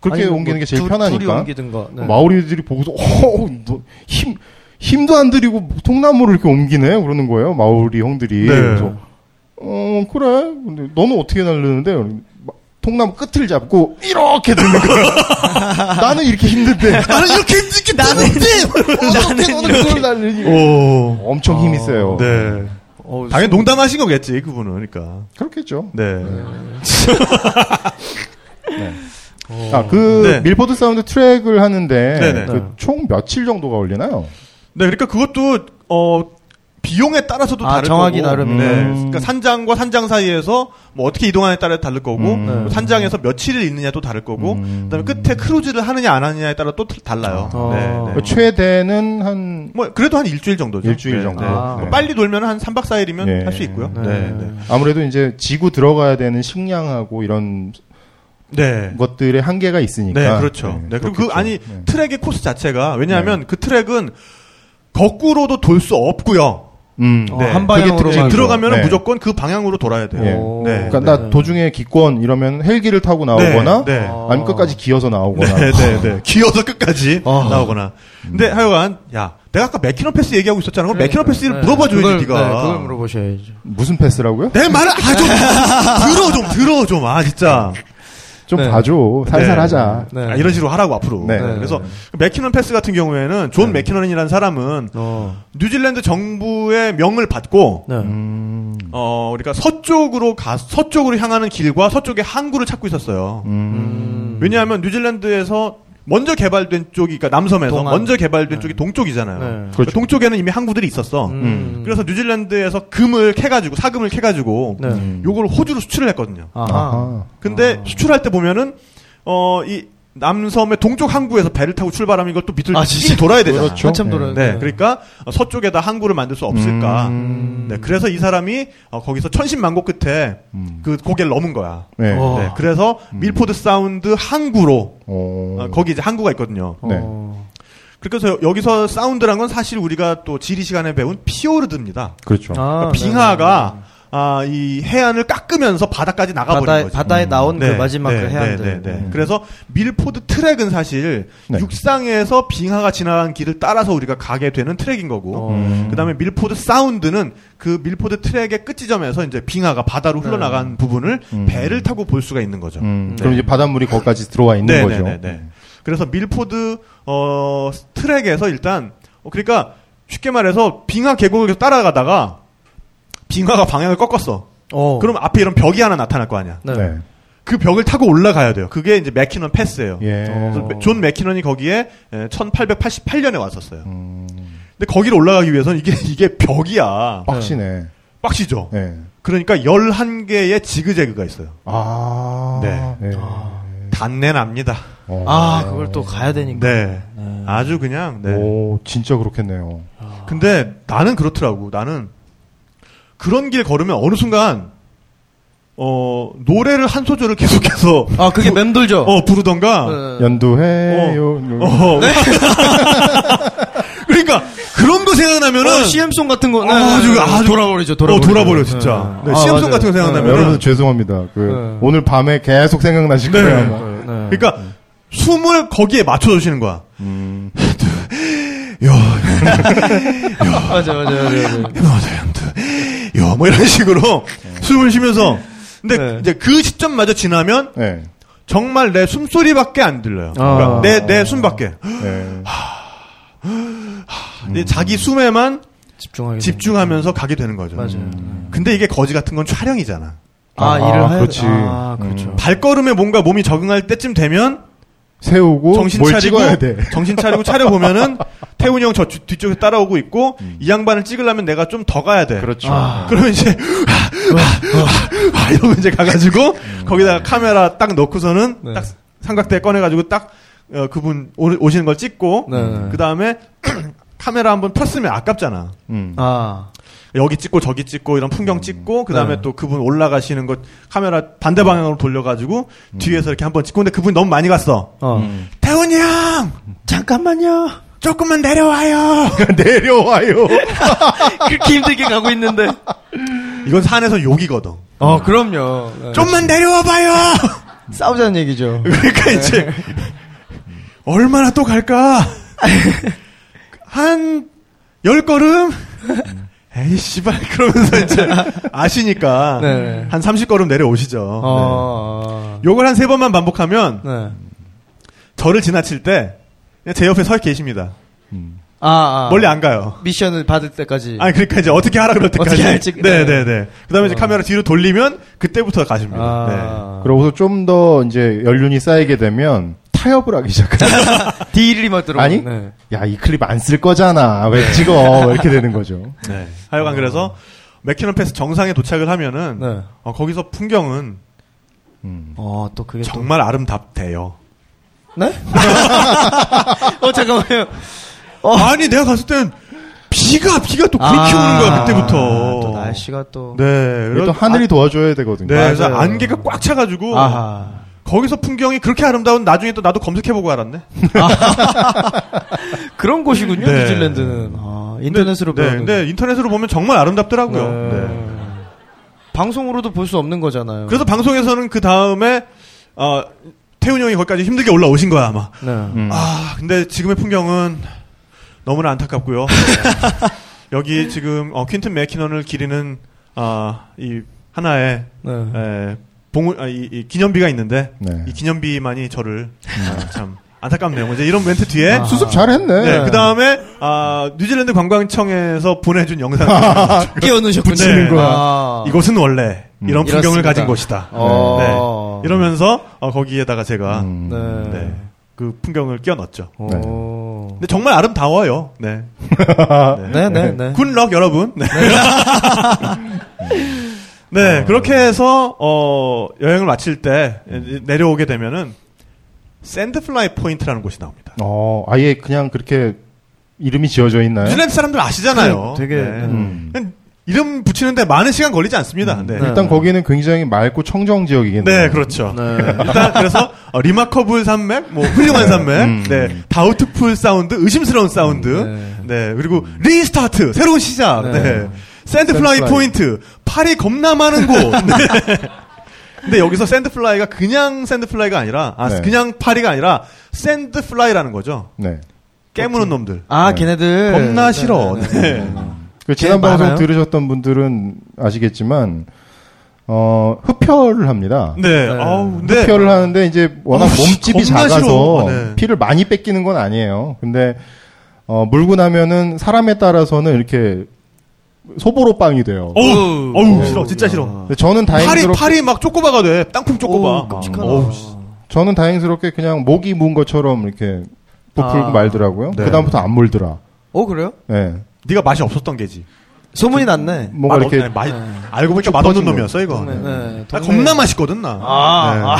F: 그렇게
G: 아니면
F: 옮기는
G: 뭐
F: 게 제일
G: 둘- 둘이
F: 편하니까. 뭐,
G: 옮기든가. 네.
F: 마오리들이 보고서 어, 너 힘, 힘도 안 들이고 통나무를 이렇게 옮기네 그러는 거예요. 마오리
E: 네.
F: 형들이. 그래서 어 그래. 근데 너는 어떻게 날르는데? 마- 통나무 끝을 잡고 이렇게 드는 거야. 나는 이렇게 힘든데. 나는 이렇게 힘든데. 나는 어떻게 너는 그걸 날르니?
E: 네.
F: 어,
E: 오
F: 엄청 힘이 세요.
E: 네.
G: 어우,
E: 당연히 농담하신 거겠지 그분은 그러니까
F: 그렇겠죠.
E: 네
F: 아, 그
E: 네.
F: 밀포드 사운드 트랙을 하는데
E: 네네.
F: 그 총 며칠 정도가 걸리나요?
E: 네, 그러니까 그것도 어 비용에 따라서도
G: 아,
E: 다를
G: 정하기
E: 거고.
G: 나름이네.
E: 네. 그러니까 산장과 산장 사이에서 뭐 어떻게 이동하느냐에 따라 다를 거고
F: 음.
E: 뭐 산장에서 며칠을 있느냐도 다를 거고
F: 음.
E: 그다음에 끝에 크루즈를 하느냐 안 하느냐에 따라 또 틀- 달라요.
G: 아.
E: 네, 네.
G: 어.
F: 최대는 한
E: 뭐 그래도 한 일주일 정도죠.
F: 일주일
E: 네,
F: 정도.
E: 네.
G: 아.
E: 뭐 빨리 돌면 한삼박사일이면
F: 네.
E: 할 수 있고요.
G: 네.
E: 네. 네.
F: 아무래도 이제 지구 들어가야 되는 식량하고 이런
E: 네.
F: 것들의 한계가 있으니까.
E: 네, 그렇죠. 네, 그리고 그
F: 그러니까. 그렇겠죠.
E: 아니
F: 네.
E: 트랙의 코스 자체가 왜냐하면 그 트랙은 거꾸로도 돌 수 없고요.
F: 음.
G: 어,
E: 네.
G: 한
F: 그게
G: 방향으로만
F: 특징.
E: 들어가면 은
F: 네.
E: 무조건 그 방향으로 돌아야 돼요.
F: 예.
G: 오.
E: 네.
F: 그러니까 나 도중에 기권 이러면 헬기를 타고 나오거나
E: 네, 네.
F: 아니면 끝까지 기어서 나오거나.
E: 네네네. 기어서 끝까지
F: 아.
E: 나오거나. 근데
F: 음.
E: 하여간 야, 내가 아까 매키너 패스 얘기하고 있었잖아. 그럼 매키너 패스를
G: 네.
E: 물어봐줘야지
G: 그걸,
E: 네가.
G: 네, 그걸 물어보셔야죠.
F: 무슨 패스라고요?
E: 내 말을 아좀 들어 좀 들어 좀 아
G: 음.
E: 진짜
F: 좀
G: 네.
F: 봐줘. 살살
E: 네.
F: 하자.
G: 네.
E: 아, 이런 식으로 하라고 앞으로.
F: 네.
E: 네, 그래서 매키넌 패스 같은 경우에는 존
G: 네.
E: 매키넌이라는 사람은
G: 어.
E: 뉴질랜드 정부의 명을 받고
G: 네.
F: 음.
E: 어 그러니까 서쪽으로 가 서쪽으로 향하는 길과 서쪽의 항구를 찾고 있었어요.
G: 음.
E: 왜냐하면 뉴질랜드에서 먼저 개발된 쪽이 그러니까 남섬에서
G: 동안.
E: 먼저 개발된 쪽이 동쪽이잖아요.
G: 네.
E: 그러니까 동쪽에는 이미 항구들이 있었어.
G: 음.
E: 그래서 뉴질랜드에서 금을 캐가지고 사금을 캐가지고
G: 네.
E: 요걸 호주로 수출을 했거든요.
G: 아하.
F: 아하.
E: 근데 수출할 때 보면은 어 이 남섬의 동쪽 항구에서 배를 타고 출발하면 이걸 또 밑으로
G: 아,
E: 쭉
G: 진짜?
E: 돌아야 되잖아.
F: 그렇죠.
G: 한참
F: 네.
G: 돌아요.
E: 네, 그러니까 서쪽에다 항구를 만들 수 없을까.
G: 음.
E: 네, 그래서 이 사람이 어, 거기서 천신만고 끝에
F: 음.
E: 그 고개를 넘은 거야.
F: 네.
G: 어.
E: 네, 그래서 밀포드 사운드 항구로
F: 어.
E: 어, 거기 이제 항구가 있거든요.
F: 네.
G: 음. 어.
E: 그래서 여기서 사운드란 건 사실 우리가 또 지리 시간에 배운 피오르드입니다.
F: 그렇죠.
G: 아,
E: 그러니까 빙하가 아, 이 해안을 깎으면서 바다까지
G: 네, 네.
E: 나가버린
G: 바다에,
E: 거죠.
G: 바다에 나온
E: 네,
G: 그 마지막
E: 네,
G: 그 해안들.
E: 네, 네, 네.
G: 음.
E: 그래서 밀포드 트랙은 사실
F: 네.
E: 육상에서 빙하가 지나간 길을 따라서 우리가 가게 되는 트랙인
G: 어.
E: 거고,
F: 음.
E: 그 다음에 밀포드 사운드는 그 밀포드 트랙의 끝지점에서 이제 빙하가 바다로
G: 네.
E: 흘러나간 부분을
F: 음.
E: 배를 타고 볼 수가 있는 거죠.
F: 음,
E: 네.
F: 그럼 이제 바닷물이 거기까지 들어와 있는 거죠. 음.
E: 네. 그래서 밀포드 어 트랙에서 일단 어, 그러니까 쉽게 말해서 빙하 계곡을 계속 따라가다가 빙하가 방향을 꺾었어.
G: 어.
E: 그럼 앞에 이런 벽이 하나 나타날 거 아니야.
G: 네.
F: 네.
E: 그 벽을 타고 올라가야 돼요. 그게 이제 맥키넌 패스예요.
F: 예.
E: 그래서 메- 존 맥키넌이 거기에 예, 1888년에 왔었어요.
F: 음,
E: 근데 거기를 올라가기 위해서는 이게 이게 벽이야.
F: 빡시네.
E: 빡시죠.
F: 네.
E: 그러니까 11개의 지그재그가 있어요.
F: 아.
E: 네. 단내 납니다.
F: 어.
G: 아, 그걸 또 가야 되니까.
E: 네. 아주 그냥 네.
F: 오, 진짜 그렇겠네요.
E: 근데 나는 그렇더라고. 나는 그런 길 걸으면 어느 순간 어 노래를 한 소절을 계속해서
G: 아, 그게 맴돌죠.
E: 어 부르던가
G: 네.
F: 연두해요. 뭐. 요-
E: 어. 그러니까 그런 거 생각나면은
G: 어, CM송 같은 거. 네,
E: 아, 아주- 아주-
G: 돌아버리죠,
E: 어,
G: 돌아버리죠.
E: 돌아버려 진짜. 네, CM 송
G: 맞아요.
E: 같은 거 생각나면.
F: 여러분 죄송합니다. 그
G: 네.
F: 오늘 밤에 계속 생각나실
E: 네.
F: 거예요. 아마.
G: 네. 네.
E: 그러니까 숨을 거기에 맞춰 주시는 거야.
F: 음.
E: 요,
G: 맞아, 맞아, 맞아.
E: 요,
G: 맞아.
E: 요, 뭐 이런 식으로 숨을 쉬면서. 근데
G: 네.
E: 이제 그 시점마저 지나면
F: 네.
E: 정말 내 숨소리밖에 안 들려요.
G: 아.
E: 그러니까 내, 내 숨밖에.
F: 네.
G: 음.
E: 근데 자기 숨에만
G: 집중하게.
E: 집중하면서 가게 되는 거죠.
G: 맞아요.
E: 근데 이게 거지 같은 건 촬영이잖아.
G: 아,
F: 아,
G: 일을 하야
F: 그렇지.
G: 아, 그렇죠.
E: 발걸음에 뭔가 몸이 적응할 때쯤 되면
F: 세우고
E: 정신
F: 뭐, 뭘
E: 차리고
F: 찍어야 돼.
E: 정신 차리고 차려 보면은 태훈이 형 저 뒤쪽에 따라오고 있고 이 양반을 찍으려면 내가 좀 더 가야 돼.
F: 음. 그렇죠.
G: 아.
E: 그러면 이제 아, 이러고 이제 가가지고
F: 음. 네.
E: 거기다가 카메라 딱 넣고서는
G: 네.
E: 딱 삼각대 꺼내가지고 딱 어, 그분 오- 오시는 걸 찍고
G: 네, 네.
E: 그 다음에 카메라 한번 폈으면 아깝잖아.
F: 음.
G: 아,
E: 여기 찍고 저기 찍고 이런 풍경 찍고 그 다음에
G: 네.
E: 또 그분 올라가시는 것 카메라 반대 방향으로 돌려가지고
F: 음.
E: 뒤에서 이렇게 한번 찍고 근데 그분이 너무 많이 갔어.
G: 어.
E: 태훈이 형
G: 잠깐만요.
E: 조금만 내려와요.
F: 내려와요.
G: 그렇게 힘들게 가고 있는데.
E: 이건 산에서 욕이거든.
G: 어, 그럼요. 네.
E: 좀만 내려와봐요.
G: 싸우자는 얘기죠.
E: 그러니까 이제 음. 얼마나 또 갈까? 한 열 걸음? 에이 씨발 그러면서 이제 아시니까
G: 네.
E: 한 30걸음 내려오시죠.
G: 어.
E: 네. 요걸 한 세 번만 반복하면
G: 네.
E: 저를 지나칠 때 제 옆에 서 계십니다.
G: 아, 아.
E: 멀리 안 가요.
G: 미션을 받을 때까지.
E: 아니 그러니까 이제 어떻게 하라 그럴 때까지.
G: 예. 어떻게 할지. 네.
E: 네네네. 그다음에 이제 카메라 뒤로 돌리면 그때부터 가십니다. 네.
G: 아.
F: 그러고서 좀 더 이제 연륜이 쌓이게 되면 타협을 하기 시작해요.
G: 딜이 맞도록.
F: 아니,
G: 네.
F: 야, 이 클립 안 쓸 거잖아. 왜 찍어? 뭐 이렇게 되는 거죠.
E: 네. 하여간 그래서 맥키넌 패스 정상에 도착을 하면은
G: 아. 네.
E: 어, 거기서 풍경은
F: 음.
G: 어, 또 그게 또.
E: 정말 아름답대요.
G: 네? 어, 잠깐만요. 어.
E: 아니 내가 갔을 땐 비가 비가 또 아. 그렇게 오는 거야 그때부터.
G: 아. 또 날씨가 또.
E: 네.
F: 이게 또 하늘이 도와줘야 되거든요.
E: 네, 그래서
G: 맞아요.
E: 안개가 꽉 차가지고
G: 아하.
E: 거기서 풍경이 그렇게 아름다운 나중에 또 나도 검색해보고 알았네.
G: 그런 곳이군요,
E: 네.
G: 뉴질랜드는. 아, 인터넷으로
E: 네,
G: 배우는.
E: 근데 인터넷으로 보면 정말 아름답더라고요.
G: 네.
E: 네.
G: 방송으로도 볼 수 없는 거잖아요.
E: 그래서 방송에서는 그 다음에 어, 태훈이 형이 거기까지 힘들게 올라오신 거야 아마.
G: 네.
F: 음.
E: 아 근데 지금의 풍경은 너무나 안타깝고요. 네. 여기 지금 어, 퀸튼 맥키넌을 기리는 아, 이 하나의
G: 네.
E: 에, 봉, 아, 이, 이 기념비가 있는데
F: 네.
E: 이 기념비만이 저를 아, 참 안타깝네요. 이제 이런 멘트 뒤에
G: 아.
F: 수습 잘했네.
E: 네, 그 다음에 아, 뉴질랜드 관광청에서 보내준 영상
G: 끼워 넣으셨군요.
E: 붙이는 거야.
G: 아.
E: 이곳은 원래 이런
G: 음,
E: 풍경을
G: 이렇습니다.
E: 가진 곳이다.
G: 어.
E: 네. 이러면서 어, 거기에다가 제가
F: 음.
G: 네.
E: 네, 그 풍경을 끼워 넣었죠.
G: 오.
E: 근데 정말 아름다워요. 네.
G: 네, 네, 네.
E: 굿럭 여러분. 네.
G: 어.
E: 네, 그렇게 해서 어, 여행을 마칠 때 내려오게 되면은 샌드플라이 포인트라는 곳이 나옵니다.
F: 어, 아예 그냥 그렇게 이름이 지어져 있나요?
E: 뉴질랜드 사람들 아시잖아요.
G: 네. 되게,
E: 네.
F: 음.
E: 그냥 이름 붙이는데 많은 시간 걸리지 않습니다. 네.
G: 네.
F: 일단 거기는 굉장히 맑고 청정 지역이겠네요.
E: 네, 그렇죠.
G: 네.
E: 일단 그래서 어, 리마커블 산맥, 뭐 훌륭한 산맥,
F: 음.
E: 네 다우트풀 사운드, 의심스러운 사운드,
G: 네.
E: 네. 그리고 리스타트 새로운 시작,
G: 네.
E: 네, 샌드플라이
G: 샌드플라이.
E: 포인트 팔이 겁나 많은 곳. 네. 근데 여기서 샌드플라이가 그냥 샌드플라이가 아니라 아
F: 네.
E: 그냥 파리가 아니라 샌드플라이라는 거죠.
F: 네.
E: 깨무는 놈들.
G: 아,
F: 네.
G: 걔네들.
E: 겁나
G: 네,
E: 싫어.
G: 네, 네, 네.
E: 네.
F: 그 지난 방송
G: 많아요?
F: 들으셨던 분들은 아시겠지만 어, 흡혈을 합니다.
E: 네.
G: 네.
E: 아우 근데
F: 흡혈을 하는데 이제 워낙
E: 어우, 씨,
F: 몸집이
E: 겁나
F: 작아서
E: 싫어. 네.
F: 피를 많이 뺏기는 건 아니에요. 근데 어, 물고 나면은 사람에 따라서는 이렇게 소보로 빵이 돼요.
G: 네.
E: 어우, 어우, 싫어. 진짜 싫어.
F: 근데 저는
E: 팔이,
F: 다행스럽게
E: 팔이 막 쪼꼬바가 돼. 땅콩
G: 어우,
E: 쪼꼬바.
G: 끔찍하다.
E: 어우,
F: 저는 다행스럽게 그냥 목이 문 것처럼 이렇게 부풀고
G: 아.
F: 말더라고요.
E: 네.
F: 그다음부터 안 물더라.
G: 어 그래요?
F: 예.
E: 네가 맛이 없었던 게지.
G: 소문이
E: 그
G: 났네.
F: 뭔가
E: 맛
F: 이렇게
E: 없네. 맛- 알고 보니까 맛없는 놈이었어, 이거.
G: 동네, 네,
E: 나
G: 동네.
E: 뭐, 아, 겁나 맛있거든, 나. 네.
G: 아,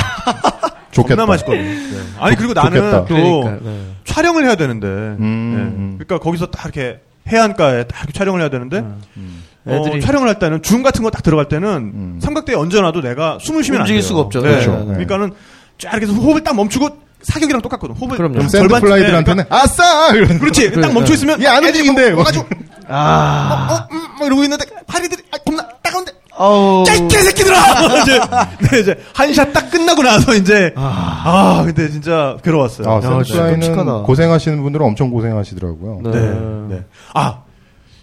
F: 좋겠다. 네.
E: 겁나 맛있거든. 아니, 그리고 나는 또
F: 좋겠다.
G: 그러니까, 네.
E: 촬영을 해야 되는데. 네.
F: 음.
E: 그러니까 거기서 딱 이렇게 해안가에 딱 이렇게 촬영을 해야 되는데. 어,
G: 음, 애들이-
E: 촬영을 할 때는 줌 같은 거 딱 들어갈 때는
F: 음.
E: 삼각대에 얹어놔도 내가 숨을 쉬면
G: 움직일
E: 안 돼요.
G: 수가 없죠.
E: 네.
G: 그렇죠.
E: 네. 그러니까는 쫙 이렇게 해서 호흡을 딱 멈추고 사격이랑 똑같거든. 호흡을
G: 그럼요.
F: 그럼
G: 그럼
E: 절반쯤- 네, 그러니까
F: 샌드플라이들한테는 아싸! 이런.
E: 그렇지. 딱
G: 그래,
E: 멈춰
G: 네.
E: 있으면
F: 얘안
E: 애들이
F: 움직인대.
E: 막 와가지고
G: 아,
E: 어, 음, 막 이러고 있는데 파리들이 아, 겁나 따가운데
G: 어우.
E: 야, 이 개새끼들아! 이제, 네, 이제, 한 샷 딱 끝나고 나서 이제, 아, 근데 진짜 괴로웠어요. 네,
F: 아,
G: 진짜
F: 샌드플라이는
G: 끔찍하다.
F: 고생하시는 분들은 엄청 고생하시더라고요.
G: 네.
E: 네, 네. 아,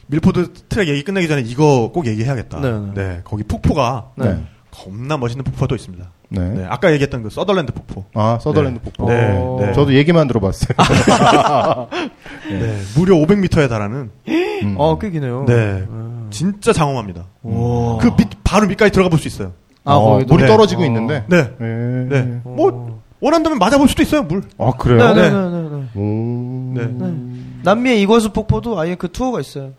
E: 밀포드 트랙 얘기 끝나기 전에 이거 꼭 얘기해야겠다.
G: 네,
E: 네,
G: 네.
E: 거기 폭포가,
F: 네.
E: 겁나 멋있는 폭포가 또 있습니다.
F: 네.
E: 네, 아까 얘기했던 그 서덜랜드 폭포.
F: 아, 서덜랜드 폭포.
E: 네,
F: 어.
E: 네. 아,
F: 저도 얘기만 들어봤어요. 아,
E: 네. 무려 500m에 달하는,
F: 음.
G: 어, 꽤 기네요. 어.
E: 네, 진짜 장엄합니다.
G: 오.
E: 그 밑, 바로 밑까지 들어가 볼 수 있어요.
G: 아,
F: 어,
G: 거기도.
F: 물이
E: 네.
F: 떨어지고
G: 어.
F: 있는데.
E: 네,
F: 예.
E: 네. 뭐, 원한다면 맞아볼 수도 있어요, 물.
F: 아,
G: 네,
F: 그래요?
G: 네, 네, 네, 네.
F: 오.
E: 네.
F: 음.
G: 남미의 이과수 폭포도 아예 그 투어가 있어요.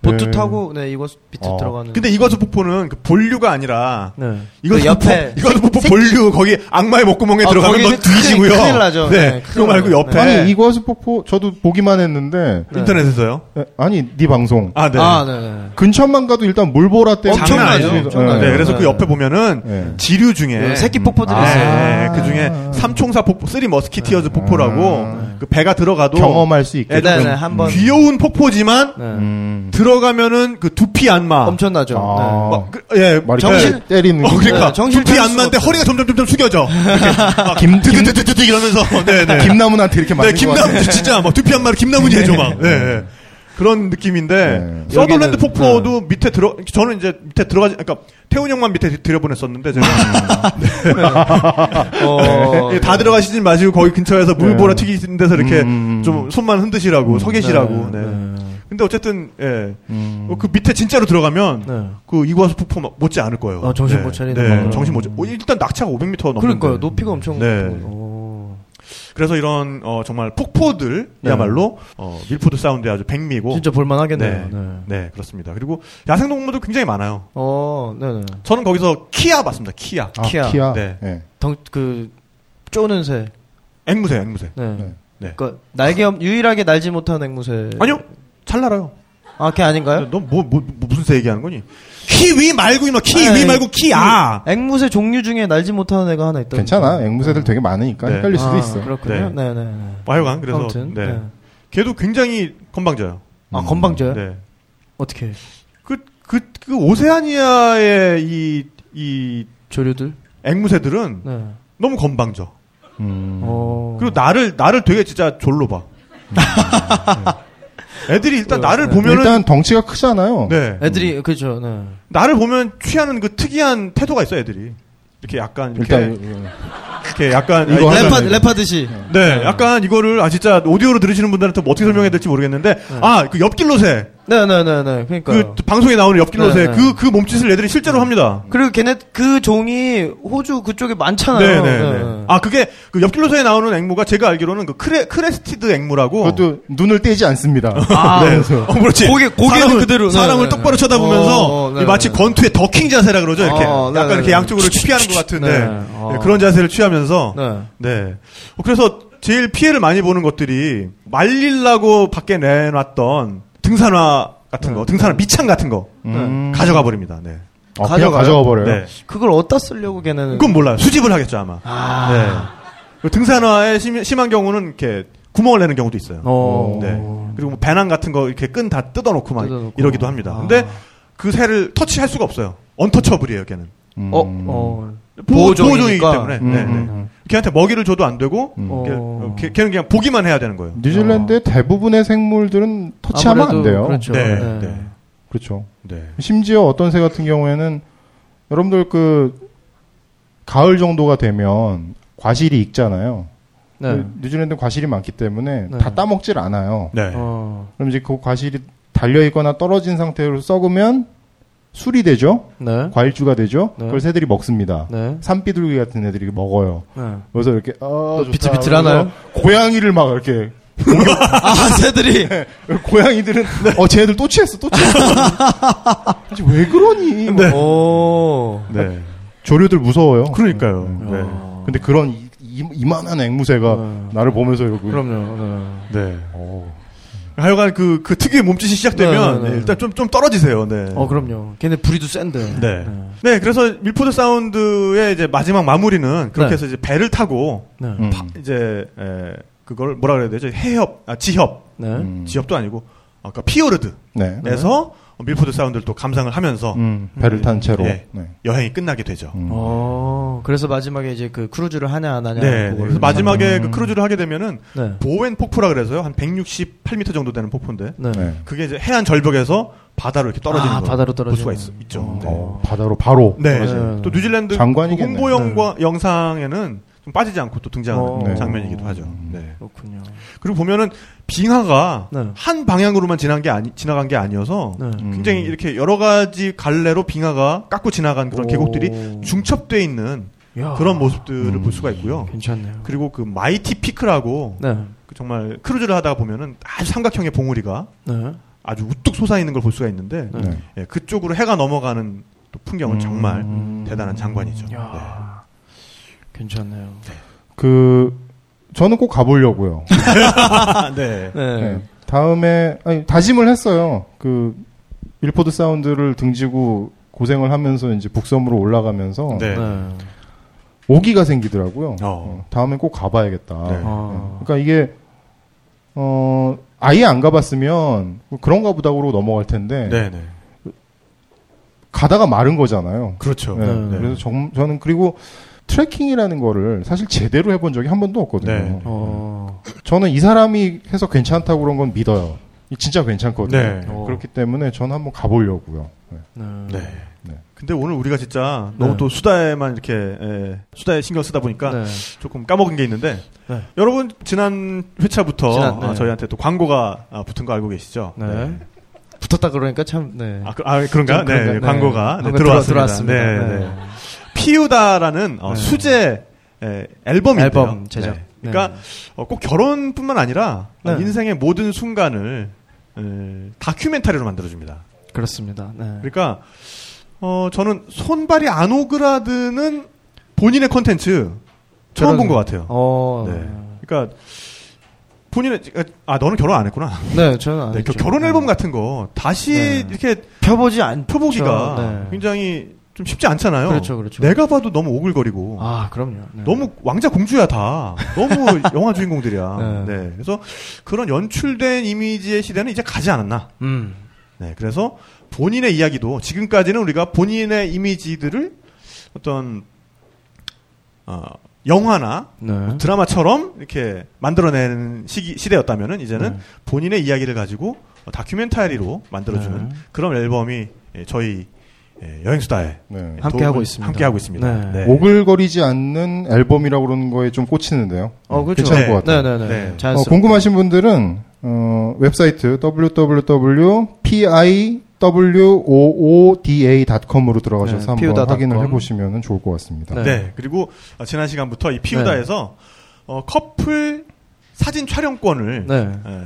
G: 보트
F: 네.
G: 타고 네 이과수 밑에
F: 어.
G: 들어가는.
E: 근데 이과수 폭포는 그 본류가 아니라,
G: 네.
E: 이거
G: 그
E: 옆에
G: 옆에
E: 이거 뭐 본류 거기 악마의 목구멍에
G: 아,
E: 들어가는
G: 거기는
E: 건 뒤지고요.
G: 큰일- 큰일 나죠.
E: 네,
G: 네,
E: 그거
G: 큰일
E: 말고
G: 나요.
E: 옆에
F: 아니, 이과수 폭포 저도 보기만 했는데.
G: 네.
E: 인터넷에서요.
F: 에, 아니, 네 방송.
E: 아, 네.
G: 아, 네, 네.
F: 근처만 가도 일단 물보라 때문에
E: 장난 아니죠.
F: 네.
G: 엄청나요.
E: 네, 그래서
G: 네.
E: 그 옆에 보면은
F: 네.
E: 지류 중에
G: 그 새끼 폭포들이
E: 네,
G: 있어요.
E: 그 중에 삼총사 폭포, 쓰리 머스키티어즈 폭포라고 그 배가 들어가도
F: 네. 아. 경험할 수 있게.
E: 예, 좀
G: 네, 네, 한번.
E: 귀여운 폭포지만
G: 네.
F: 음.
E: 들어가면은 그 두피 안마.
G: 엄청나죠. 네.
F: 아.
E: 막 그- 예,
F: 막 이렇게
E: 정신
G: 정신-
F: 때리는
E: 어,
F: 게-
E: 그러니까
G: 네, 정신
E: 두피
G: 차릴
E: 안마
G: 수가
E: 때
G: 없어요.
E: 허리가 점점 점점 숙여져.
F: 김, 김,
E: 드드드드드 이러면서. 네, 네.
F: 김나무한테 이렇게
E: 네,
F: 맞는 것
E: 김나무
F: 같아요.
E: 진짜 뭐 두피 한 마리 김나무니 해줘 막. 네, 네. 그런 느낌인데
F: 네.
E: 서덜랜드
G: 여기는,
E: 폭포도 밑에 들어 저는 이제 밑에 들어가지 그러니까 태훈 형만 밑에 들여보냈었는데 제가
G: 음. 어,
E: 예, 다 들어가시진 마시고 거기 근처에서 물
F: 네.
E: 보라 튀기는 데서 이렇게
F: 음.
E: 좀 손만 흔드시라고
G: 음.
E: 서 계시라고. 네. 근데 어쨌든 예. 어, 그 밑에 진짜로 들어가면
G: 음. 네.
E: 그 이과수 폭포 막 못지 않을 거예요.
G: 어, 정신
E: 네.
G: 못 차리는
E: 네.
G: 거구나.
E: 정신 못 차. 어, 일단 낙차가 500m 넘는
G: 그러니까요. 높이가 엄청.
E: 네.
G: 높은 거죠. 어. 오.
E: 그래서 이런 어, 정말 폭포들야말로 어, 밀포드 사운드에 아주 백미고
G: 네. 진짜 볼만하겠네요.
E: 네.
G: 네.
E: 네. 그렇습니다. 그리고 야생동물도 굉장히 많아요.
G: 어, 네, 네.
E: 저는 거기서 키아 봤습니다. 키아.
F: 아,
G: 키아.
F: 키아.
E: 네.
F: 예.
G: 덩그 쪼는 새.
E: 앵무새, 앵무새.
G: 네.
F: 네.
E: 네.
G: 그러니까 날개 없, 유일하게 날지 못한 앵무새.
E: 아니요. 잘 날아요.
G: 아, 걔 아닌가요?
E: 넌 뭐, 뭐, 뭐 무슨 새 얘기하는 거니? 키위 말고 이마 키위
G: 아니, 예. 그
E: 말고 키아.
G: 앵무새 종류 중에 날지 못하는 애가 하나 있다.
F: 괜찮아.
G: 어.
F: 앵무새들 되게 많으니까
E: 네.
F: 헷갈릴 수도
G: 아,
F: 있어.
G: 그렇군요.
E: 네.
G: 네, 네. 네.
E: 하여간 그래서
G: 아무튼,
E: 네.
G: 네.
E: 걔도 굉장히 건방져요.
F: 음.
G: 아, 건방져요?
E: 네.
G: 어떻게
E: 그 그 그 오세아니아의 이 이
G: 조류들?
E: 앵무새들은
G: 네.
E: 너무 건방져.
F: 음.
G: 어.
E: 음. 그리고 나를 나를 되게 진짜 졸로 봐.
G: 음.
E: 네. 애들이 일단 나를 보면은
F: 일단 덩치가 크잖아요.
E: 네.
G: 애들이 그죠. 네.
E: 나를 보면 취하는 그 특이한 태도가 있어 애들이. 이렇게 약간 이렇게
F: 일단
E: 이렇게 약간
F: 이거
E: 아,
F: 하면-
G: 레파 레파듯이.
E: 네, 약간 이거를 아 진짜 오디오로 들으시는 분들한테 뭐 어떻게 설명해야 될지 모르겠는데 아 그 옆길로 새.
G: 네, 네, 네, 네. 그러니까.
E: 그 방송에 나오는 옆길로
G: 네,
E: 새.
G: 네. 음.
E: 그 그 몸짓을 애들이 실제로 합니다.
G: 그리고 걔네 그 종이 호주 그쪽에
E: 네,
G: 많잖아요.
E: 네,
G: 네,
E: 네. 아 그게 그 옆길로서에 나오는 앵무가 제가 알기로는 그 크레 크레스티드 앵무라고.
F: 그것도 눈을 떼지 않습니다. 음,
G: 아,
E: 네.
F: 그래서
E: 어, 그렇지.
G: 고개- 고개는
E: 사람을,
G: 그대로. 네,
E: 사람을
G: 네,
E: 똑바로
G: 네. 어,
E: 쳐다보면서
G: 어, 네,
E: 이 마치
G: 네.
E: 권투의 더킹 자세라 그러죠. 이렇게
G: 어, 네,
E: 약간
G: 네,
E: 이렇게
G: 네.
E: 양쪽으로 피하는 것 같은
G: 네.
E: 네.
G: 어.
E: 네, 그런 자세를 취하면서 네.
G: 네.
E: 어, 그래서 제일 피해를 많이 보는 것들이 말리려고 밖에 내놨던 등산화 같은
G: 네.
E: 거, 등산화 밑창 같은 거
F: 음.
E: 가져가 버립니다. 네.
F: 아, 그냥
G: 가져가요?
F: 가져가 버려요.
E: 네.
G: 그걸 어디다 쓰려고 걔네는.
E: 그건 몰라요. 수집을 하겠죠 아마. 네. 그 등산화에 심, 심한 경우는 이렇게 구멍을 내는 경우도 있어요.
G: 어.
E: 네. 그리고 뭐 배낭 같은 거 이렇게 끈 다 뜯어놓고 막
G: 뜯어놓고.
E: 이러기도 합니다.
G: 아.
E: 근데 그 새를 터치할 수가 없어요. 언터처블이에요, 걔는.
F: 음.
G: 어, 어.
E: 보호- 보호종이기
G: 보호종이니까.
E: 때문에.
F: 음,
E: 네,
F: 음,
E: 네.
F: 음.
E: 걔한테 먹이를 줘도 안 되고,
F: 음.
E: 걔,
G: 어.
E: 걔- 걔는 그냥 보기만 해야 되는 거예요.
F: 뉴질랜드의 대부분의 생물들은 터치하면
G: 아무래도
F: 안 돼요.
G: 그렇죠.
E: 네,
G: 네.
E: 네.
F: 그렇죠.
E: 네.
F: 심지어 어떤 새 같은 경우에는 여러분들 그 가을 정도가 되면 과실이 익잖아요.
G: 네.
F: 그 뉴질랜드 과실이 많기 때문에
G: 네.
F: 다 따먹질 않아요.
E: 네.
G: 어.
F: 그럼 이제 그 과실이 달려 있거나 떨어진 상태로 썩으면 술이 되죠.
G: 네.
F: 과일주가 되죠.
G: 네.
F: 그걸 새들이 먹습니다.
G: 네.
F: 산비둘기 같은 애들이 먹어요.
G: 네.
F: 그래서 이렇게 아, 좋다.
G: 비틀비틀하나요?
F: 그래서 고양이를 막 이렇게
H: 아, 새들이.
E: 네.
F: 고양이들은
G: 네.
F: 어 쟤들 또 취했어 또 취했어 이제 왜 그러니
G: 네.
F: 뭐.
G: 오.
E: 네.
F: 조류들 무서워요 어.
E: 그러니까요.
G: 음.
E: 네.
G: 어.
F: 근데 그런 이, 이, 만한 앵무새가 나를 보면서 이러고
G: 네.
F: 어.
G: 그럼요. 네.
E: 네. 하여간 그, 그 특유의 몸짓이 시작되면
G: 네, 네, 네.
E: 일단 좀, 좀 떨어지세요. 네.
G: 어, 그럼요. 걔네 부리도 센데.
E: 네. 네, 그래서 밀포드 사운드의 이제 마지막 마무리는 그렇게
G: 네.
E: 해서 이제 배를 타고
G: 네.
F: 음.
E: 파- 이제 에, 그걸 뭐라 그래야 되죠? 해협, 아, 지협,
G: 네.
F: 음.
E: 지협도 아니고 아까 피오르드에서
F: 네.
E: 밀포드 사운드를 또 감상을 하면서
F: 음, 배를 탄 채로
E: 예.
F: 네.
E: 여행이 끝나게 되죠.
F: 음.
G: 어, 그래서 마지막에 이제 그 크루즈를 하냐 안 하냐
E: 네.
G: 그거를
E: 그래서
F: 음.
E: 마지막에 그 크루즈를 하게 되면은
G: 네.
E: 보웬 폭포라 그래서요. 한 168m 정도 되는 폭포인데
G: 네.
F: 네.
E: 그게 이제 해안 절벽에서 바다로 이렇게 떨어지는
G: 아,
E: 걸
G: 바다로
E: 볼 수가 있,
G: 떨어지는.
E: 있죠. 네.
F: 어, 바다로 바로
E: 네.
G: 맞아요.
E: 또 뉴질랜드 그
F: 장관이겠네.
E: 홍보 영과 영상에는 좀 빠지지 않고 또
G: 어.
E: 등장하는
G: 네.
E: 장면이기도 하죠. 네.
G: 그렇군요.
E: 그리고 보면은 빙하가
G: 네.
E: 한 방향으로만 지난 게 아니 지나간 게 아니어서
G: 네.
E: 굉장히 이렇게 여러 가지 갈래로 빙하가 깎고 지나간 그런
G: 오. 아.
E: 계곡들이 중첩돼 있는
G: 야.
E: 그런 모습들을 볼 수가 있고요.
G: 괜찮네요.
E: 그리고 그 마이티 피크라고
G: 음. 네.
E: 그 정말 크루즈를 하다가 보면은 아주 삼각형의 봉우리가
G: 네.
E: 아주 우뚝 솟아 있는 걸 볼 수가 있는데
G: 네. 음.
F: 네.
E: 예, 그쪽으로 해가 넘어가는 또 풍경은 정말 대단한 장관이죠. 네.
G: 야. 괜찮네요.
F: 그 저는 꼭 가보려고요
E: 아, 네.
G: 네.
F: 네. 다음에 아니, 다짐을 했어요 그 일포드 사운드를 등지고 고생을 하면서 이제 북섬으로 올라가면서
E: 네.
G: 네.
F: 오기가 생기더라고요
E: 어.
F: 어, 다음엔 꼭 가봐야겠다
E: 네.
G: 아.
F: 그러니까 이게 어 아예 안 가봤으면 뭐 그런가 보다로 넘어갈 텐데
E: 네, 네.
F: 가다가 마른 거잖아요.
E: 그렇죠.
F: 네.
G: 네.
F: 그래서 정- 저는 그리고 트레킹이라는 거를 사실 제대로 해본 적이 한 번도 없거든요.
E: 네.
G: 어.
F: 저는 이 사람이 해서 괜찮다고 그런 건 믿어요. 진짜 괜찮거든요.
E: 네.
F: 어. 그렇기 때문에 저는 한번 가보려고요. 네.
G: 네.
E: 네.
F: 네.
E: 근데 오늘 우리가 진짜
G: 네.
E: 너무 또 수다에만 이렇게 에, 수다에 신경 쓰다 보니까
G: 네.
E: 조금 까먹은 게 있는데
G: 네.
E: 여러분 지난 회차부터
G: 지난, 네.
E: 아, 저희한테 또 광고가 아, 붙은 거 알고 계시죠?
G: 네. 붙었다 그러니까 참 네.
E: 아, 그, 런가
G: 좀
E: 네,
G: 그런가요? 네.
E: 광고가 네,
G: 광고
E: 들어왔습니다.
G: 들어왔습니다.
E: 네,
G: 네.
E: 네. 피우다라는 어,
G: 네.
E: 수제 에, 앨범인데요.
G: 앨범 제작.
E: 네. 그러니까
G: 네.
E: 어, 꼭 결혼뿐만 아니라
G: 네.
E: 인생의 모든 순간을 에, 다큐멘터리로 만들어줍니다.
G: 그렇습니다. 네.
E: 그러니까 어 저는 손발이 안 오그라드는 본인의 컨텐츠 처음 본 것 같아요.
G: 어.
E: 네. 그러니까 본인의 아 너는 결혼 안 했구나.
G: 네, 저는 안
E: 네,
G: 했죠.
E: 결혼 앨범 같은 거 다시
G: 네.
E: 이렇게
G: 펴보지 않
E: 펴보기가
G: 네.
E: 굉장히 좀 쉽지 않잖아요.
G: 그렇죠, 그렇죠.
E: 내가 봐도 너무 오글거리고
G: 아, 그럼요. 네.
E: 너무 왕자 공주야 다. 너무 영화 주인공들이야.
G: 네.
E: 네. 그래서 그런 연출된 이미지의 시대는 이제 가지 않았나.
G: 음.
E: 네, 그래서 본인의 이야기도 지금까지는 우리가 본인의 이미지들을 어떤 어, 영화나
G: 네.
E: 드라마처럼 이렇게 만들어내는 시기 시대였다면은 이제는
G: 네.
E: 본인의 이야기를 가지고 다큐멘터리로 만들어주는
G: 네.
E: 그런 앨범이 예, 저희 예, 여행수다에
F: 네.
E: 예,
G: 함께
E: 도움을-
G: 하고 있습니다.
E: 함께 하고 있습니다.
G: 네.
E: 네.
F: 오글거리지 않는 앨범이라고 그러는 거에 좀 꽂히는데요.
G: 어, 그렇죠.
F: 괜찮을
E: 네.
F: 것 같아요.
G: 네, 네, 네.
E: 네.
F: 어,
G: 자연스럽게.
F: 궁금하신 분들은 어, 웹사이트 www.piwoooda.com으로
G: 네,
F: 들어가셔서
G: 피우다.com.
F: 한번 확인을 해보시면 좋을 것 같습니다.
G: 네.
E: 네, 그리고 어, 지난 시간부터 이 피우다에서 어, 커플 사진 촬영권을
G: 네.
E: 예,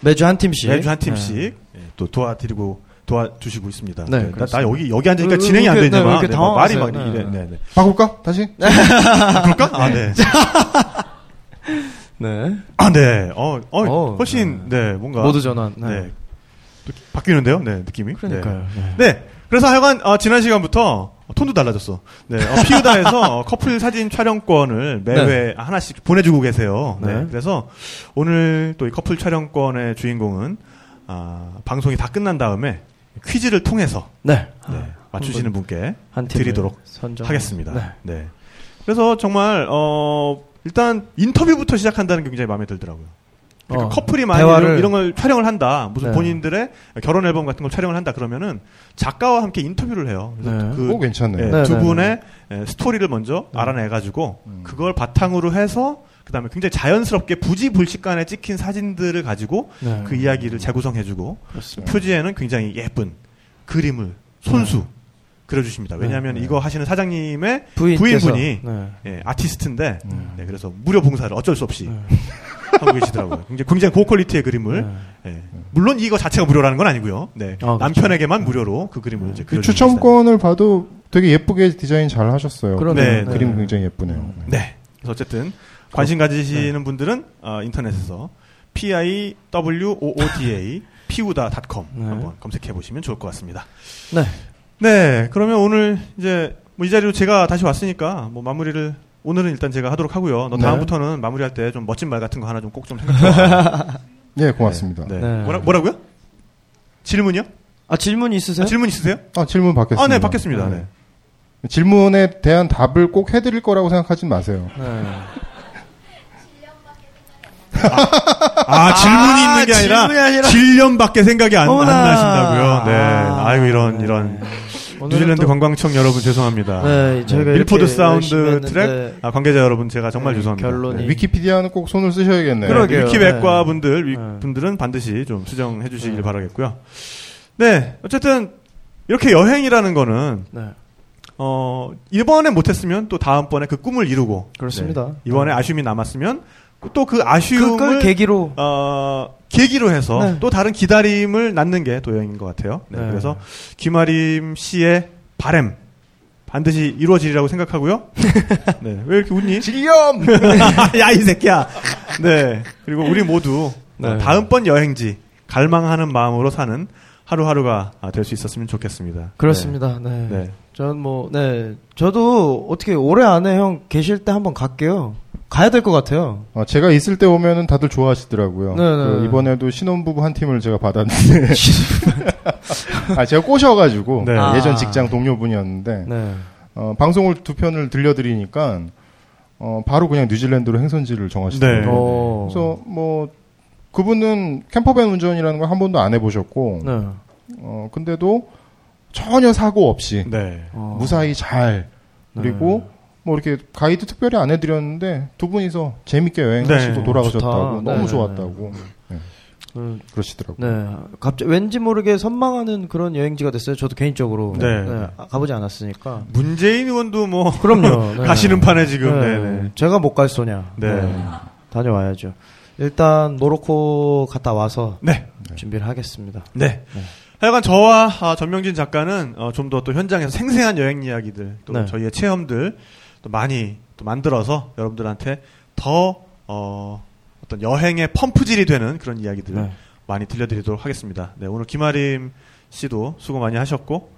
G: 매주 한 팀씩.
E: 매주 한
G: 네.
E: 팀씩 예, 또 도와드리고 도와주시고 있습니다.
G: 네,
E: 네, 나,
G: 그렇습니다.
E: 나 여기 여기 앉으니까
G: 으,
E: 진행이 안
G: 이렇게,
E: 되지
G: 네,
E: 만
G: 이렇게
E: 네, 막 말이 막
G: 당황하세요.
E: 이래.
G: 네.
E: 네, 네.
F: 바꿀까? 다시?
E: 그럴까? 아, 네.
G: 네.
E: 아, 네. 어, 어,
G: 어,
E: 훨씬 네, 뭔가
G: 모두 전환.
E: 네.
G: 네.
E: 또 바뀌는데요. 네, 느낌이.
G: 그러니까요. 네.
E: 네. 네. 그래서 하여간 어, 지난 시간부터 톤도 달라졌어. 네, 어, 피우다에서 어, 커플 사진 촬영권을 매회 하나씩 보내주고 계세요. 네.
G: 네.
E: 그래서 오늘 또 이 커플 촬영권의 주인공은 아, 방송이 다 끝난 다음에 퀴즈를 통해서
G: 네.
E: 네, 맞추시는 분께
G: 한 팀을
E: 드리도록
G: 선정.
E: 하겠습니다.
G: 네.
E: 네. 그래서 정말 어 일단 인터뷰부터 시작한다는 게 굉장히 마음에 들더라고요. 그러니까
G: 어,
E: 커플이 많이
G: 대화를-
E: 이런, 이런 걸 촬영을 한다. 무슨
G: 네.
E: 본인들의 결혼 앨범 같은 걸 촬영을 한다 그러면은 작가와 함께 인터뷰를 해요. 그래서
G: 네.
E: 그
F: 오, 괜찮네요.
E: 예,
G: 네,
E: 두
G: 네,
F: 음.
E: 분의 예, 스토리를 먼저 알아내 가지고 그걸 바탕으로 해서 그다음에 굉장히 자연스럽게 부지불식간에 찍힌 사진들을 가지고
G: 네.
E: 그 이야기를 재구성해주고
F: 그렇습니다.
E: 표지에는 굉장히 예쁜 그림을 손수 그려주십니다. 왜냐하면
G: 네, 네.
E: 이거 하시는 사장님의
G: 부인께서,
E: 부인분이
G: 네.
E: 예, 아티스트인데
F: 음.
E: 네, 그래서 무료 봉사를 어쩔 수 없이 하고 계시더라고요. 굉장히, 굉장히 고퀄리티의
G: 네.
E: 그림을 예. 물론 이거 자체가 무료라는 건 아니고요. 네.
G: 아, 그렇죠.
E: 남편에게만 무료로 그 그림을 이제
F: 이
E: 그려주고
F: 네. 추첨권을 봐도 되게 예쁘게 디자인 잘 하셨어요.
G: 그러네요.
E: 네,
G: 네.
F: 그림 굉장히 예쁘네요.
E: 있습니다. 네. 그래서 어쨌든 관심 가지시는 분들은 어, 인터넷에서 p i w o o d a 피우다닷컴
G: 네.
E: 한번 검색해 보시면 좋을 것 같습니다.
G: 네.
E: 네, 그러면 오늘 이제 뭐 이 자리로 제가 다시 왔으니까 뭐 마무리를 오늘은 일단 제가 하도록 하고요. 너
F: 네.
E: 다음부터는 마무리할 때 좀 멋진 말 같은 거 하나 좀 꼭 좀 생각해.
F: 예, 고맙습니다.
E: 네.
G: 네.
E: 뭐라, 뭐라고요? 질문이요?
G: 아 질문 있으세요?
E: 아, 질문 있으세요?
F: 아, 질문 받겠습니다.
E: 아, 네, 받겠습니다. 네.
F: 질문에 대한 답을 꼭 해드릴 거라고 생각하진 마세요.
G: 네.
E: 아, 질문이 있는 게
G: 질문이
E: 아니라
G: 아니라-
E: 질년밖에 생각이 안, 안
G: 어머나.
E: 나신다고요. 네.
G: 아.
E: 아, 이고 이런 이런
G: 오늘은
E: 뉴질랜드
G: 또-
E: 관광청 여러분 죄송합니다.
G: 네, 저희가 이렇게
E: 밀포드 사운드
G: 열심히
E: 트랙
G: 했는데
E: 아, 관계자 여러분 제가 정말
G: 네,
E: 죄송합니다.
G: 결론이-
E: 네.
F: 위키피디아는 꼭 손을 쓰셔야겠네요.
G: 그러게. 그러게요.
E: 위키백과
G: 네.
E: 분들 위-
G: 네.
E: 분들은 반드시 좀 수정해 주시길 바라겠고요. 네, 어쨌든 이렇게 여행이라는 거는
G: 네.
E: 어 이번에 못했으면 또 다음번에 그 꿈을 이루고
G: 그렇습니다.
E: 네, 이번에 아쉬움이 남았으면 또 그 아쉬움을
G: 그걸 계기로
E: 어, 계기로 해서
G: 네.
E: 또 다른 기다림을 낳는 게 또 여행인 것 같아요. 네,
G: 네.
E: 그래서 김아림 씨의 바램 반드시 이루어지리라고 생각하고요. 네, 왜 이렇게 웃니?
G: 질염.
E: 야 이 새끼야. 네. 그리고 우리 모두
G: 네.
E: 다음번 여행지 갈망하는 마음으로 사는 하루하루가 될 수 있었으면 좋겠습니다.
G: 그렇습니다. 네.
E: 네. 네.
G: 전 뭐, 네. 저도 어떻게 올해 안에 형 계실 때 한번 갈게요. 가야 될 것 같아요.
F: 어, 제가 있을 때 오면은 다들 좋아하시더라고요.
G: 네, 네,
F: 그
G: 네.
F: 이번에도 신혼부부 한 팀을 제가 받았는데. 아, 제가 꼬셔가지고.
E: 네.
F: 예전
G: 아.
F: 직장 동료분이었는데.
G: 네.
F: 어, 방송을 두 편을 들려드리니까, 어, 바로 그냥 뉴질랜드로 행선지를 정하시더라고요.
E: 네.
G: 어.
F: 그래서 뭐, 그분은 캠퍼밴 운전이라는 걸 한 번도 안 해보셨고.
G: 네.
F: 어, 근데도 전혀 사고 없이.
E: 네.
G: 어.
F: 무사히 잘.
G: 네.
F: 그리고 뭐 이렇게 가이드 특별히 안 해드렸는데 두 분이서 재밌게 여행하시고
E: 네.
F: 돌아가셨다고
G: 좋다.
F: 너무
G: 네.
F: 좋았다고 네,
G: 음,
F: 그러시더라고요.
G: 네. 갑자기 왠지 모르게 선망하는 그런 여행지가 됐어요. 저도 개인적으로.
E: 네.
G: 아, 가보지 않았으니까.
E: 문재인 의원도 뭐
G: 그럼요. 네.
E: 가시는 판에 지금
G: 네.
E: 네.
G: 제가 못 갈 소냐.
E: 네.
G: 다녀와야죠. 일단 모로코 갔다 와서
E: 네. 네.
G: 준비를 하겠습니다.
E: 네. 하여간 저와 아, 전명진 작가는 어, 좀 더 또 현장에서 생생한 여행 이야기들 또
G: 네.
E: 저희의 체험들 또 많이 또 만들어서 여러분들한테 더 어, 어떤 여행의 펌프질이 되는 그런 이야기들
G: 네.
E: 많이 들려드리도록 하겠습니다. 네, 오늘 김아림 씨도 수고 많이 하셨고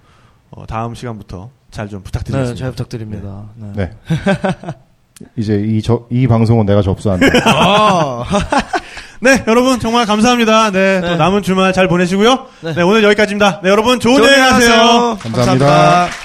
E: 어, 다음 시간부터 잘 좀 부탁드리겠습니다.
G: 네, 잘 부탁드립니다. 네.
F: 네. 이제 이, 저, 이 방송은 내가 접수한다.
E: 아! 네, 여러분 정말 감사합니다. 네, 또
G: 네.
E: 남은 주말 잘 보내시고요. 네,
G: 네.
E: 오늘 여기까지입니다. 네, 여러분 좋은 여행 하세요.
F: 감사합니다.